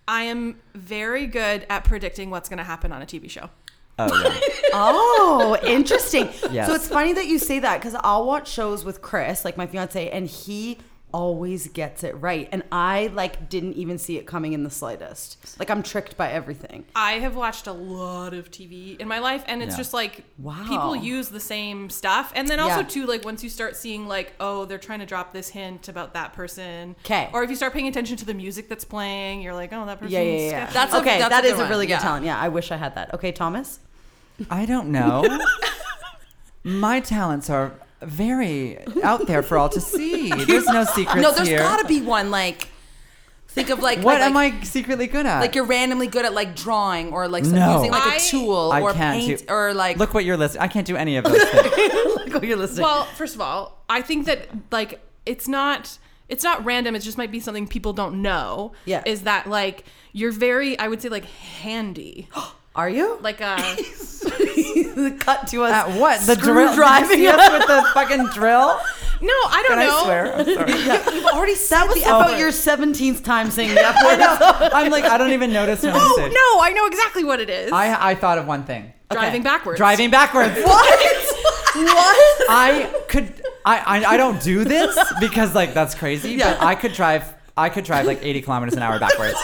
Speaker 6: I am very good at predicting what's going to happen on a TV show.
Speaker 5: Oh, yeah.
Speaker 3: Oh, interesting.
Speaker 5: Yes.
Speaker 3: So it's funny that you say that because I'll watch shows with Chris, like my fiance, and he always gets it right. And I like didn't even see it coming in the slightest. Like I'm tricked by everything.
Speaker 6: I have watched a lot of TV in my life, and it's
Speaker 5: Yeah.
Speaker 6: just like
Speaker 3: Wow.
Speaker 6: people use the same stuff. And then also
Speaker 3: Yeah.
Speaker 6: too, like once you start seeing like, oh, they're trying to drop this hint about that person,
Speaker 3: 'Kay.
Speaker 6: or if you start paying attention to the music that's playing, you're like, oh, that person's
Speaker 3: Yeah, yeah, yeah. yeah.
Speaker 4: That's a-
Speaker 3: okay.
Speaker 4: that's
Speaker 3: that
Speaker 4: a
Speaker 3: is
Speaker 4: good
Speaker 3: a really
Speaker 4: one,
Speaker 3: good
Speaker 4: yeah.
Speaker 3: talent. Yeah, I wish I had that. Okay, Thomas.
Speaker 5: I don't know. My talents are very out there for all to see. There's no secrets
Speaker 4: No, there's
Speaker 5: here.
Speaker 4: gotta be one. Like, think of like
Speaker 5: what
Speaker 4: like,
Speaker 5: am I secretly good at?
Speaker 4: Like you're randomly good at like drawing or like some,
Speaker 5: No.
Speaker 4: using like
Speaker 6: I-
Speaker 4: a tool
Speaker 5: I
Speaker 4: or
Speaker 5: can't
Speaker 4: paint
Speaker 5: do-
Speaker 4: or like.
Speaker 5: Look what you're listening. I can't do any of those things.
Speaker 3: Look who you're listening.
Speaker 6: Well, first of all, I think that like it's not it's not random. It just might be something people don't know.
Speaker 3: Yeah.
Speaker 6: is that like you're very I would say like handy.
Speaker 3: Are you?
Speaker 6: Like uh, a
Speaker 3: Cut to us.
Speaker 5: At Uh, what? The drill?
Speaker 3: Screwdriving
Speaker 5: Did you see us with the fucking drill?
Speaker 6: no, I
Speaker 5: Can
Speaker 6: don't know.
Speaker 5: I swear? I'm sorry.
Speaker 3: You've already said that was about your 17th time saying the F word.
Speaker 5: I'm like, I don't even notice when I
Speaker 6: Oh
Speaker 5: said.
Speaker 6: no, I know exactly what it is.
Speaker 5: I I thought of one thing.
Speaker 6: Driving backwards.
Speaker 5: Driving backwards.
Speaker 3: what?
Speaker 5: I could. I, I I don't do this because like that's crazy.
Speaker 4: Yeah.
Speaker 5: But I could drive. I could drive like 80 kilometers an hour backwards.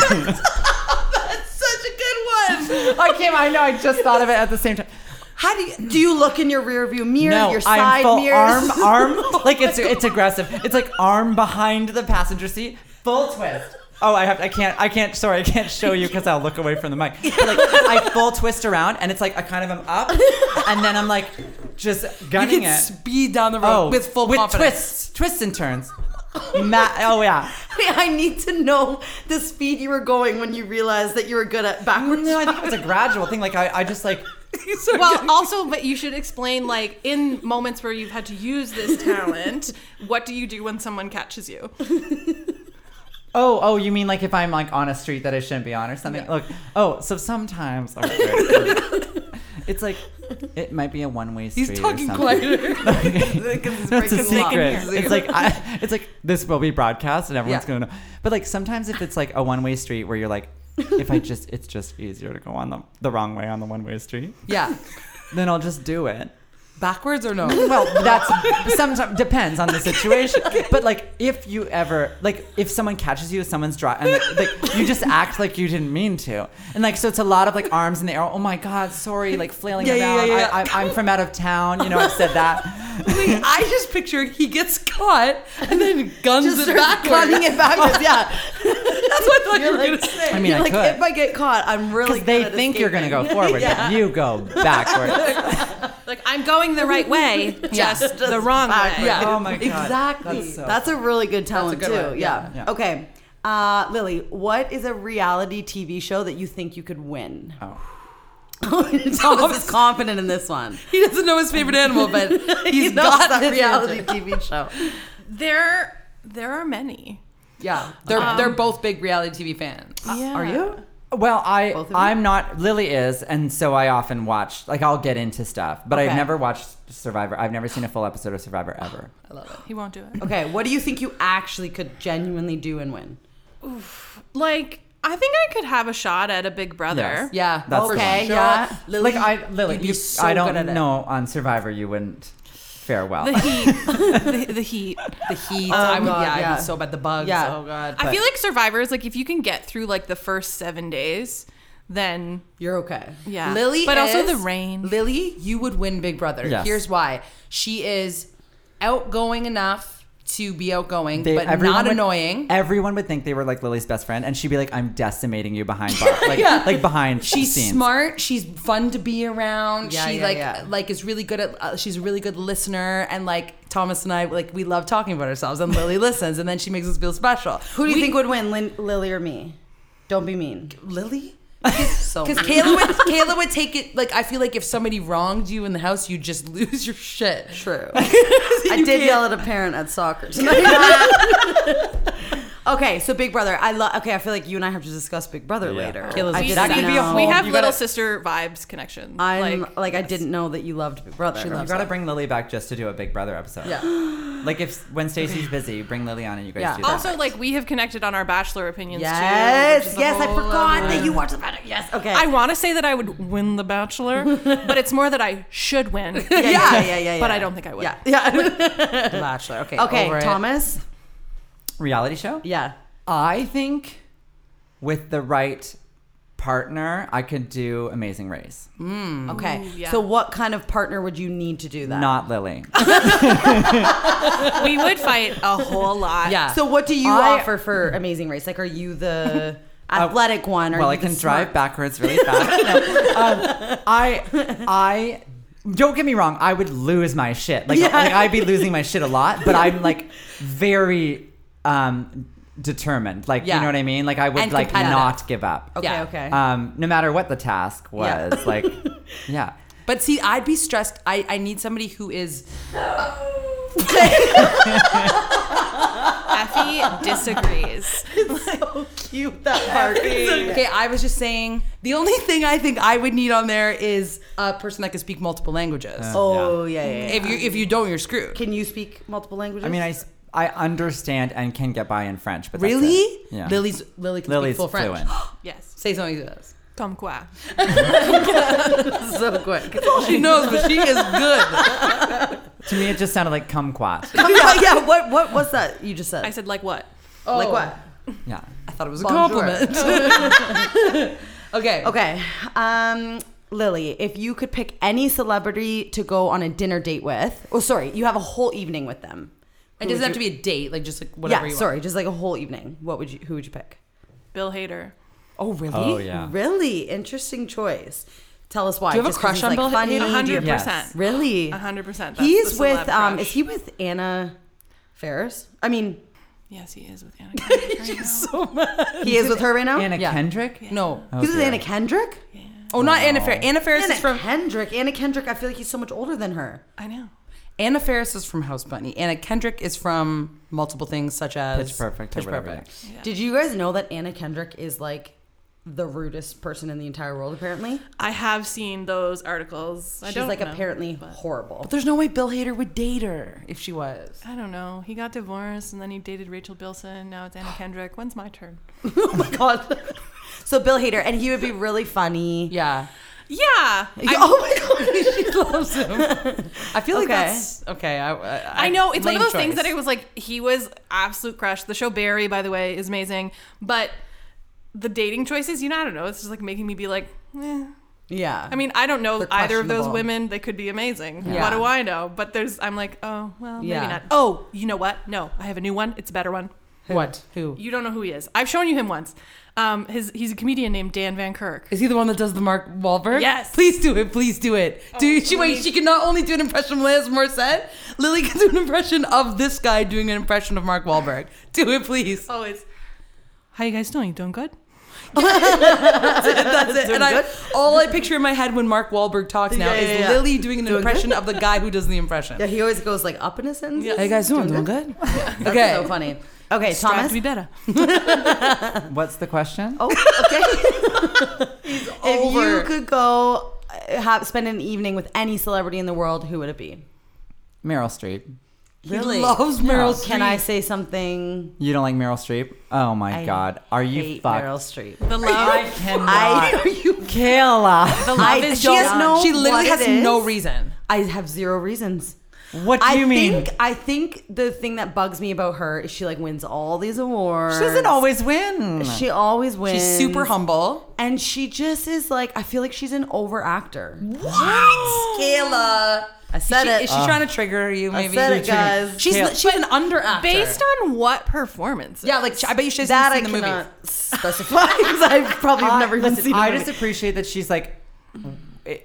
Speaker 4: Such a good one.
Speaker 5: I can't. I know. I just thought of it at the same time.
Speaker 3: How do you, do you look in your rearview mirror, your
Speaker 5: I'm
Speaker 3: side
Speaker 5: full
Speaker 3: mirrors?
Speaker 5: arm, arm. Like it's it's aggressive. It's like arm behind the passenger seat, full twist. Oh, I have I can't I can't sorry I can't show you because I'll look away from the mic. But, like I full twist around and it's like I kind of am up and then I'm like just
Speaker 4: You
Speaker 5: gunning
Speaker 4: can
Speaker 5: it.
Speaker 4: speed down the road with full
Speaker 5: Oh, with
Speaker 4: confidence.
Speaker 5: twists twists and turns. Ma- oh yeah.
Speaker 3: Wait, I need to know the speed you were going when you realized that you were good at backwards.
Speaker 5: No, I think it was a gradual thing. Like I, I just like
Speaker 6: well, also, but you should explain like in moments where you've had to use this talent, what do you do when someone catches you?
Speaker 5: Oh, oh, you mean like if I'm like on a street that I shouldn't be on or something? Look, oh, so sometimes okay. it's like it might be a one-way street.
Speaker 4: He's
Speaker 5: or
Speaker 4: talking
Speaker 5: something.
Speaker 4: quieter.
Speaker 5: That's a
Speaker 4: breaking law.
Speaker 5: secret.
Speaker 4: Secret.
Speaker 5: It's like I, it's like this will be broadcast and everyone's
Speaker 4: Yeah.
Speaker 5: gonna know. But like sometimes if it's like a one-way street where you're like, if I just, it's just easier to go on the, the wrong way on the one-way street,
Speaker 4: yeah.
Speaker 5: then I'll just do it.
Speaker 4: Backwards or no?
Speaker 5: Well, that's sometimes depends on the situation. But like, if you ever like, if someone catches you, someone's dry, and like, like, you just act like you didn't mean to, and like, so it's a lot of like arms in the air. Oh my god, sorry, like flailing
Speaker 4: Yeah, yeah,
Speaker 5: around.
Speaker 4: yeah, yeah.
Speaker 5: I, I, I'm from out of town. You know, I've said that.
Speaker 4: Wait, I just picture he gets caught and then guns
Speaker 3: Just
Speaker 4: it
Speaker 3: start
Speaker 4: backwards.
Speaker 3: cutting it backwards. Yeah.
Speaker 4: That's what I thought you were
Speaker 3: You're
Speaker 4: gonna
Speaker 3: like-
Speaker 4: say.
Speaker 5: I mean,
Speaker 3: You're
Speaker 5: I
Speaker 3: like,
Speaker 5: could.
Speaker 3: if I get caught, I'm really.
Speaker 5: Because they
Speaker 3: good at
Speaker 5: think you're gonna
Speaker 3: escaping.
Speaker 5: go forward, but you go backwards.
Speaker 6: Like I'm going the right way, just, the wrong way.
Speaker 3: backwards.
Speaker 5: Oh my god,
Speaker 3: Exactly.
Speaker 5: that's
Speaker 3: That's,
Speaker 5: so-
Speaker 3: a really good talent
Speaker 4: good
Speaker 3: too.
Speaker 4: one,
Speaker 3: Yeah.
Speaker 5: yeah.
Speaker 3: Okay. Uh, Lily, what is a reality TV show that you think you could win?
Speaker 5: Oh.
Speaker 3: Thomas is confident in this one.
Speaker 4: He doesn't know his favorite animal, but
Speaker 3: He's
Speaker 4: he's
Speaker 3: not
Speaker 4: got
Speaker 3: that
Speaker 4: this
Speaker 3: reality
Speaker 4: answer.
Speaker 3: TV show.
Speaker 6: There, there are many.
Speaker 3: Yeah.
Speaker 4: They're they're both big reality TV fans.
Speaker 5: Uh,
Speaker 6: yeah.
Speaker 3: Are you?
Speaker 5: Well, I
Speaker 3: Both of you?
Speaker 5: I'm not Lily is, and so I often watch like I'll get into stuff, but
Speaker 3: Okay.
Speaker 5: I've never watched Survivor. I've never seen a full episode of Survivor ever.
Speaker 6: He won't do it.
Speaker 3: Okay. What do you think you actually could genuinely do and win?
Speaker 6: Like I think I could have a shot at a Big Brother.
Speaker 5: Yes.
Speaker 4: Yeah.
Speaker 5: That's the
Speaker 3: okay.
Speaker 5: one.
Speaker 3: Yeah. Lily,
Speaker 5: like I Lily,
Speaker 3: you'd be
Speaker 5: you-
Speaker 3: so
Speaker 5: I don't
Speaker 3: good at it.
Speaker 5: know on Survivor you wouldn't fare well.
Speaker 6: The heat, the, the heat.
Speaker 4: The heat. I would,
Speaker 3: God,
Speaker 4: yeah, I'd
Speaker 3: yeah.
Speaker 4: be so bad. The bugs.
Speaker 3: Yeah.
Speaker 4: Oh god.
Speaker 6: I feel like survivors. Like if you can get through like the first seven days, then
Speaker 3: You're okay.
Speaker 6: yeah.
Speaker 4: Lily,
Speaker 6: but also
Speaker 4: is-
Speaker 6: the rain.
Speaker 4: Lily, you would win Big Brother.
Speaker 5: Yes.
Speaker 4: Here's why: she is outgoing enough to be outgoing,
Speaker 5: They-
Speaker 4: but
Speaker 5: everyone
Speaker 4: not
Speaker 5: would-
Speaker 4: annoying.
Speaker 5: Everyone would think they were like Lily's best friend, and she'd be like, "I'm decimating you behind bar, like,
Speaker 4: Yeah.
Speaker 5: like behind
Speaker 4: She's
Speaker 5: scenes.
Speaker 4: smart. She's fun to be around.
Speaker 3: Yeah,
Speaker 4: she
Speaker 3: yeah,
Speaker 4: like
Speaker 3: yeah.
Speaker 4: like is really good at. Uh, she's a really good listener. And like Thomas and I, like we love talking about ourselves. And Lily listens, and then she makes us feel special.
Speaker 3: Who do you think would win, Lin- Lily or me? Don't be mean.
Speaker 4: Lily?
Speaker 3: So
Speaker 4: Because Kayla would Kayla would take it. Like I feel like if somebody wronged you in the house, you just lose your shit.
Speaker 3: True. I did yell at a parent at soccer tonight. okay, so Big Brother. I love. Okay, I feel like you and I have to discuss Big Brother
Speaker 5: Yeah.
Speaker 3: later.
Speaker 4: Kayla's
Speaker 3: I
Speaker 4: obsessed.
Speaker 3: did
Speaker 5: That could be a
Speaker 3: know-
Speaker 5: whole-
Speaker 6: we have
Speaker 5: you
Speaker 6: little
Speaker 5: gotta-
Speaker 6: sister vibes connection.
Speaker 3: I'm
Speaker 6: like
Speaker 3: like, I didn't know that you loved Big Brother.
Speaker 5: You gotta bring Lily back just to do a Big Brother episode.
Speaker 4: Yeah.
Speaker 5: Like if when Stacy's busy, bring Lily on and you guys
Speaker 3: Yeah.
Speaker 5: do that.
Speaker 6: also like we have connected on our bachelor opinions too. which
Speaker 3: Yes,
Speaker 6: is a
Speaker 3: yes. I
Speaker 6: whole
Speaker 3: forgot
Speaker 6: other-
Speaker 3: that you watched the Bachelor. Yes. Okay.
Speaker 6: I want to say that I would win the bachelor, but it's more that I should win.
Speaker 3: yeah, yeah, yeah, yeah, yeah,
Speaker 6: But
Speaker 3: yeah.
Speaker 6: I don't think I would.
Speaker 3: Yeah, yeah.
Speaker 4: The Bachelor. Okay.
Speaker 3: okay,
Speaker 4: over it.
Speaker 3: Thomas.
Speaker 5: reality show.
Speaker 3: Yeah.
Speaker 5: I think with the right partner, I could do Amazing Race.
Speaker 3: Okay.
Speaker 6: yeah.
Speaker 3: So, what kind of partner would you need to do that?
Speaker 5: Not Lily.
Speaker 6: We would fight a whole lot.
Speaker 4: Yeah.
Speaker 3: So, what do you
Speaker 5: I-
Speaker 3: offer for Amazing Race? Like, are you the athletic one? Or
Speaker 5: well,
Speaker 3: you
Speaker 5: I can
Speaker 3: the
Speaker 5: drive backwards really fast. No. Um, I, I. Don't get me wrong. I would lose my shit. Like, like, I'd be losing my shit a lot, but I'm like very um, determined. Like
Speaker 4: Yeah.
Speaker 5: you know what I mean. Like I would
Speaker 4: And
Speaker 5: like
Speaker 4: competitive.
Speaker 5: not give up.
Speaker 3: Okay,
Speaker 4: Yeah.
Speaker 3: okay.
Speaker 5: Um, no matter what the task
Speaker 4: Yeah.
Speaker 5: was, like yeah.
Speaker 4: But see, I'd be stressed. I, I need somebody who is.
Speaker 6: Effie disagrees.
Speaker 3: Cute that party.
Speaker 4: Okay, I was just saying the only thing I think I would need on there is a person that can speak multiple languages.
Speaker 3: Oh yeah. yeah, yeah.
Speaker 4: If you if you don't, you're screwed.
Speaker 3: Can you speak multiple languages?
Speaker 5: I mean, I, s- I understand and can get by in French, but that's it.
Speaker 4: really?
Speaker 5: Yeah.
Speaker 4: Lily's Lily can
Speaker 5: Lily's
Speaker 4: speak full French.
Speaker 5: fluent.
Speaker 6: Yes.
Speaker 4: Say something to us.
Speaker 6: Comme quoi.
Speaker 3: so quick.
Speaker 4: She knows, but she is good.
Speaker 5: to me, it just sounded like kumquat.
Speaker 3: yeah, yeah. What what was that you just said?
Speaker 6: I said, like what?
Speaker 3: Like what?
Speaker 5: yeah.
Speaker 4: I thought it was a
Speaker 3: Bonjour.
Speaker 4: compliment. okay.
Speaker 3: Okay. Um, Lily, if you could pick any celebrity to go on a dinner date with, oh sorry, you have a whole evening with them.
Speaker 4: It doesn't have to be a date, like just like
Speaker 3: yeah,
Speaker 4: whatever you want.
Speaker 3: sorry, just like a whole evening. What would you? Who would you pick?
Speaker 6: Bill Hader.
Speaker 4: Oh really?
Speaker 5: Oh, yeah.
Speaker 3: Really interesting choice. Tell us why.
Speaker 4: Do you have a
Speaker 3: Just 'cause
Speaker 4: crush
Speaker 3: he's,
Speaker 4: on
Speaker 3: like,
Speaker 4: Bill Hader?
Speaker 3: funny, do you-
Speaker 6: 100%.
Speaker 5: Yes.
Speaker 3: Really?
Speaker 6: 100%, that's
Speaker 3: He's
Speaker 6: the
Speaker 3: with
Speaker 6: celeb
Speaker 3: um.
Speaker 6: crush.
Speaker 3: Is he with Anna Ferris? I mean,
Speaker 6: Yes, he is with Anna. Kendrick right now.
Speaker 3: he is with her right now.
Speaker 5: Anna
Speaker 4: Oh, Yeah.
Speaker 5: Kendrick?
Speaker 4: No.
Speaker 5: Oh,
Speaker 3: He's with
Speaker 5: dear.
Speaker 3: Anna Kendrick.
Speaker 4: Oh, not Anna Faris. Anna Faris
Speaker 3: Anna
Speaker 4: is from
Speaker 3: Kendrick. Anna Kendrick. I feel like he's so much older than her.
Speaker 6: I know.
Speaker 4: Anna Faris is from House Bunny. Anna Kendrick is from multiple things such as
Speaker 5: Pitch Perfect or
Speaker 4: Pitch
Speaker 5: whatever
Speaker 4: Perfect.
Speaker 5: it is.
Speaker 3: Did you guys know that Anna Kendrick is like the rudest person in the entire world? Apparently,
Speaker 6: I have seen those articles. I
Speaker 3: she's
Speaker 6: don't
Speaker 3: like
Speaker 6: know,
Speaker 3: apparently
Speaker 6: but-
Speaker 3: horrible.
Speaker 4: There's no way Bill Hader would date her if she was.
Speaker 6: I don't know. He got divorced and then he dated Rachel Bilson. Now it's Anna Kendrick. When's my turn?
Speaker 3: oh my god. So Bill Hader, and he would be really funny.
Speaker 4: Yeah.
Speaker 6: Yeah. I,
Speaker 3: oh my god.
Speaker 4: I feel like
Speaker 3: Okay.
Speaker 4: that's okay. I, I,
Speaker 6: I know. It's one of
Speaker 4: lame
Speaker 6: those things that
Speaker 4: choice.
Speaker 6: it was like, he was absolute crush. The show Barry, by the way, is amazing. But the dating choices, you know, I don't know. It's just like making me be like, eh.
Speaker 3: Yeah.
Speaker 6: I mean, I don't know
Speaker 3: They're
Speaker 6: either of those
Speaker 3: questionable.
Speaker 6: women. They could be amazing.
Speaker 4: Yeah.
Speaker 6: What do I know? But there's, I'm like, oh, well, maybe
Speaker 4: Yeah.
Speaker 6: not. Oh, you know what? No, I have a new one. It's a better one.
Speaker 4: What? Who?
Speaker 6: You don't know who he is. I've shown you him once. Um, his he's a comedian named Dan Van Kirk.
Speaker 4: Is he the one that does the Mark Wahlberg?
Speaker 6: Yes.
Speaker 4: Please do it. Please do it. do you, she, wait,
Speaker 6: please.
Speaker 4: she can not only do an impression of Lance Morissette, Lily can do an impression of this guy doing an impression of Mark Wahlberg. Do it, please.
Speaker 6: Always. How you guys doing? Doing good?
Speaker 4: That's it. And I, all I picture in my head when Mark Wahlberg talks now
Speaker 3: Yeah, yeah,
Speaker 4: is
Speaker 3: yeah.
Speaker 4: Lily doing an impression of the guy who does the impression.
Speaker 3: yeah, he always goes like up in a sentence.
Speaker 4: How you guys doing? Doing good?
Speaker 3: That's
Speaker 4: Okay.
Speaker 3: so funny. Okay,
Speaker 6: Strive
Speaker 3: Thomas.
Speaker 6: to be better.
Speaker 5: What's the question?
Speaker 3: Oh, okay. if you could go uh, have spend an evening with any celebrity in the world, who would it be?
Speaker 5: Meryl Streep.
Speaker 4: He loves Meryl Streep.
Speaker 3: Can I say something?
Speaker 5: You don't like Meryl Streep? Oh my
Speaker 3: I
Speaker 5: God. Are you
Speaker 3: hate
Speaker 5: fucked?
Speaker 3: Meryl Streep.
Speaker 6: The love.
Speaker 5: cannot.
Speaker 3: I are you?
Speaker 5: Kayla.
Speaker 6: The love
Speaker 3: I-
Speaker 6: is
Speaker 3: she has
Speaker 6: gone.
Speaker 3: no-
Speaker 4: She literally
Speaker 3: What it
Speaker 4: has no
Speaker 3: is?
Speaker 4: reason.
Speaker 3: I have zero reasons.
Speaker 5: What do
Speaker 3: I
Speaker 5: you mean?
Speaker 3: think I think the thing that bugs me about her is she like wins all these awards.
Speaker 5: She doesn't always win.
Speaker 3: She always wins.
Speaker 4: She's super humble.
Speaker 3: and she just is like I feel like she's an overactor.
Speaker 4: What? Kayla.
Speaker 3: I said
Speaker 4: She-
Speaker 3: it.
Speaker 4: Is she trying to trigger you?
Speaker 3: I
Speaker 4: Maybe
Speaker 3: said it,
Speaker 4: She's trying-
Speaker 3: guys.
Speaker 4: She's
Speaker 5: Kayla-
Speaker 4: she's an underactor.
Speaker 6: Based on what performance?
Speaker 4: yeah, like I bet you she's
Speaker 3: that I
Speaker 4: seen the movie.
Speaker 3: cannot specify because I probably have never even
Speaker 5: Listen,
Speaker 3: seen. the
Speaker 5: I
Speaker 3: movie.
Speaker 5: just appreciate that she's like.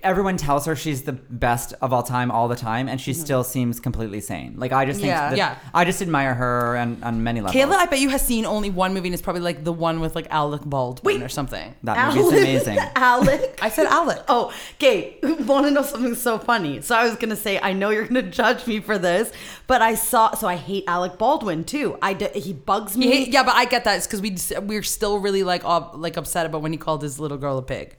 Speaker 5: Everyone tells her she's the best of all time, all the time, and she still seems completely sane. Like I just think,
Speaker 3: Mm-hmm. Yeah.
Speaker 5: that-
Speaker 4: Yeah.
Speaker 5: I just admire her on, on many levels.
Speaker 4: Kayla, I bet you has seen only one movie, and it's probably like the one with like Alec Baldwin or something.
Speaker 5: that movie's
Speaker 3: Alan-
Speaker 5: amazing.
Speaker 3: Alec.
Speaker 4: I said Alec.
Speaker 3: Oh, okay. Want to know something so funny? So I was gonna say, I know you're gonna judge me for this, but I saw. So I hate Alec Baldwin too. I d- he bugs me.
Speaker 4: You hate- yeah, but I get that. It's because we we're still really like ob, like upset about when he called his little girl a pig.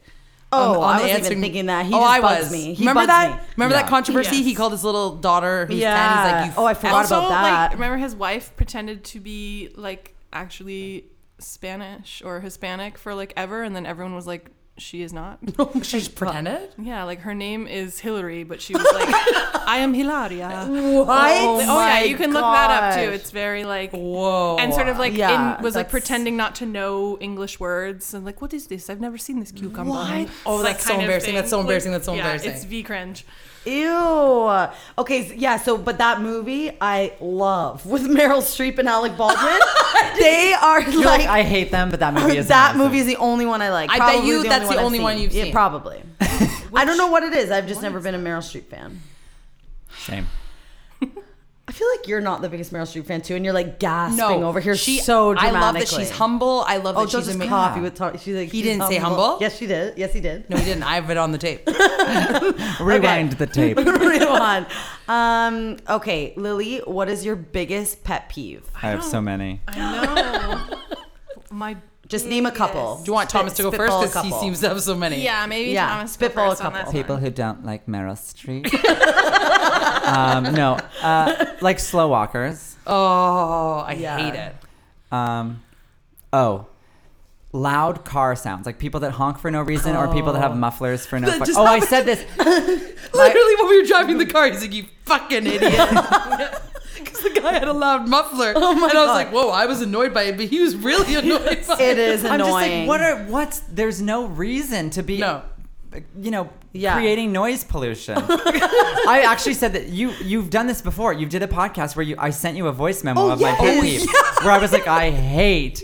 Speaker 3: Oh, I wasn't even thinking that. He just bugs me. He
Speaker 4: Oh, remember
Speaker 3: bugs
Speaker 4: that?
Speaker 3: me.
Speaker 4: Remember that
Speaker 5: Yeah.
Speaker 4: controversy? He
Speaker 6: Yes.
Speaker 4: called his little daughter who's ten.
Speaker 3: Yeah.
Speaker 4: He's like, you
Speaker 3: Oh, I
Speaker 4: f-
Speaker 3: forgot
Speaker 6: also,
Speaker 3: about that.
Speaker 6: Like, remember his wife pretended to be like actually Spanish or Hispanic for like ever, and then everyone was like, she is not.
Speaker 4: she's pretended.
Speaker 6: yeah, like her name is Hillary, but she was like, I am Hilaria.
Speaker 3: What?
Speaker 6: oh yeah, you can look that up too. It's very like
Speaker 4: Whoa.
Speaker 6: and sort of like
Speaker 3: Yeah,
Speaker 6: in, was like
Speaker 3: that's-
Speaker 6: pretending not to know English words and like what is this? I've never seen this cucumber.
Speaker 3: What?
Speaker 4: Oh, that's so
Speaker 6: kind of
Speaker 4: embarrassing.
Speaker 6: thing.
Speaker 4: That's so
Speaker 6: Like,
Speaker 4: embarrassing. That's so
Speaker 6: yeah,
Speaker 4: embarrassing.
Speaker 6: It's V cringe.
Speaker 3: Ew. Okay, s- yeah, so, but that movie I love with Meryl Streep and Alec Baldwin. they are
Speaker 5: You're
Speaker 3: like,
Speaker 5: like, I hate them, but that movie is
Speaker 3: that
Speaker 5: amazing.
Speaker 3: movie is the only one I like.
Speaker 4: I bet
Speaker 3: Probably
Speaker 4: you that's the
Speaker 3: I've
Speaker 4: only one you've seen.
Speaker 3: Yeah, probably. I don't know what it is. I've just never been a Meryl Streep fan.
Speaker 5: Shame.
Speaker 3: I feel feel like you're not the biggest Meryl Streep fan too, and you're like gasping
Speaker 4: No,
Speaker 3: over here
Speaker 4: she-
Speaker 3: so
Speaker 4: I
Speaker 3: dramatically.
Speaker 4: love that she's humble. I love
Speaker 3: Oh,
Speaker 4: that she's
Speaker 3: Joseph
Speaker 4: ama-
Speaker 3: Coffee
Speaker 4: Yeah.
Speaker 3: with Tom. She's like,
Speaker 4: He
Speaker 3: she's
Speaker 4: didn't say humble?
Speaker 3: Yes, she did. Yes, he did.
Speaker 4: No, we didn't. I have it on the tape.
Speaker 5: Rewind the tape.
Speaker 3: Rewind. Um, okay, Lily, what is your biggest pet peeve?
Speaker 5: I have so many.
Speaker 6: I know. My
Speaker 3: Just name a couple.
Speaker 4: Do you want Thomas to go
Speaker 3: Spitball
Speaker 4: first?
Speaker 3: a
Speaker 4: Because he
Speaker 3: couple.
Speaker 4: seems to have so many.
Speaker 6: yeah, maybe
Speaker 3: Yeah,
Speaker 6: Thomas go
Speaker 3: spitball a
Speaker 6: first on
Speaker 3: couple.
Speaker 6: this
Speaker 5: People
Speaker 6: one.
Speaker 5: who don't like Meryl Streep. um, no, uh, like slow walkers.
Speaker 4: Oh, I
Speaker 3: Yeah.
Speaker 4: hate it.
Speaker 5: Um, oh, loud car sounds like people that honk for no reason or people that have mufflers for no.
Speaker 4: That
Speaker 5: fu-
Speaker 4: just
Speaker 5: oh, I
Speaker 4: happened.
Speaker 5: said this.
Speaker 4: Literally, when we were driving the car, he's like, "You fucking idiot." Because the guy had a loud muffler, oh
Speaker 3: my
Speaker 4: and I was
Speaker 3: God.
Speaker 4: like, "Whoa!" I was annoyed by it, but he was really annoyed. by
Speaker 3: It is
Speaker 5: I'm
Speaker 3: annoying.
Speaker 5: just like, what are what's? There's no reason to be.
Speaker 4: No.
Speaker 5: You know,
Speaker 3: Yeah.
Speaker 5: creating noise pollution. I actually said that you you've done this before. You did a podcast where you I sent you a voice memo
Speaker 3: Oh,
Speaker 5: of
Speaker 3: yes.
Speaker 5: my pet
Speaker 3: Oh,
Speaker 5: peeve where I was like, I hate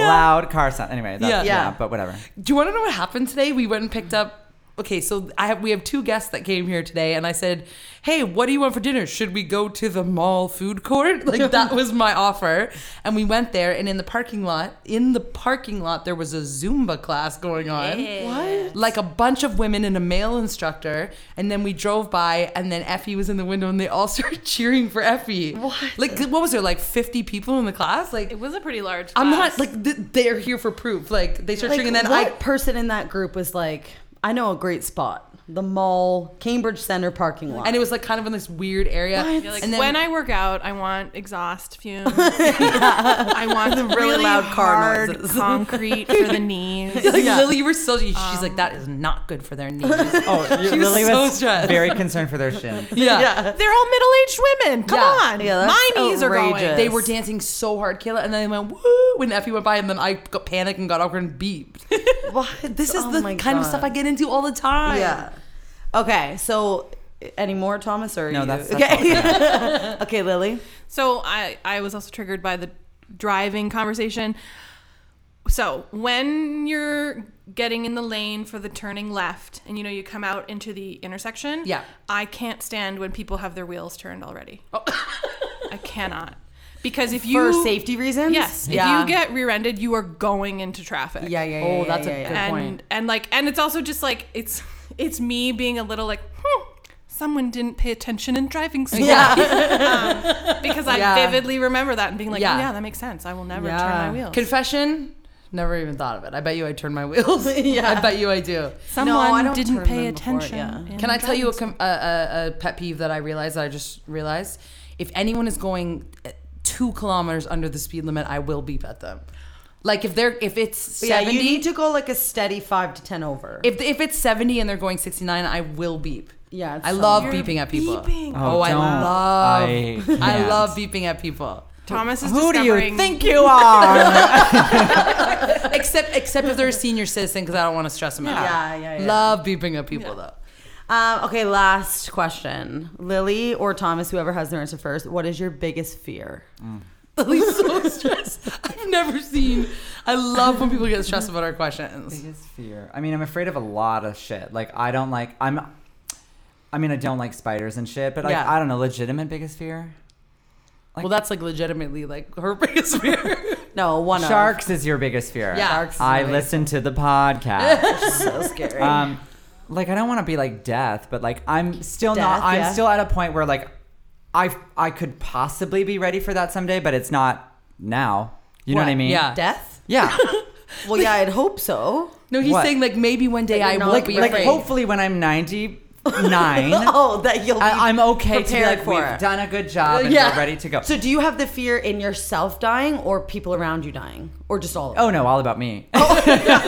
Speaker 5: loud car sound. Anyway, that's,
Speaker 4: Yeah.
Speaker 5: yeah.
Speaker 3: Yeah.
Speaker 5: but whatever.
Speaker 4: Do you want to know what happened today? We went and picked up. Okay, so I have we have two guests that came here today, and I said, "Hey, what do you want for dinner? Should we go to the mall food court?" Like that was my offer, and we went there. And in the parking lot, in the parking lot, there was a Zumba class going on. What? Like a bunch of women and a male instructor. And then we drove by, and then Effie was in the window, and they all started cheering for Effie. What? Like what was there? Like fifty people in the class. Like
Speaker 6: It was a pretty large.
Speaker 4: I'm not
Speaker 6: class.
Speaker 4: like th- they're here for proof. Like they start
Speaker 3: Like,
Speaker 4: cheering, and then
Speaker 3: what
Speaker 4: I
Speaker 3: person in that group was like, I know a great spot. The mall, Cambridge Center parking lot.
Speaker 4: and it was like kind of in this weird area.
Speaker 6: You're like,
Speaker 4: and then
Speaker 6: when I work out, I want exhaust fumes. I want the really,
Speaker 3: loud car
Speaker 6: hard
Speaker 3: noises.
Speaker 6: concrete for the knees.
Speaker 4: like Lily, you were still. She's
Speaker 3: Um.
Speaker 4: like, that is not good for their knees.
Speaker 5: Oh, you-
Speaker 4: She was
Speaker 5: Lily
Speaker 4: so
Speaker 5: was
Speaker 4: stressed.
Speaker 5: very concerned for their shins.
Speaker 4: yeah.
Speaker 6: They're all middle-aged women. Come
Speaker 4: Yeah.
Speaker 6: on,
Speaker 3: Yeah, that's
Speaker 6: my knees are going.
Speaker 3: outrageous.
Speaker 4: They were dancing so hard, Kayla, and then they went woo when Effie went by, and then I got panicked and got awkward and beeped.
Speaker 3: what?
Speaker 4: This is
Speaker 3: Oh
Speaker 4: the
Speaker 3: my
Speaker 4: kind of
Speaker 3: God.
Speaker 4: stuff I get into all the time.
Speaker 3: Yeah. Okay, so any more, Thomas? Or are
Speaker 5: No,
Speaker 3: you-
Speaker 5: that's, that's all.
Speaker 3: okay. okay, Lily.
Speaker 6: So I I was also triggered by the driving conversation. So when you're getting in the lane for the turning left, and you know you come out into the intersection,
Speaker 4: Yeah.
Speaker 6: I can't stand when people have their wheels turned already. I cannot because if you
Speaker 3: Oh. For safety reasons?
Speaker 6: yes, if you get rear-ended, you are going into traffic.
Speaker 3: Yeah, yeah, yeah.
Speaker 4: Oh,
Speaker 3: yeah,
Speaker 4: that's a
Speaker 3: yeah, yeah.
Speaker 4: good-
Speaker 6: and
Speaker 4: point.
Speaker 6: and like and it's also just like it's it's me being a little like hmm, someone didn't pay attention in driving school Um,
Speaker 4: Yeah.
Speaker 6: because I
Speaker 4: Yeah.
Speaker 6: vividly remember that and being like,
Speaker 4: Yeah.
Speaker 6: oh, yeah, that makes sense. I will never turn
Speaker 3: Yeah.
Speaker 6: my wheels.
Speaker 4: Confession. Never even thought of it. I bet you I turn my wheels.
Speaker 3: Yeah.
Speaker 4: I bet you I do.
Speaker 3: No, I
Speaker 6: Someone
Speaker 3: don't
Speaker 6: didn't
Speaker 3: turn
Speaker 6: pay
Speaker 3: them before,
Speaker 6: attention.
Speaker 3: yeah.
Speaker 6: in
Speaker 4: Can I tell you a,
Speaker 6: driving
Speaker 4: com- a, a, a pet peeve that I realized that I just realized? If anyone is going uh, two kilometers under the speed limit, I will beep at them. Like if they're if it's
Speaker 3: Yeah,
Speaker 4: seventy,
Speaker 3: you need to go like a steady five to ten over.
Speaker 4: if if it's seventy and they're going sixty nine, I will beep.
Speaker 3: Yeah, it's
Speaker 4: I love
Speaker 6: You're
Speaker 4: beeping at people.
Speaker 6: beeping.
Speaker 4: Oh, I
Speaker 5: don't.
Speaker 4: love
Speaker 5: I
Speaker 4: I,
Speaker 5: can't.
Speaker 4: love beeping at people.
Speaker 6: school. Thomas is
Speaker 5: Who do
Speaker 6: discovering.
Speaker 5: you think you are?
Speaker 4: Except except if they're a senior citizen because I don't want to stress them out.
Speaker 3: Yeah, yeah, yeah.
Speaker 4: Love beeping at people though.
Speaker 3: Um, okay, last question. Lily or Thomas, whoever has their answer first, what is your biggest fear?
Speaker 4: Lily's so stressed. I've never seen. I love when people get stressed about our questions.
Speaker 5: biggest fear. I mean, I'm afraid of a lot of shit. Like, I don't like. I'm. I mean, I don't like spiders and shit, but like,
Speaker 4: Yeah.
Speaker 5: I don't know. Legitimate biggest fear. Like-
Speaker 4: well, that's like legitimately like her biggest fear.
Speaker 3: No, one of.
Speaker 5: Sharks is your biggest fear.
Speaker 4: Yeah. Sharks is
Speaker 5: I
Speaker 4: my biggest
Speaker 5: listen to the podcast.
Speaker 3: So scary.
Speaker 5: um, like I don't want to be like death, but like I'm still
Speaker 3: Death,
Speaker 5: not. I'm
Speaker 3: yeah.
Speaker 5: still at a point where like I I could possibly be ready for that someday, but it's not now. You know what I mean?
Speaker 4: Yeah.
Speaker 3: Death?
Speaker 5: Yeah.
Speaker 3: Well, yeah, I'd hope so.
Speaker 4: No, he's
Speaker 5: What?
Speaker 4: saying like maybe one day
Speaker 3: That
Speaker 4: I
Speaker 3: you're
Speaker 4: won't
Speaker 3: not
Speaker 5: like
Speaker 4: be
Speaker 5: like
Speaker 4: afraid.
Speaker 5: hopefully when I'm 99.
Speaker 3: Oh, that you'll be
Speaker 5: I, I'm okay to be
Speaker 3: prepared
Speaker 5: like
Speaker 3: for
Speaker 5: we've
Speaker 3: it.
Speaker 5: done a good job and
Speaker 4: Yeah.
Speaker 5: we're ready to go.
Speaker 3: So, do you have the fear in yourself dying, or people around you dying, or just all?
Speaker 5: oh no, all about me.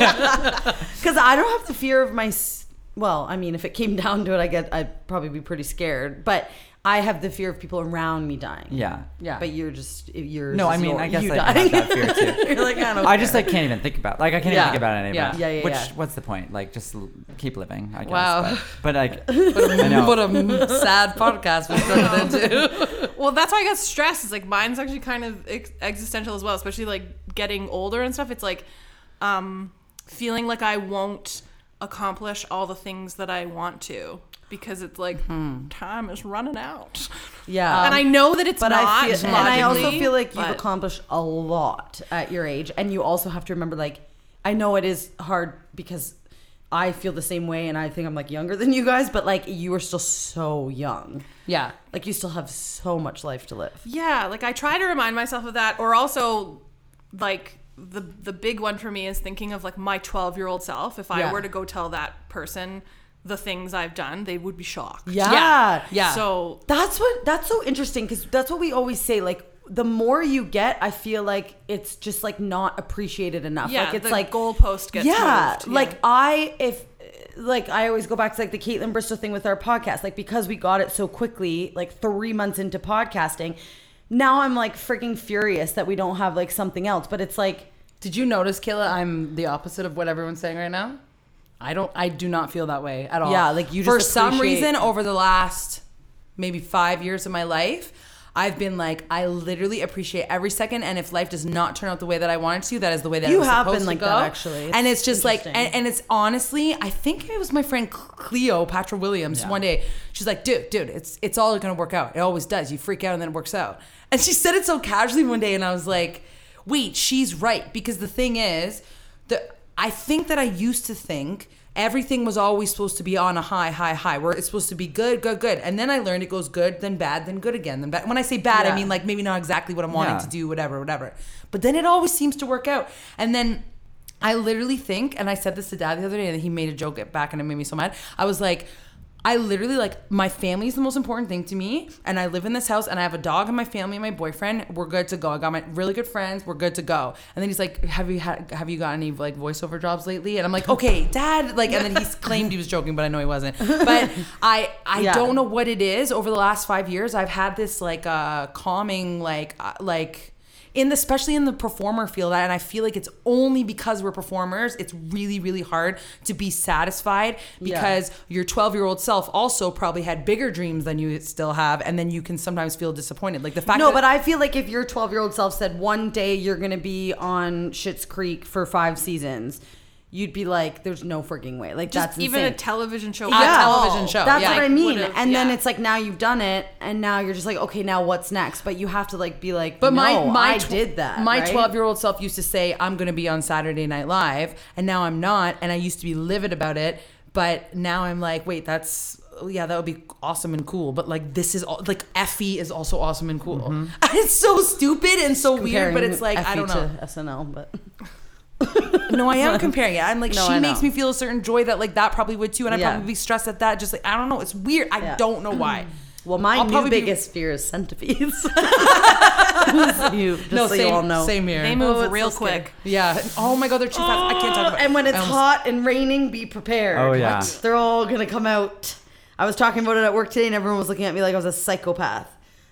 Speaker 3: because I don't have the fear of my. s- Well, I mean, if it came down to it, I get I'd probably be pretty scared. But I have the fear of people around me dying.
Speaker 5: yeah.
Speaker 4: Yeah.
Speaker 3: But you're just you're.
Speaker 5: No, I
Speaker 3: just
Speaker 5: mean
Speaker 3: your-
Speaker 5: I guess
Speaker 3: you
Speaker 5: I
Speaker 3: dying.
Speaker 5: have that fear too.
Speaker 3: you're like I don't.
Speaker 5: I just like can't even think about like I can't
Speaker 4: Yeah.
Speaker 5: even think about it anymore.
Speaker 4: Yeah.
Speaker 3: Yeah, yeah,
Speaker 5: Which
Speaker 3: yeah.
Speaker 5: what's the point? Like just l- keep living. I guess.
Speaker 4: Wow.
Speaker 5: But, but like I know.
Speaker 4: What a sad podcast we turned it into.
Speaker 6: Well, that's why I got stressed. It's like mine's actually kind of ex- existential as well, especially like getting older and stuff. It's like um, feeling like I won't accomplish all the things that I want to because it's like time is running out.
Speaker 3: Hmm. Yeah.
Speaker 6: and I know that it's
Speaker 3: But
Speaker 6: not.
Speaker 3: I feel, and I also
Speaker 6: logically,
Speaker 3: feel like you've
Speaker 6: but-
Speaker 3: accomplished a lot at your age, and you also have to remember, like, I know it is hard because I feel the same way, and I think I'm like younger than you guys, but like you are still so young,
Speaker 4: Yeah.
Speaker 3: like you still have so much life to live.
Speaker 6: Yeah, like I try to remind myself of that, or also like the the big one for me is thinking of like my twelve year old self. If I
Speaker 3: Yeah.
Speaker 6: were to go tell that person the things I've done, they would be shocked.
Speaker 3: Yeah,
Speaker 4: Yeah.
Speaker 6: So
Speaker 3: That's what that's so interesting because that's what we always say. Like the more you get, I feel like it's just like not appreciated enough.
Speaker 6: Yeah,
Speaker 3: like it's
Speaker 6: the
Speaker 3: like
Speaker 6: goalpost gets
Speaker 3: yeah,
Speaker 6: moved, yeah.
Speaker 3: Like I if like I always go back to like the Caitlin Bristow thing with our podcast. Like because we got it so quickly, like three months into podcasting, now I'm like freaking furious that we don't have like something else. But it's like
Speaker 4: Did you notice, Kayla? I'm the opposite of what everyone's saying right now. I don't. I do not feel that way at all.
Speaker 3: Yeah, like, you
Speaker 4: for
Speaker 3: just
Speaker 4: some
Speaker 3: appreciate-
Speaker 4: reason over the last maybe five years of my life, I've been like I literally appreciate every second. And if life does not turn out the way that I want it to, that is the way that
Speaker 3: You
Speaker 4: it was
Speaker 3: have been
Speaker 4: supposed to
Speaker 3: like
Speaker 4: go.
Speaker 3: that, actually. It's
Speaker 4: and it's just like, and,
Speaker 3: interesting.
Speaker 4: and it's honestly, I think it was my friend Cleopatra Williams one day. She's like, dude, dude, it's it's all gonna work out. It always does. You freak out and then it works out. And she said it so casually one day, and I was like, wait, she's right. Because the thing is, the I think that I used to think everything was always supposed to be on a high, high, high, where it's supposed to be good, good, good. And then I learned it goes good, then bad, then good again, then bad. When I say bad, I
Speaker 3: Yeah.
Speaker 4: mean like maybe not exactly what I'm wanting
Speaker 5: Yeah.
Speaker 4: to do, whatever, whatever. But then it always seems to work out. And then I literally think, and I said this to dad the other day, and he made a joke at back and it made me so mad. I was like, I literally like my family is the most important thing to me, and I live in this house, and I have a dog and my family and my boyfriend. We're good to go. I got my really good friends. We're good to go. And then he's like, "Have you had, have you got any like voiceover jobs lately?" And I'm like, "Okay, dad." Like, and then he claimed he was joking, but I know he wasn't. But I I
Speaker 3: Yeah.
Speaker 4: don't know what it is. Over the last five years, I've had this like uh, calming like uh, like in the, especially in the performer field and i feel like it's only because we're performers it's really really hard to be satisfied because your 12 year old self also probably had bigger dreams than you still have and then you can sometimes feel disappointed like the fact
Speaker 3: No,
Speaker 4: that
Speaker 3: but I feel like if your 12 year old self said one day you're going to be on Schitt's Creek for five seasons, you'd be like, there's no freaking way. Like,
Speaker 6: just
Speaker 3: that's
Speaker 6: even
Speaker 3: insane.
Speaker 6: a television show.
Speaker 4: Yeah. television show,
Speaker 3: That's
Speaker 4: yeah.
Speaker 3: what I
Speaker 4: Like,
Speaker 3: mean.
Speaker 6: would've-
Speaker 3: And then
Speaker 6: yeah.
Speaker 3: it's like now you've done it, and now you're just like, okay, now what's next? But you have to like be like,
Speaker 4: But my my
Speaker 3: I
Speaker 4: tw-
Speaker 3: did that.
Speaker 4: My
Speaker 3: right?
Speaker 4: twelve year old self used to say, "I'm going to be on Saturday Night Live," and now I'm not, and I used to be livid about it. But now I'm like, wait, that's yeah, that would be awesome and cool. But like, this is all, like Effie is also awesome and cool. It's so stupid and so weird, but
Speaker 3: Mm-hmm. Comparing
Speaker 4: it's like I
Speaker 3: Effie
Speaker 4: don't know.
Speaker 3: to SNL, but
Speaker 4: No, I am comparing it. I'm like,
Speaker 3: No,
Speaker 4: she
Speaker 3: I
Speaker 4: makes
Speaker 3: know.
Speaker 4: me feel a certain joy that like that probably would too, and I
Speaker 3: Yeah.
Speaker 4: probably be stressed at that. Just like I don't know, it's weird. I
Speaker 3: Yeah.
Speaker 4: don't know why.
Speaker 3: well, my
Speaker 4: I'll
Speaker 3: new
Speaker 4: probably be-
Speaker 3: biggest fear is centipedes. you, just so you all know.
Speaker 4: same here.
Speaker 6: They move
Speaker 3: Oh, it's
Speaker 6: real
Speaker 3: so scary.
Speaker 6: quick.
Speaker 4: yeah. Oh my god, they're too fast. I can't talk about.
Speaker 3: Oh, And when it's
Speaker 4: I almost-
Speaker 3: hot and raining, be prepared.
Speaker 5: Oh, yeah.
Speaker 3: What? They're all gonna come out. I was talking about it at work today, and everyone was looking at me like I was a psychopath.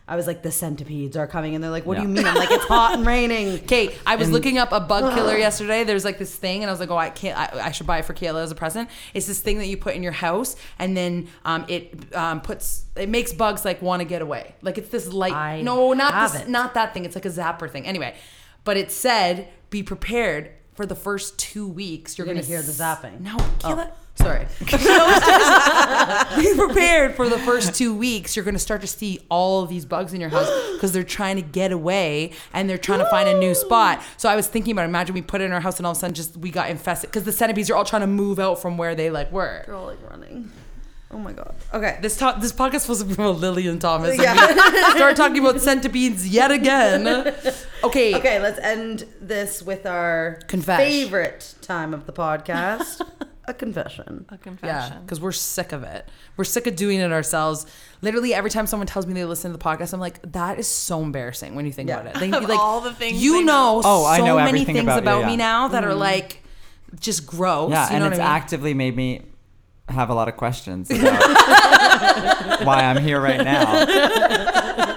Speaker 3: I was like, the centipedes are coming, and they're like, "What do you
Speaker 5: Yeah.
Speaker 3: mean?" I'm like, "It's hot and raining."
Speaker 4: Okay, I was looking up a bug killer yesterday. There's like this thing, and I was like, oh, I can't. I, I should buy it for Kayla as a present. It's this thing that you put in your house, and then um, it um, puts it makes bugs like want to get away. Like it's this light.
Speaker 3: I
Speaker 4: no, not this,
Speaker 3: haven't.
Speaker 4: not that thing. It's like a zapper thing. Anyway, but it said be prepared for the first two weeks. You're,
Speaker 3: You're gonna hear the
Speaker 4: s-
Speaker 3: zapping.
Speaker 4: No, Kayla.
Speaker 3: Oh, Sorry.
Speaker 4: Be prepared for the first two weeks. You're going to start to see all of these bugs in your house because they're trying to get away and they're trying to find a new spot. So I was thinking about it. imagine we put it in our house and all of a sudden just we got infested because the centipedes are all trying to move out from where they like were.
Speaker 3: They're all like running. Oh my god. Okay.
Speaker 4: This to- this podcast was about Lillian Thomas.
Speaker 3: Yeah.
Speaker 4: Yeah. Start talking about centipedes yet again. Okay.
Speaker 3: Okay. Let's end this with our
Speaker 4: Confess.
Speaker 3: favorite time of the podcast: a confession.
Speaker 6: A
Speaker 4: Yeah,
Speaker 6: confession.
Speaker 4: because we're sick of it. We're sick of doing it ourselves. Literally, every time someone tells me they listen to the podcast, I'm like, that is so embarrassing when you think
Speaker 3: Yeah.
Speaker 4: about it. They, like,
Speaker 6: all the things
Speaker 4: you
Speaker 6: they
Speaker 4: know,
Speaker 6: know.
Speaker 5: Oh, I
Speaker 4: so
Speaker 5: know
Speaker 4: many
Speaker 5: everything
Speaker 4: things about,
Speaker 5: about- yeah,
Speaker 4: me
Speaker 5: yeah.
Speaker 4: now that are like just gross.
Speaker 5: Yeah,
Speaker 4: you
Speaker 5: and
Speaker 4: know
Speaker 5: it's
Speaker 4: what I mean?
Speaker 5: actively made me have a lot of questions about why I'm here right now.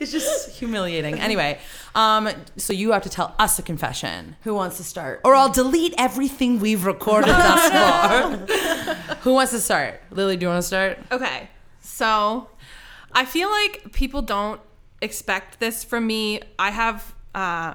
Speaker 4: it's just humiliating. Anyway, um, so you have to tell us a confession,
Speaker 3: Who wants to start?
Speaker 4: or I'll delete everything we've recorded thus far. Who wants to start? Lily, do you want to start?
Speaker 6: Okay. So I feel like people don't expect this from me. I have uh,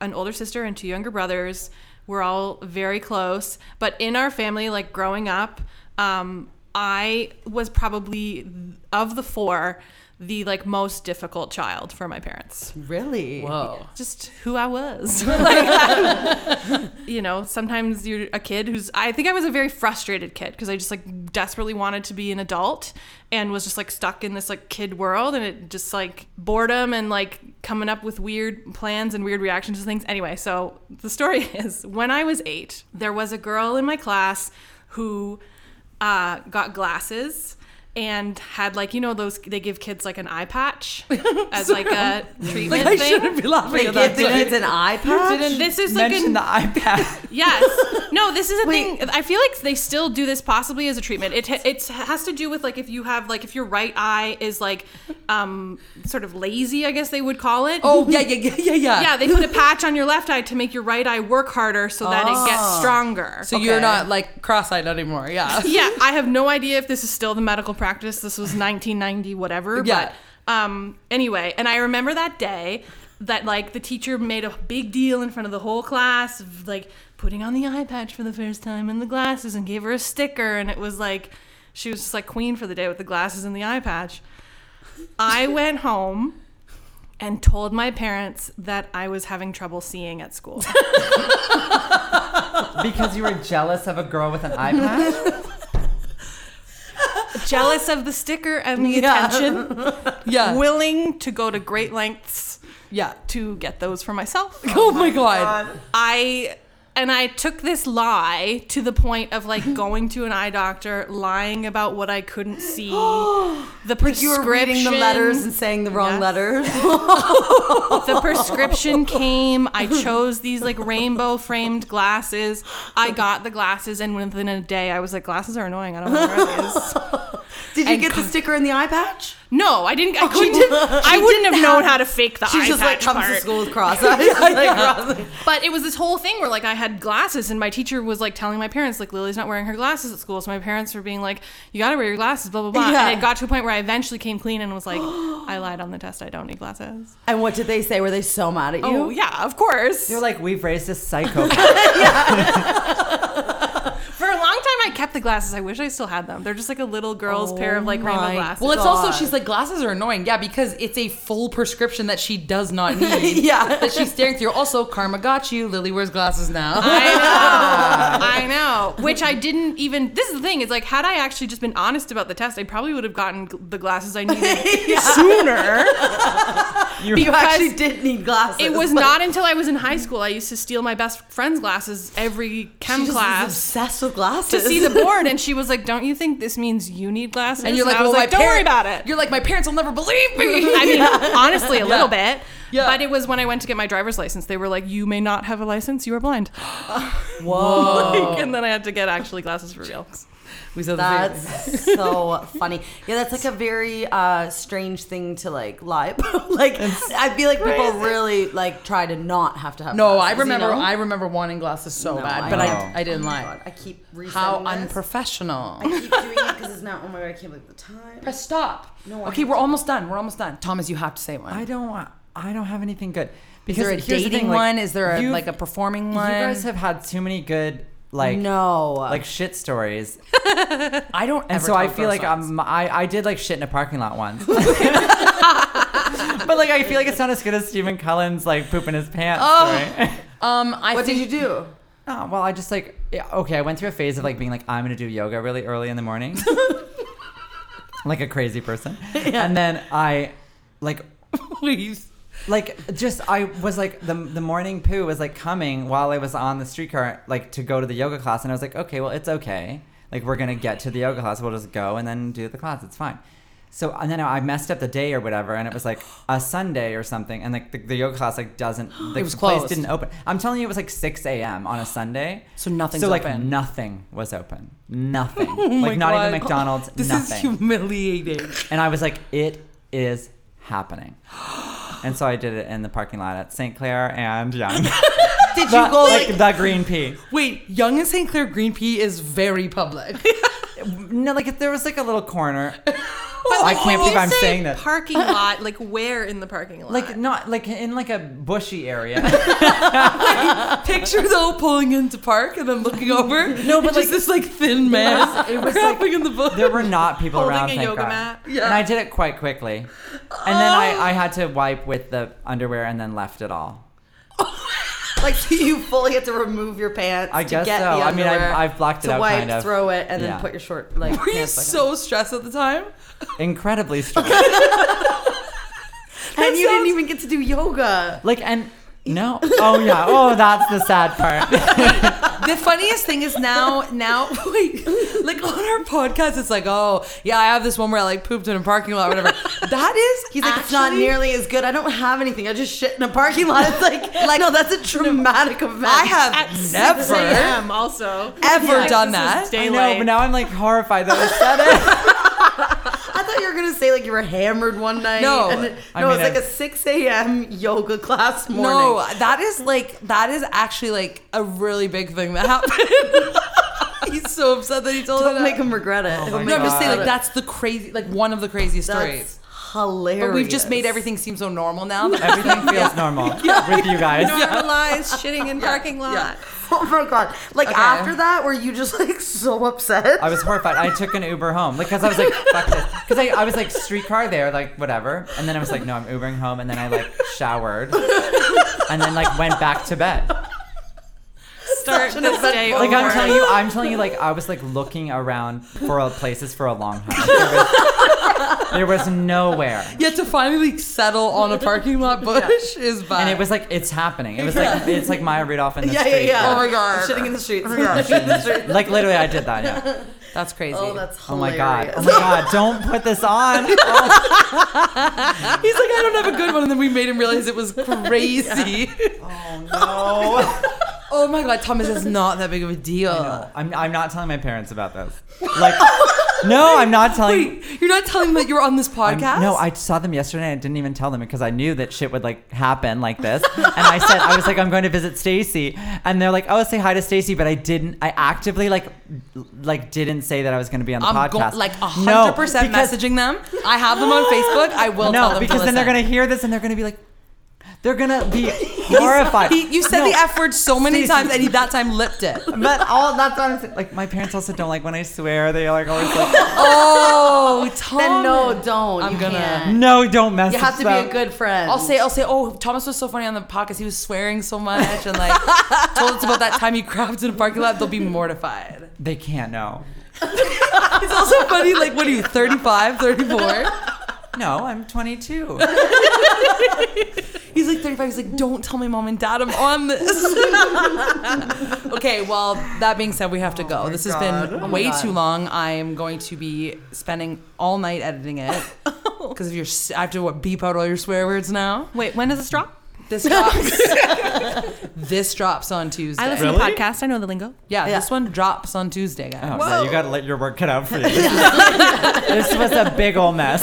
Speaker 6: an older sister and two younger brothers. We're all very close. But in our family, like growing up, um, I was probably of the four the like most difficult child for my parents.
Speaker 3: Really?
Speaker 4: Whoa.
Speaker 6: Just who I was. you know, sometimes you're a kid who's I think I was a very frustrated kid because I just like desperately wanted to be an adult and was just like stuck in this like kid world and it just like boredom and like coming up with weird plans and weird reactions to things. Anyway, so the story is when I was 8, there was a girl in my class who uh, got glasses and had like you know those they give kids like an eye patch as like a treatment
Speaker 4: Like I
Speaker 6: thing.
Speaker 4: shouldn't be laughing
Speaker 3: They
Speaker 4: at
Speaker 3: give
Speaker 4: that.
Speaker 3: the kids an iPad?
Speaker 6: This is like
Speaker 5: Mention
Speaker 6: a
Speaker 5: the iPad.
Speaker 6: Yes. No, this is a
Speaker 3: Wait.
Speaker 6: thing. I feel like they still do this possibly as a treatment. It it has to do with like if you have like if your right eye is like um sort of lazy, I guess they would call it.
Speaker 4: Oh yeah, yeah, yeah, yeah, yeah.
Speaker 6: Yeah, they put a patch on your left eye to make your right eye work harder so that it gets stronger.
Speaker 4: so you're not like cross-eyed anymore. Yeah.
Speaker 6: yeah, I have no idea if this is still the medical practice. This was 1990, whatever.
Speaker 4: Yeah.
Speaker 6: But um, anyway, and I remember that day that like the teacher made a big deal in front of the whole class of like putting on the eye patch for the first time and the glasses and gave her a sticker and it was like she was just like queen for the day with the glasses and the eye patch. I went home and told my parents that I was having trouble seeing at school.
Speaker 5: Because you were jealous of a girl with an iPad?
Speaker 6: Jealous of the sticker and the
Speaker 4: Yeah.
Speaker 6: attention,
Speaker 4: Yeah.
Speaker 6: willing to go to great lengths
Speaker 4: yeah.
Speaker 6: to get those for myself.
Speaker 4: Oh my god.
Speaker 6: I and I took this lie to the point of like going to an eye doctor, lying about what I couldn't see. the prescription,
Speaker 3: You were reading the letters and saying the wrong
Speaker 6: Yes.
Speaker 3: letters.
Speaker 6: the prescription came. I chose these like rainbow framed glasses. I got the glasses, and within a day, I was like, "Glasses are annoying. I don't want to wear these."
Speaker 3: Did you
Speaker 6: And
Speaker 3: get the sticker in the eye patch?
Speaker 6: No, I didn't. I couldn't. have- I wouldn't have
Speaker 3: Oh, didn't
Speaker 6: known
Speaker 3: have-
Speaker 6: how to fake the
Speaker 3: She
Speaker 6: eye
Speaker 3: just like
Speaker 6: patch
Speaker 3: comes
Speaker 6: part.
Speaker 3: to school with cross eyes. Like, cross-
Speaker 6: But it was this whole thing where like I had glasses and my teacher was like telling my parents like Lily's not wearing her glasses at school. So my parents were being like, "You got to wear your glasses," blah blah blah.
Speaker 3: Yeah.
Speaker 6: And it got to a point where I eventually came clean and was like, "I lied on the test. I don't need glasses."
Speaker 3: And what did they say? Were they so mad at you?
Speaker 6: Oh yeah, of course.
Speaker 5: You're like, we've raised a psychopath.
Speaker 6: For a long time, I kept the glasses. I wish I still had them. They're just like a little girl's pair of like
Speaker 3: my
Speaker 6: rainbow glasses.
Speaker 4: Well, it's also
Speaker 3: God.
Speaker 4: she's like glasses are annoying. Yeah, because it's a full prescription that she does not need.
Speaker 3: Yeah.
Speaker 4: that she's staring through. Also, karma got you. Lily wears glasses
Speaker 6: Uh-huh.
Speaker 4: now.
Speaker 6: I know. I know. Which I didn't even. This is the thing. Is like, had I actually just been honest about the test, I probably would have gotten gl- the glasses I needed sooner.
Speaker 3: you actually did need glasses.
Speaker 6: It was not until I was in high school I used to steal my best friend's glasses every chem
Speaker 3: just was
Speaker 6: class
Speaker 3: obsessed with glasses.
Speaker 6: to see the board, and she was like, "Don't you think this means you need glasses?"
Speaker 4: And you're like,
Speaker 6: I was
Speaker 4: well,
Speaker 6: like,
Speaker 4: my
Speaker 6: "Don't worry
Speaker 4: parent-
Speaker 6: about it."
Speaker 4: You're like, my parents will never believe me.
Speaker 6: I mean, honestly, a little bit.
Speaker 4: Yeah.
Speaker 6: But it was when I went to get my driver's license. They were like, "You may not have a license. You are blind." Whoa! and then I had to get actually glasses for real.
Speaker 4: we said
Speaker 3: That's so funny. Yeah, that's like a very uh, strange thing to like lie about. like I feel like people really like try to not have to have.
Speaker 4: No, I
Speaker 3: glasses, you
Speaker 4: remember.
Speaker 3: know?
Speaker 4: I remember wanting glasses so
Speaker 3: No,
Speaker 4: bad,
Speaker 3: I Oh
Speaker 4: but
Speaker 5: know.
Speaker 4: I, I didn't
Speaker 3: God,
Speaker 4: lie.
Speaker 3: I keep
Speaker 4: How
Speaker 3: resetting this.
Speaker 4: unprofessional.
Speaker 3: I keep doing it because it's now. Oh my god, I can't believe the time.
Speaker 4: Press stop.
Speaker 3: No, I
Speaker 4: okay,
Speaker 3: have
Speaker 4: we're
Speaker 3: to-
Speaker 4: almost done. We're almost done. Thomas, you have to say one.
Speaker 5: I don't want. I don't have anything good. Because
Speaker 4: is there a
Speaker 5: here's the
Speaker 4: dating
Speaker 5: thing, like,
Speaker 4: one? Is there a,
Speaker 5: you've-
Speaker 4: like a performing
Speaker 5: You
Speaker 4: one?
Speaker 5: guys have had too many good like
Speaker 3: no,
Speaker 5: like shit stories,
Speaker 4: I don't.
Speaker 5: and
Speaker 4: ever
Speaker 5: so I
Speaker 4: tell
Speaker 5: feel like
Speaker 4: girl songs.
Speaker 5: um, I I did like shit in a parking lot once. but like I feel like it's not as good as Stephen Cullen's like pooping his pants. story.
Speaker 4: Um, I
Speaker 3: what did
Speaker 4: think
Speaker 3: you do?
Speaker 5: Oh, well, I just like yeah, okay. I went through a phase of like being like I'm gonna do yoga really early in the morning, like a crazy person, and then I like
Speaker 4: please.
Speaker 5: like just I was like the the morning poo was like coming while I was on the streetcar like to go to the yoga class, and I was like, okay, well, it's okay. Like we're gonna get to the yoga class, we'll just go and then do the class. It's fine. So and then I messed up the day or whatever, and it was like a Sunday or something, and like the, the yoga class like doesn't the
Speaker 4: It was
Speaker 5: place
Speaker 4: closed.
Speaker 5: didn't open. I'm telling you, it was like 6 a.m. on a Sunday.
Speaker 4: So nothing's
Speaker 5: So like
Speaker 4: open. Oh
Speaker 5: nothing was open. Nothing. like not even McDonald's.
Speaker 4: This
Speaker 5: nothing.
Speaker 4: is humiliating.
Speaker 5: And I was like, it is happening. And so I did it in the parking lot at St. Clair and Young.
Speaker 4: Did
Speaker 5: The- like the green pea?
Speaker 4: Wait, Young and St. Clair green pea is very public.
Speaker 5: No, like there was like a little corner.
Speaker 6: But
Speaker 5: I
Speaker 6: like,
Speaker 5: can't
Speaker 6: if you
Speaker 5: believe I'm
Speaker 6: say
Speaker 5: saying that.
Speaker 6: Parking lot, like where in the parking lot?
Speaker 5: Like not like in like a bushy area.
Speaker 4: Picture though pulling into park and then looking over. no, but just this like thin mass
Speaker 5: it was
Speaker 4: crapping
Speaker 5: like-
Speaker 4: in the book.
Speaker 5: there were not people
Speaker 6: Holding
Speaker 5: around.
Speaker 6: a
Speaker 5: thank
Speaker 6: yoga
Speaker 5: God.
Speaker 6: mat.
Speaker 5: And I did it quite quickly. And then I, I had to wipe with the underwear and then left it all.
Speaker 3: Like so you fully have to remove your pants.
Speaker 5: I
Speaker 3: to
Speaker 5: guess
Speaker 3: get
Speaker 5: so.
Speaker 3: The
Speaker 5: I mean, I-
Speaker 3: underwear,
Speaker 5: I've blocked it
Speaker 3: to
Speaker 5: out
Speaker 3: wipe,
Speaker 5: kind of.
Speaker 3: throw it, and
Speaker 5: Yeah.
Speaker 3: then put your short like.
Speaker 4: Were you
Speaker 3: pants back on.
Speaker 4: so stressed at the time?
Speaker 5: Incredibly strong.
Speaker 3: And you
Speaker 4: sounds-
Speaker 3: didn't even get to do yoga.
Speaker 5: like and no. Oh yeah. Oh, that's the sad part.
Speaker 4: The funniest thing is now, now, wait, like on our podcast, it's like, oh, yeah, I have this one where I like pooped in a parking lot, whatever. That is,
Speaker 3: He's like, it's not
Speaker 4: actually-
Speaker 3: nearly as good. I don't have anything. I just shit in a parking lot. It's like, like no, that's a traumatic event.
Speaker 4: I have
Speaker 6: at 6
Speaker 4: never,
Speaker 6: a.m. Also,
Speaker 4: ever
Speaker 6: Like,
Speaker 4: done
Speaker 6: this
Speaker 4: that.
Speaker 6: is
Speaker 5: I
Speaker 6: Daylight.
Speaker 5: know, but now I'm like horrified that I said it.
Speaker 3: I thought you were gonna say like you were hammered one night.
Speaker 4: No.
Speaker 3: and it-
Speaker 5: I
Speaker 3: no,
Speaker 5: mean,
Speaker 3: it's like
Speaker 5: I-
Speaker 3: a six a.m. yoga class morning.
Speaker 4: No, that is like that is actually like a really big thing that happened. He's so upset that he told
Speaker 3: don't
Speaker 4: it.
Speaker 3: make him regret it.
Speaker 5: Oh, my
Speaker 4: no, I'm just saying
Speaker 5: God.
Speaker 4: like that's the crazy, like one of the craziest
Speaker 3: that's
Speaker 4: stories.
Speaker 3: hilarious.
Speaker 4: But we've just made everything seem so normal now. That
Speaker 5: Everything feels normal with you guys.
Speaker 6: normalized shitting in parking lot.
Speaker 3: Oh my god! Like
Speaker 4: Okay.
Speaker 3: after that, were you just like so upset?
Speaker 5: I was horrified. I took an Uber home because I was like, fuck this. Because I, I was like, streetcar there, like, whatever. And then I was like, no, I'm Ubering home. And then I like showered and then like went back to bed.
Speaker 6: Start this day
Speaker 3: Oh
Speaker 5: Like, I'm
Speaker 6: over.
Speaker 5: telling you, I'm telling you, like, I was like looking around for uh, places for a long time. There was, there was nowhere.
Speaker 4: yet to finally settle on a parking lot bush is bad.
Speaker 5: And it was like, it's happening. It was like, it's like Maya Rudolph in the
Speaker 3: yeah, yeah,
Speaker 5: street.
Speaker 3: yeah.
Speaker 4: Oh my God.
Speaker 3: Shitting in the streets.
Speaker 5: Like, literally, I did that. Yeah.
Speaker 4: that's crazy.
Speaker 3: Oh, that's hilarious.
Speaker 5: Oh my God. Oh my God. Don't put this on. Oh,
Speaker 4: He's like, I don't have a good one, and then we made him realize it was crazy. oh my god, Thomas is not that big of a deal.
Speaker 5: no. I'm, I'm not telling my parents about this. Like, no, I'm not telling.
Speaker 4: Wait, you're not telling him that you're on this
Speaker 5: I'm-
Speaker 4: podcast?
Speaker 5: No, I saw them yesterday and I didn't even tell them because I knew that shit would like happen like this. and I said I was like I'm going to visit Stacy and they're like oh say hi to Stacy but I didn't I actively like l- like didn't say that I was going to be on the
Speaker 4: I'm
Speaker 5: podcast.
Speaker 4: go- like
Speaker 5: No,
Speaker 4: 100%
Speaker 5: because-
Speaker 4: messaging them. I have them on Facebook. I will tell
Speaker 5: No,
Speaker 4: them
Speaker 5: because
Speaker 4: to
Speaker 5: then they're going to hear this and they're going to be like they're going to be horrified.
Speaker 4: He, you said
Speaker 5: No,
Speaker 4: the F word so many
Speaker 5: Stacey.
Speaker 4: times, and he that time lipped it.
Speaker 5: but all that's what I'm saying. Like my parents also don't like when I swear. They like always like,
Speaker 4: Oh, Tom.
Speaker 3: Then no, don't.
Speaker 4: I'm
Speaker 3: you
Speaker 4: gonna-
Speaker 3: Can't.
Speaker 5: no, don't mess.
Speaker 3: You have to
Speaker 5: them.
Speaker 3: be a good friend.
Speaker 4: I'll say, I'll say, oh, Thomas was so funny on the podcast. He was swearing so much and like told us about that time he crapped in a parking lot. They'll be mortified.
Speaker 5: They can't know.
Speaker 4: It's also funny, like, what are you, 35, 34?
Speaker 5: No, I'm 22.
Speaker 4: He's like 35. He's like, don't tell my mom and dad I'm on this. okay, well, that being said, we have to go. this has been way too long. I am going to be spending all night editing it. Because if you're, s- I have to what, beep out all your swear words now.
Speaker 6: Wait, when does this drop?
Speaker 4: This drops. this drops on Tuesday.
Speaker 6: I listen to podcasts. I know the lingo.
Speaker 4: yeah, this one drops on Tuesday, guys.
Speaker 5: Oh, no, you gotta let your work cut out for you. this was a big old mess.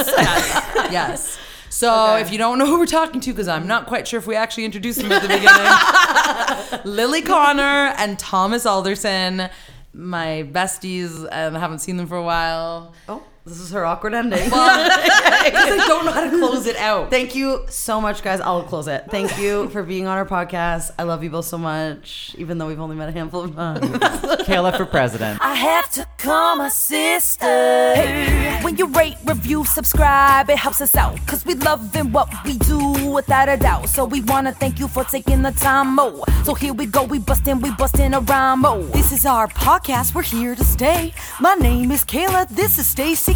Speaker 4: yes. So if you don't know who we're talking to, because I'm not quite sure if we actually introduced them at the beginning, Lily Connor and Thomas Alderson, my besties, and I haven't seen them for a while.
Speaker 3: Oh, this is her awkward ending.
Speaker 4: Because I don't know how to close it out.
Speaker 3: Thank you so much, guys. I'll close it. Thank you for being on our podcast. I love you both so much, even though we've only met a handful of times.
Speaker 5: Kayla for president.
Speaker 7: I have to call my sister. When you rate, review, subscribe, it helps us out. Cause we love in what we do without a doubt. So we wanna thank you for taking the time. Oh, so here we go, we bustin', we bustin' a rhyme. Oh, this is our podcast, we're here to stay. My name is Kayla, this is Stacy